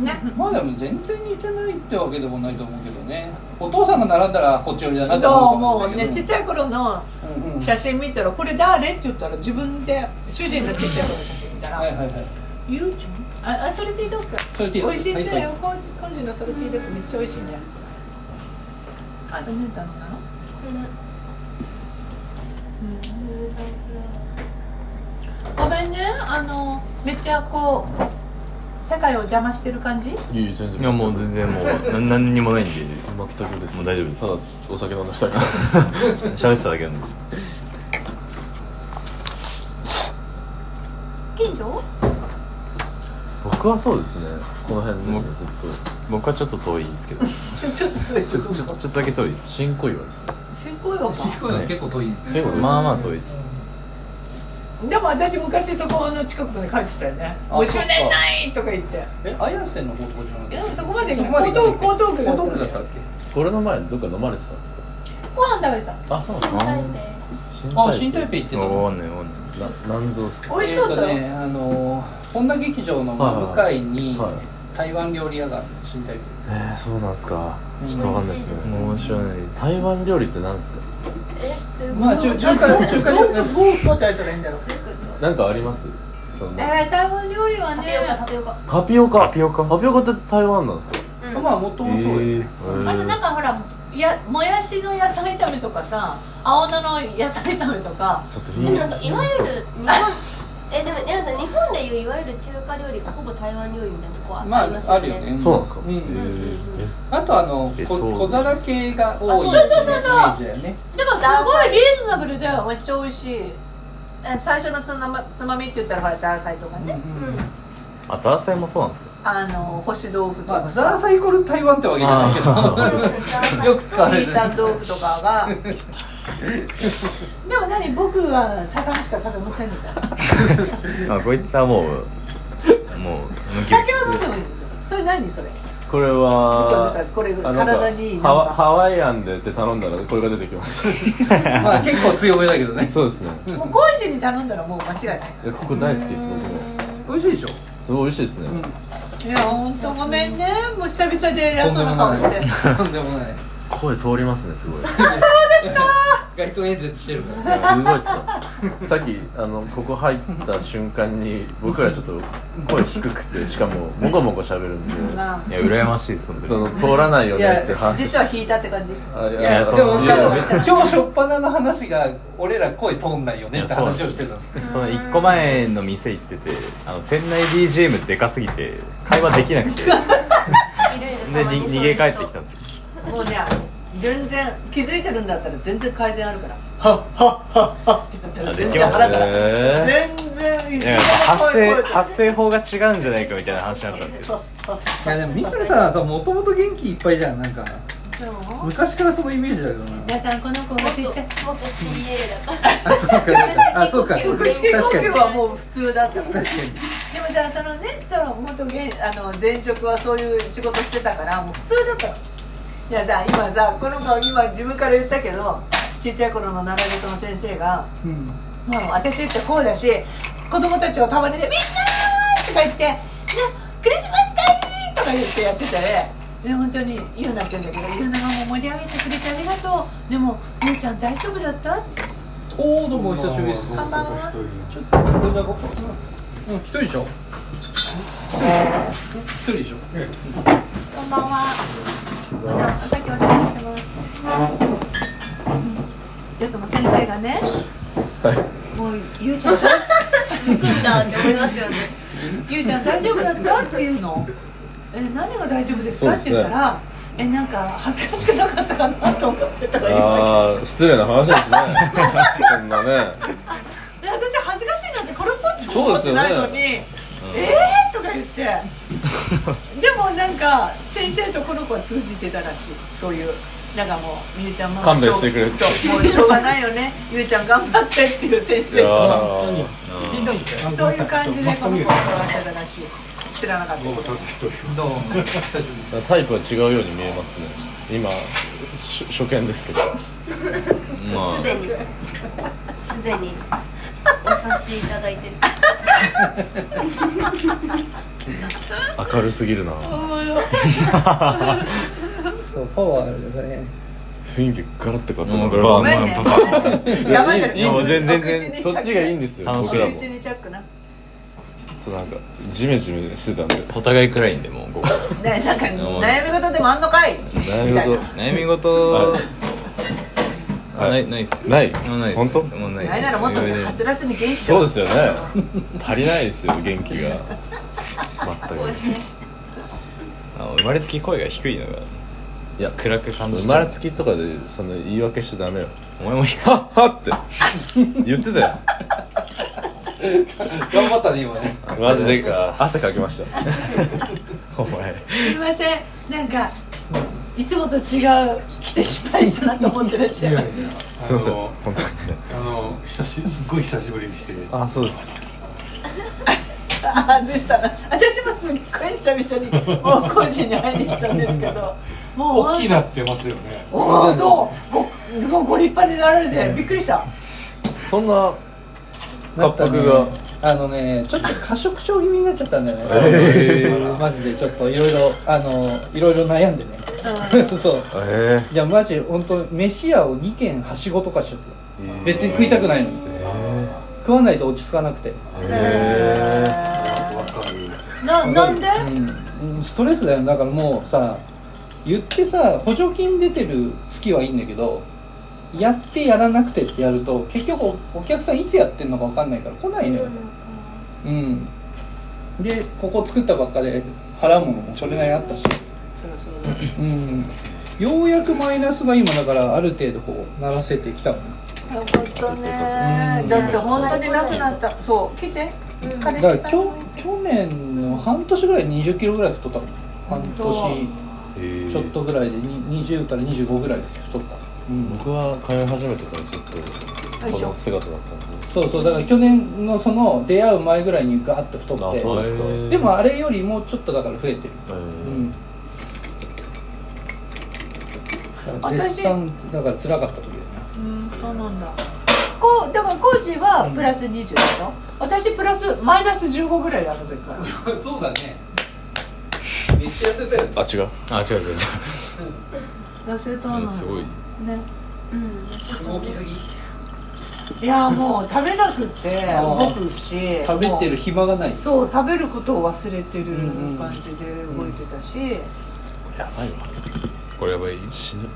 [SPEAKER 10] ね
[SPEAKER 3] まあでも全然似てないってわけでもないと思うけどねお父さんが並んだらこっち寄りだなって思
[SPEAKER 10] も
[SPEAKER 3] うかも
[SPEAKER 10] う
[SPEAKER 3] しれ
[SPEAKER 10] ね
[SPEAKER 3] ないけ
[SPEAKER 10] ちっ
[SPEAKER 3] ど
[SPEAKER 10] ちゃい頃の
[SPEAKER 3] うんうん
[SPEAKER 10] 写真見たら「これ誰?」って言ったら自分で主人のちっちゃい頃の写真見たら
[SPEAKER 3] はいはいはい
[SPEAKER 10] 「ゆうちゃんああそれでいいどうか
[SPEAKER 3] それでいい
[SPEAKER 10] 美
[SPEAKER 3] の
[SPEAKER 10] 味しいん
[SPEAKER 3] は
[SPEAKER 10] だ
[SPEAKER 3] い
[SPEAKER 10] よ
[SPEAKER 3] はい
[SPEAKER 10] 今時今時のそれでいいどうかめっちゃ美味しいんだよ」あとね頼んだのごめんねあのめっちゃこう世界を邪魔してる感じ
[SPEAKER 4] いい全然
[SPEAKER 2] いやもう全然もうな何にもないんで
[SPEAKER 4] 全くです
[SPEAKER 2] もう大丈夫です
[SPEAKER 4] ただお酒飲んでたから
[SPEAKER 2] 喋ってただけなんで
[SPEAKER 10] 近所
[SPEAKER 4] 僕はそうですねこの辺です
[SPEAKER 2] も
[SPEAKER 4] ねずっと
[SPEAKER 2] 僕はちょっと遠いですけどち
[SPEAKER 10] ちょっとそれちょっと
[SPEAKER 2] ょちょっとだけ遠いです
[SPEAKER 4] 新小岩です
[SPEAKER 10] 新小岩か
[SPEAKER 12] こういうの結構遠いね
[SPEAKER 4] 結構
[SPEAKER 2] まあまあ遠いです
[SPEAKER 10] でも私昔そこの近くで帰ってたよね「
[SPEAKER 3] あ
[SPEAKER 10] もう終電ない!」とか言って
[SPEAKER 3] え綾瀬の方向じゃなく
[SPEAKER 10] い
[SPEAKER 3] て
[SPEAKER 10] やそこまで
[SPEAKER 3] そ
[SPEAKER 10] 行
[SPEAKER 3] こ
[SPEAKER 10] く
[SPEAKER 3] まで
[SPEAKER 10] 江東区江東区だ
[SPEAKER 3] 江東
[SPEAKER 10] ったん
[SPEAKER 3] 区
[SPEAKER 10] で
[SPEAKER 3] だっ
[SPEAKER 10] す
[SPEAKER 3] た
[SPEAKER 10] よ
[SPEAKER 3] っけ
[SPEAKER 4] これの前どっか飲まれてたんですか
[SPEAKER 10] ご飯食べてた
[SPEAKER 4] あそう
[SPEAKER 11] 新台北
[SPEAKER 3] あ新台北行ってた
[SPEAKER 2] わかんないわかんない
[SPEAKER 4] ななんぞですか
[SPEAKER 10] 美味しかったよ、
[SPEAKER 3] えーとねあのー本田劇場の真向かいに
[SPEAKER 4] はいはいはい
[SPEAKER 3] 台湾料理屋がある新台北
[SPEAKER 4] えー、そうなんですかちょっとわかんないですね
[SPEAKER 2] もう知らない
[SPEAKER 4] 台湾料理ってなんですか
[SPEAKER 11] えどういうこと
[SPEAKER 3] まあ中中華中華料理
[SPEAKER 10] どう答えたらいいんだろう
[SPEAKER 4] なんかありますそん
[SPEAKER 10] え
[SPEAKER 4] な
[SPEAKER 10] ー、台湾料理は
[SPEAKER 11] タ
[SPEAKER 10] ね
[SPEAKER 11] ピオカタピオカ
[SPEAKER 4] タピオカタピオカタピオカって台湾なんですか
[SPEAKER 11] うん
[SPEAKER 3] まあ元もそうよ
[SPEAKER 4] え
[SPEAKER 10] あとなんかほらいやもやしの野菜炒めとかさ青菜の野菜炒めとか
[SPEAKER 4] ちょっと
[SPEAKER 11] で
[SPEAKER 4] ひ
[SPEAKER 11] もなんかいわゆる日本えでもエラさん日本でいういわゆる中華料理がほぼ台湾料理みたいなとこは
[SPEAKER 3] ま
[SPEAKER 11] あります
[SPEAKER 3] ああるよね
[SPEAKER 4] そうなんですか
[SPEAKER 3] うん
[SPEAKER 4] えー
[SPEAKER 3] あとあの
[SPEAKER 2] え
[SPEAKER 3] こ
[SPEAKER 2] そう
[SPEAKER 3] 小皿系が多いイメ
[SPEAKER 10] あそうそうそうそう
[SPEAKER 3] ージだよね
[SPEAKER 10] でもすごいリーズナブルでめっちゃ美味しいえ最初のつまつまみって言ったらほらザーサイとかね、
[SPEAKER 3] うんうん
[SPEAKER 11] う
[SPEAKER 2] あザーサイもそうなんですか
[SPEAKER 10] あの干し豆腐と
[SPEAKER 3] まあ
[SPEAKER 10] か
[SPEAKER 3] ザーサイイコール台湾ってわけじゃないけ
[SPEAKER 11] ん
[SPEAKER 3] ど よく使われ
[SPEAKER 10] イ
[SPEAKER 3] る
[SPEAKER 10] ータン豆腐とかがでも何僕はササミしか食べませんみたいな
[SPEAKER 2] あこいつはもうもう無気
[SPEAKER 10] 酒は飲んでもいいそれ何それ
[SPEAKER 4] これは
[SPEAKER 10] これ
[SPEAKER 4] あなんか
[SPEAKER 10] 体にいいなん
[SPEAKER 4] ハワ
[SPEAKER 10] か
[SPEAKER 4] ハワイアンでって頼んだらこれが出てきまし
[SPEAKER 3] まあ結構強めだけどね
[SPEAKER 4] たそうですね
[SPEAKER 10] もう工事に頼んだらもう間違いない
[SPEAKER 4] いやここ大好きです僕も
[SPEAKER 3] 美味しいでしょ
[SPEAKER 4] すごい美味しいですね、
[SPEAKER 10] いや本当ごめんねもう久々で偉そうな顔して
[SPEAKER 3] とんでもない
[SPEAKER 4] 声通りますねすごいす
[SPEAKER 3] 街頭演説してるから
[SPEAKER 4] ごいっすよ さっきあのここ入った瞬間に僕らちょっと声低くてしかもモコモコ喋るんで
[SPEAKER 10] まあ
[SPEAKER 2] いや羨ましいです本当
[SPEAKER 4] そ
[SPEAKER 2] に
[SPEAKER 4] の通らないよねって話
[SPEAKER 10] 実は引いたって感じ
[SPEAKER 4] あい
[SPEAKER 3] いや
[SPEAKER 2] やそ
[SPEAKER 3] でも
[SPEAKER 2] う
[SPEAKER 3] さ
[SPEAKER 10] いや
[SPEAKER 3] 今日初っ端の話が俺ら声通んないよねって話をしてたの
[SPEAKER 2] その1個前の店行っててあの店内 BGM でかすぎて会話できなくて で
[SPEAKER 11] いるいるたまにそういう人
[SPEAKER 2] に逃げ帰ってきたんですよ
[SPEAKER 10] もうね全然気づいてるんだったら全然改善あるからはっはっはっはってなったら
[SPEAKER 2] あ
[SPEAKER 10] 全
[SPEAKER 2] でき
[SPEAKER 10] 然
[SPEAKER 2] ます
[SPEAKER 10] 払うから
[SPEAKER 4] え
[SPEAKER 10] 全然い
[SPEAKER 2] いや発声発声法が違うんじゃないかみたいな話になったんですよ
[SPEAKER 12] いやでもみんなささもともと元気いっぱいじゃんなんか
[SPEAKER 10] そう
[SPEAKER 12] 昔からそのイメージだけどな
[SPEAKER 10] 皆さんこの子が
[SPEAKER 11] もっ
[SPEAKER 10] ちっちゃい
[SPEAKER 11] ともっと CA だから
[SPEAKER 12] あそうかあそうか
[SPEAKER 10] 腹
[SPEAKER 12] 確か
[SPEAKER 10] 式呼吸
[SPEAKER 12] に
[SPEAKER 10] はもう普通だったでも
[SPEAKER 12] 確かに
[SPEAKER 10] さそのねその元現あの前職はそういう仕事してたからもう普通だったのいやさ今さこの子今自分から言ったけどちっちゃい頃の習い事の先生が
[SPEAKER 12] うん
[SPEAKER 10] 「もう私ってこうだし子供たちを束ねて「みんな!」とか言ってね「クリスマス会!」とか言ってやってたねね本当にゆうなって言うんだけどゆうながもう盛り上げてくれてありがとうでもゆうちゃん大丈夫だった
[SPEAKER 3] おおどうもお久しぶりです
[SPEAKER 10] こんばんは
[SPEAKER 3] ちょっとこちらごうん一人でしょ一人でしょ
[SPEAKER 11] こんばんはまだお酒お願いしてます
[SPEAKER 10] でその先生がね、もうゆうちゃん大
[SPEAKER 11] いいなって思いますよね
[SPEAKER 10] ゆうちゃん大丈夫だったっていうのえ何が大丈夫です
[SPEAKER 4] そう
[SPEAKER 10] か
[SPEAKER 4] です
[SPEAKER 10] って
[SPEAKER 4] ね
[SPEAKER 10] 言ったら、えなんか恥ずかしくなかったかなと思ってたら今
[SPEAKER 4] あー失礼な話ですねこんなね
[SPEAKER 10] え私恥ずかしいなんてこれっぽっちも思ってないのに、
[SPEAKER 4] そう
[SPEAKER 10] えーとか言って でもなんか先生とこの子は通じてたらしいそういうなんかもうみゆちゃんも
[SPEAKER 4] 勘弁してくれって
[SPEAKER 10] そうもうしょうがないよねゆうちゃん頑張ってっていう先生
[SPEAKER 4] いや
[SPEAKER 10] と
[SPEAKER 4] ー
[SPEAKER 13] ひどいんだよ
[SPEAKER 10] そういう感じでこの子は育てたらしい知らなかった
[SPEAKER 13] どうも久しぶ
[SPEAKER 4] だからタイプは違うように見えますね今し初見ですけど
[SPEAKER 2] ます
[SPEAKER 11] でにすでにお察しいただいてる
[SPEAKER 4] 明るすぎるな
[SPEAKER 3] そうパワーあるよね
[SPEAKER 4] 雰囲気ガラッと変
[SPEAKER 2] も
[SPEAKER 4] わっ
[SPEAKER 2] う
[SPEAKER 4] た
[SPEAKER 2] バ
[SPEAKER 4] な
[SPEAKER 2] ンバンバンバン
[SPEAKER 4] いや
[SPEAKER 10] 黙ってる
[SPEAKER 4] いいいいもう全然全
[SPEAKER 10] お口に
[SPEAKER 4] 然そっちがいいんですよ
[SPEAKER 2] 楽し
[SPEAKER 4] 僕
[SPEAKER 2] い
[SPEAKER 4] ら
[SPEAKER 10] お
[SPEAKER 4] も
[SPEAKER 10] 口にチャックなね
[SPEAKER 4] ちょっとなんかジメジメしてたんで
[SPEAKER 2] お互いくらいんでもうここ
[SPEAKER 10] なんか悩み事でもあんのかい
[SPEAKER 4] 悩み事
[SPEAKER 2] 悩み事あないないっすよ
[SPEAKER 4] ない
[SPEAKER 2] あないっす
[SPEAKER 4] 本当
[SPEAKER 2] もうない
[SPEAKER 10] ないならもっとねはつらつに原始
[SPEAKER 4] そうですよね足りないですよ元気が全く
[SPEAKER 2] あ生まれつき声が低いのが
[SPEAKER 4] いや
[SPEAKER 2] 暗く感じちゃう
[SPEAKER 4] 生まれつきとかでその言い訳しちゃダメよ
[SPEAKER 2] お前も低い
[SPEAKER 4] はっはって言ってたよ
[SPEAKER 13] り頑張ったね今ね
[SPEAKER 4] マジでか汗かきました
[SPEAKER 2] お前
[SPEAKER 10] すいませんなんかいつもと違う来て失敗したなと思ってらっしゃいます
[SPEAKER 4] すいません
[SPEAKER 14] あの
[SPEAKER 4] 本当に
[SPEAKER 14] あの久しすっごい久しぶりにして
[SPEAKER 4] あそうです
[SPEAKER 10] あ外したな私もすっごい久々にもう個人に会いに来たんですけどもう
[SPEAKER 14] 大きいなってますよね
[SPEAKER 10] おおそうごご立派になられてびっくりした
[SPEAKER 4] そんな
[SPEAKER 3] なったね
[SPEAKER 4] 圧迫
[SPEAKER 3] あのねちょっと過食症気味になっちゃったんだよね、 マジでちょっといろいろあのいろいろ悩んでね そう
[SPEAKER 4] え
[SPEAKER 3] いやマジ本当飯屋を2軒はしごとかしちゃった別に食いたくないのに食わないと落ち着かなくて、
[SPEAKER 4] え
[SPEAKER 14] わかる
[SPEAKER 11] ななんで
[SPEAKER 3] うん、ストレスだよだからもうさ言ってさ補助金出てる月はいいんだけどやってやらなくてってやると結局おお客さんいつやってんのか分かんないから来ないのようんでここ作ったばっかで払うものもそれなりあったしうんようやくマイナスが今だからある程度こうならせてきたのね
[SPEAKER 10] よかったねだって本当になくなったそう来て彼
[SPEAKER 3] だ
[SPEAKER 10] 氏
[SPEAKER 3] か
[SPEAKER 10] さ
[SPEAKER 3] らき
[SPEAKER 10] ん
[SPEAKER 3] ょ去年の半年ぐらい2 0キロぐらい太ったの半年ちょっとぐらいでに20から25ぐらい太った、うん、
[SPEAKER 4] 僕は通い始めてからずっとこの姿だったんで
[SPEAKER 3] そうそうだから去年のその出会う前ぐらいにガーッと太
[SPEAKER 4] あそう
[SPEAKER 3] っ
[SPEAKER 4] ですか
[SPEAKER 3] てでもあれよりもうちょっとだから増えてるうんだから絶賛だから辛かった時だよね
[SPEAKER 10] うんそうなんだこうだからコージはプラス20でしょ私プラスマイナス15ぐらいあの時から
[SPEAKER 13] そうだねめっちゃ痩せたよ
[SPEAKER 4] あ違う
[SPEAKER 2] あ違う違う違う
[SPEAKER 10] 忘れた
[SPEAKER 2] あ
[SPEAKER 10] の
[SPEAKER 2] のすごい
[SPEAKER 10] ね
[SPEAKER 11] うん
[SPEAKER 13] 大きすぎ
[SPEAKER 10] いやもう食べなくて動くし
[SPEAKER 3] 食べてる暇がない
[SPEAKER 10] そう食べることを忘れてる
[SPEAKER 3] うんうん
[SPEAKER 10] 感じで動いてたし、
[SPEAKER 4] やばいわ
[SPEAKER 2] これやばい
[SPEAKER 4] 死ぬ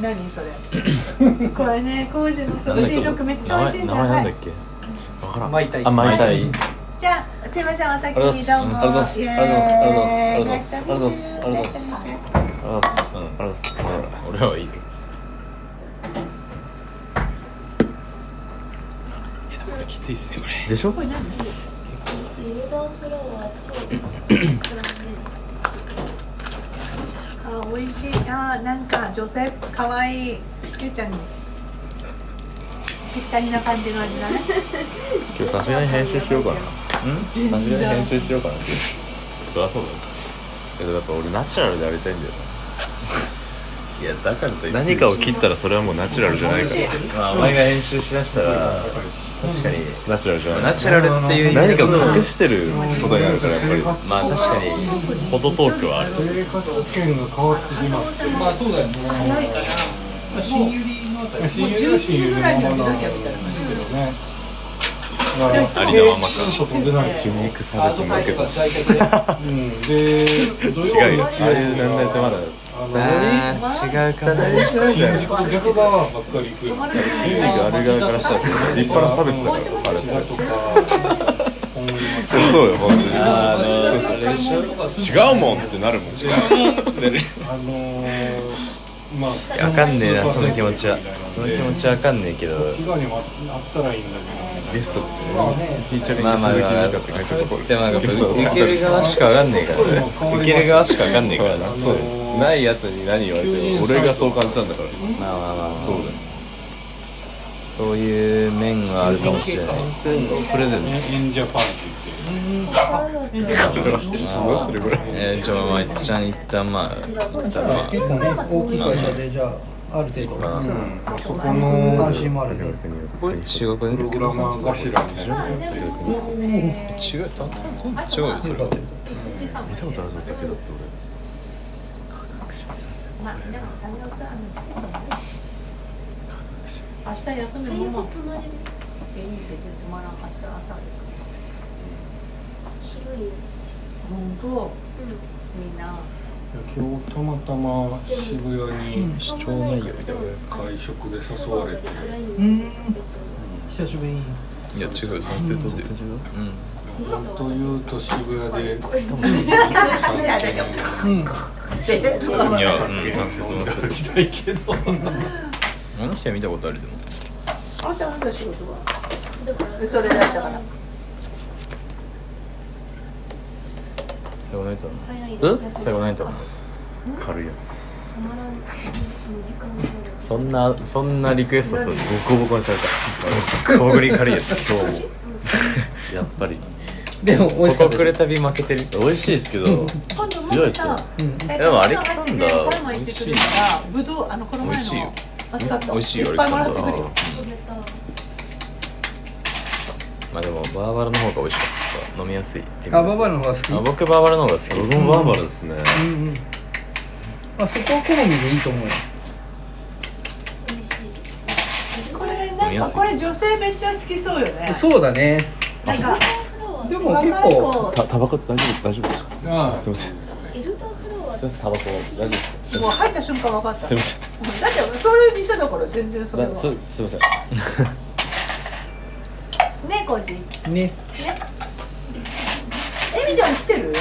[SPEAKER 10] 何それこれ ね工事のソルティドッグめっちゃ美味しいんだ
[SPEAKER 2] 名前名前なん
[SPEAKER 10] は
[SPEAKER 2] だっ
[SPEAKER 10] い
[SPEAKER 2] け
[SPEAKER 4] わからん
[SPEAKER 3] まいたい
[SPEAKER 4] あまいたい
[SPEAKER 10] じゃあすいませんお先にどうもイエーイ
[SPEAKER 4] ありがとうございます
[SPEAKER 10] いらっしゃいませ
[SPEAKER 4] ありがとうございます
[SPEAKER 10] いらっしゃいませ
[SPEAKER 4] あ
[SPEAKER 2] うん
[SPEAKER 4] あ
[SPEAKER 2] 俺はいいよきついっすねこれ
[SPEAKER 4] でしょ
[SPEAKER 11] ユーザーフラワ
[SPEAKER 10] あ美味しいあーなんか女性可愛いゆうちゃんにぴったりな感じの味だね
[SPEAKER 4] 今日さすがに編集しようかなうんさすがに編集しようかなってそりゃそうだよけどやっぱ俺ナチュラルでやりたいんだよ
[SPEAKER 2] いやだからといって
[SPEAKER 4] 何かを切ったらそれはもうナチュラルじゃないから
[SPEAKER 2] まあお前が編集しだしたら確かに
[SPEAKER 4] ナチュラルじゃ
[SPEAKER 2] ナ
[SPEAKER 4] ない
[SPEAKER 2] チュラルっていう意
[SPEAKER 4] 何
[SPEAKER 2] 味で
[SPEAKER 4] か
[SPEAKER 2] も
[SPEAKER 4] を隠してることになるからやっぱり
[SPEAKER 2] まあ確かに
[SPEAKER 4] ほど遠くはある
[SPEAKER 14] 生活保険が変わってしまって
[SPEAKER 3] まあそうだよね
[SPEAKER 13] 新百合のあたり
[SPEAKER 14] 親友は親友のままなんですけどね
[SPEAKER 2] ありのままか
[SPEAKER 14] ちょっと出ない
[SPEAKER 4] 筋
[SPEAKER 14] し、
[SPEAKER 4] 肉差別も受けたし
[SPEAKER 14] うん、で土
[SPEAKER 4] 違う
[SPEAKER 14] 曜
[SPEAKER 4] よ
[SPEAKER 14] の
[SPEAKER 4] ああいう年齢ってまだ
[SPEAKER 14] あの
[SPEAKER 2] あー違うかな
[SPEAKER 14] 新宿の逆側ばっかり行くよ
[SPEAKER 4] 筋肉ある側からしたら立派な差別だからあれ
[SPEAKER 14] だとか本
[SPEAKER 4] そうよ本当
[SPEAKER 2] あのあれでしょ
[SPEAKER 4] に違うもんってなるもん違う
[SPEAKER 14] あのー、まあ
[SPEAKER 2] わかんねえなその気持ちは
[SPEAKER 14] みたいなので
[SPEAKER 2] その気持ちわかんねえけど
[SPEAKER 14] 被害にもあったらいいんだ
[SPEAKER 4] ゲストですフィーチャリン
[SPEAKER 2] ま
[SPEAKER 4] グ
[SPEAKER 2] あまあ
[SPEAKER 4] 鈴木
[SPEAKER 2] まあ
[SPEAKER 4] 奈
[SPEAKER 2] そ
[SPEAKER 4] 々香って書い
[SPEAKER 2] れ
[SPEAKER 4] て
[SPEAKER 2] つ
[SPEAKER 4] る
[SPEAKER 2] ってまあなんか
[SPEAKER 4] そう
[SPEAKER 2] 受ける側しかわかんねえからね受ける側しかわかんねえからな
[SPEAKER 4] そうですないやつに何言われても俺がそう感じたんだから
[SPEAKER 2] まあまあまあそうだそういう面があるかもしれない
[SPEAKER 1] プレゼンツ
[SPEAKER 14] 演者パンって
[SPEAKER 1] どうするこれ
[SPEAKER 2] えー、じゃあまあ一ちゃん一旦まあ
[SPEAKER 15] じゃあ結構ね大きい会社でじゃあある程度
[SPEAKER 14] 言ってそこの
[SPEAKER 15] 関心もあるんで
[SPEAKER 2] 中学
[SPEAKER 14] プログラマー頭にしろ
[SPEAKER 2] 違うた違うよそれは
[SPEAKER 1] 見たことあるぞだけだって
[SPEAKER 10] 明日休みも
[SPEAKER 11] 泊まれる
[SPEAKER 10] えいい別に泊まらん明日朝行
[SPEAKER 11] 広いよ
[SPEAKER 10] く本当みんな
[SPEAKER 14] 今日たまたま渋谷に
[SPEAKER 2] 主張内容みたいな
[SPEAKER 14] 会食で誘われて
[SPEAKER 15] うん久しぶりに
[SPEAKER 2] いや違うよ賛成とってるうん
[SPEAKER 14] 本当言うと渋谷で
[SPEAKER 2] いや、うん、賛成と思ってるあの人は見たことあるでも
[SPEAKER 10] あんたあんた仕事はそれだったから
[SPEAKER 2] 最後ないと思
[SPEAKER 11] 早いよ
[SPEAKER 2] う最後ないと思う
[SPEAKER 1] 軽いやつ
[SPEAKER 11] 止まらん時間が
[SPEAKER 2] そんなそんなリクエストさボコボコにされた 小栗軽いやつどうも
[SPEAKER 1] やっぱり
[SPEAKER 9] でも美味しか
[SPEAKER 2] ここ
[SPEAKER 9] った
[SPEAKER 2] くれたび負けてる
[SPEAKER 1] 美味しいですけど
[SPEAKER 10] 今
[SPEAKER 1] 強い
[SPEAKER 10] 度も
[SPEAKER 1] っすよ
[SPEAKER 10] さえ
[SPEAKER 2] でもアレキサンダー
[SPEAKER 10] この前も行ってくれたからぶどうあのこの前
[SPEAKER 2] 美味しいよ
[SPEAKER 10] の美味しかった
[SPEAKER 2] 美味しいよ
[SPEAKER 10] っぱいもらってくる
[SPEAKER 2] アレ
[SPEAKER 10] よ
[SPEAKER 11] 食べた
[SPEAKER 2] まあでもバーバラの方が美味しかった飲みやすい
[SPEAKER 9] あババアの方が
[SPEAKER 2] あ
[SPEAKER 9] 好き
[SPEAKER 2] 僕バーバラの方が好き
[SPEAKER 1] 僕もバーバラですね
[SPEAKER 9] うんうんあそこは好みでいいと思うよ
[SPEAKER 11] 美味しい
[SPEAKER 10] これなんかこれ女性めっちゃ好きそうよね
[SPEAKER 9] そうだね
[SPEAKER 10] なんか
[SPEAKER 11] フロア
[SPEAKER 9] でも結
[SPEAKER 10] 若い
[SPEAKER 9] 構
[SPEAKER 10] 子
[SPEAKER 1] たタバコ大丈夫大丈夫ですか
[SPEAKER 14] ああ
[SPEAKER 1] すいません
[SPEAKER 11] エルダーフロアっ
[SPEAKER 2] すいませんタバコ大丈夫ですか
[SPEAKER 10] もう入った瞬間分かった
[SPEAKER 1] すいません
[SPEAKER 10] だってそういう店だから全然それは
[SPEAKER 1] なそすいません
[SPEAKER 10] ねコージね
[SPEAKER 9] ね
[SPEAKER 10] えみちゃん来てる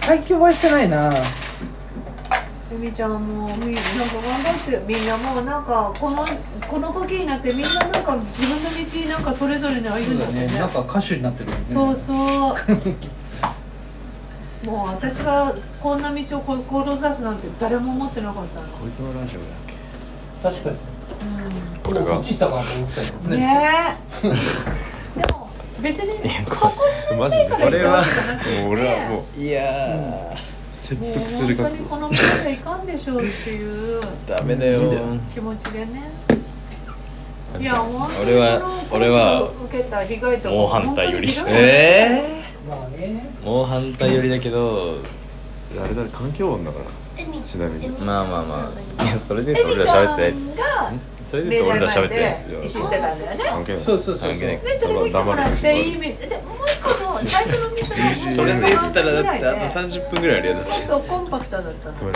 [SPEAKER 9] 最近お会いしてないな
[SPEAKER 10] えみちゃんもみなんか頑張ってるみんなもうなんかこのこの時になってみんななんか自分の道になんかそれぞれに歩
[SPEAKER 9] そ
[SPEAKER 10] ん
[SPEAKER 9] う
[SPEAKER 10] で
[SPEAKER 9] だ
[SPEAKER 10] る
[SPEAKER 9] ねなんか歌手になってるもんね
[SPEAKER 10] そうそうもう私がこんな道を志すなんて誰も思ってなかったの
[SPEAKER 1] こいつのラジオだ
[SPEAKER 15] 確かに
[SPEAKER 2] これが
[SPEAKER 15] こっち行ったかなと思ったけどね
[SPEAKER 10] ねえでも別にそこに乗りたいから行ったわけじゃなくて
[SPEAKER 1] もう俺はもう
[SPEAKER 2] いや
[SPEAKER 1] 説
[SPEAKER 10] もう
[SPEAKER 1] 得する
[SPEAKER 10] 本
[SPEAKER 1] 覚
[SPEAKER 10] 当
[SPEAKER 1] 悟
[SPEAKER 10] にこのままじゃいかんでしょうっていう
[SPEAKER 2] ーダメだよ
[SPEAKER 10] 気持ちでねいや本当に
[SPEAKER 2] 俺は
[SPEAKER 10] その
[SPEAKER 2] 俺は
[SPEAKER 10] 受けた被害とか
[SPEAKER 2] 猛反対より
[SPEAKER 10] 本当にひどい
[SPEAKER 2] え
[SPEAKER 15] まあね
[SPEAKER 2] え猛反対よりだけど
[SPEAKER 1] あれだね環境音だから
[SPEAKER 11] エミ
[SPEAKER 1] ちなみに
[SPEAKER 11] エミ
[SPEAKER 2] まあまあまあいやそれで
[SPEAKER 10] エ
[SPEAKER 2] 俺
[SPEAKER 10] ミち
[SPEAKER 2] ら喋っ
[SPEAKER 10] ゃんが
[SPEAKER 2] てないですそれで
[SPEAKER 10] 明
[SPEAKER 2] 俺
[SPEAKER 10] 大
[SPEAKER 2] ら喋
[SPEAKER 10] 前
[SPEAKER 2] ってない
[SPEAKER 10] で石ってたんだよね
[SPEAKER 1] 関係ない
[SPEAKER 9] そうそうそう
[SPEAKER 2] 関係ない
[SPEAKER 10] で連れてきてもらっていいみでもう一個の最初の店が
[SPEAKER 2] それで言ったらだってあと
[SPEAKER 10] ち
[SPEAKER 2] 30分ぐらいあるやだって
[SPEAKER 10] ょっとコンパクトだったの
[SPEAKER 1] ごめん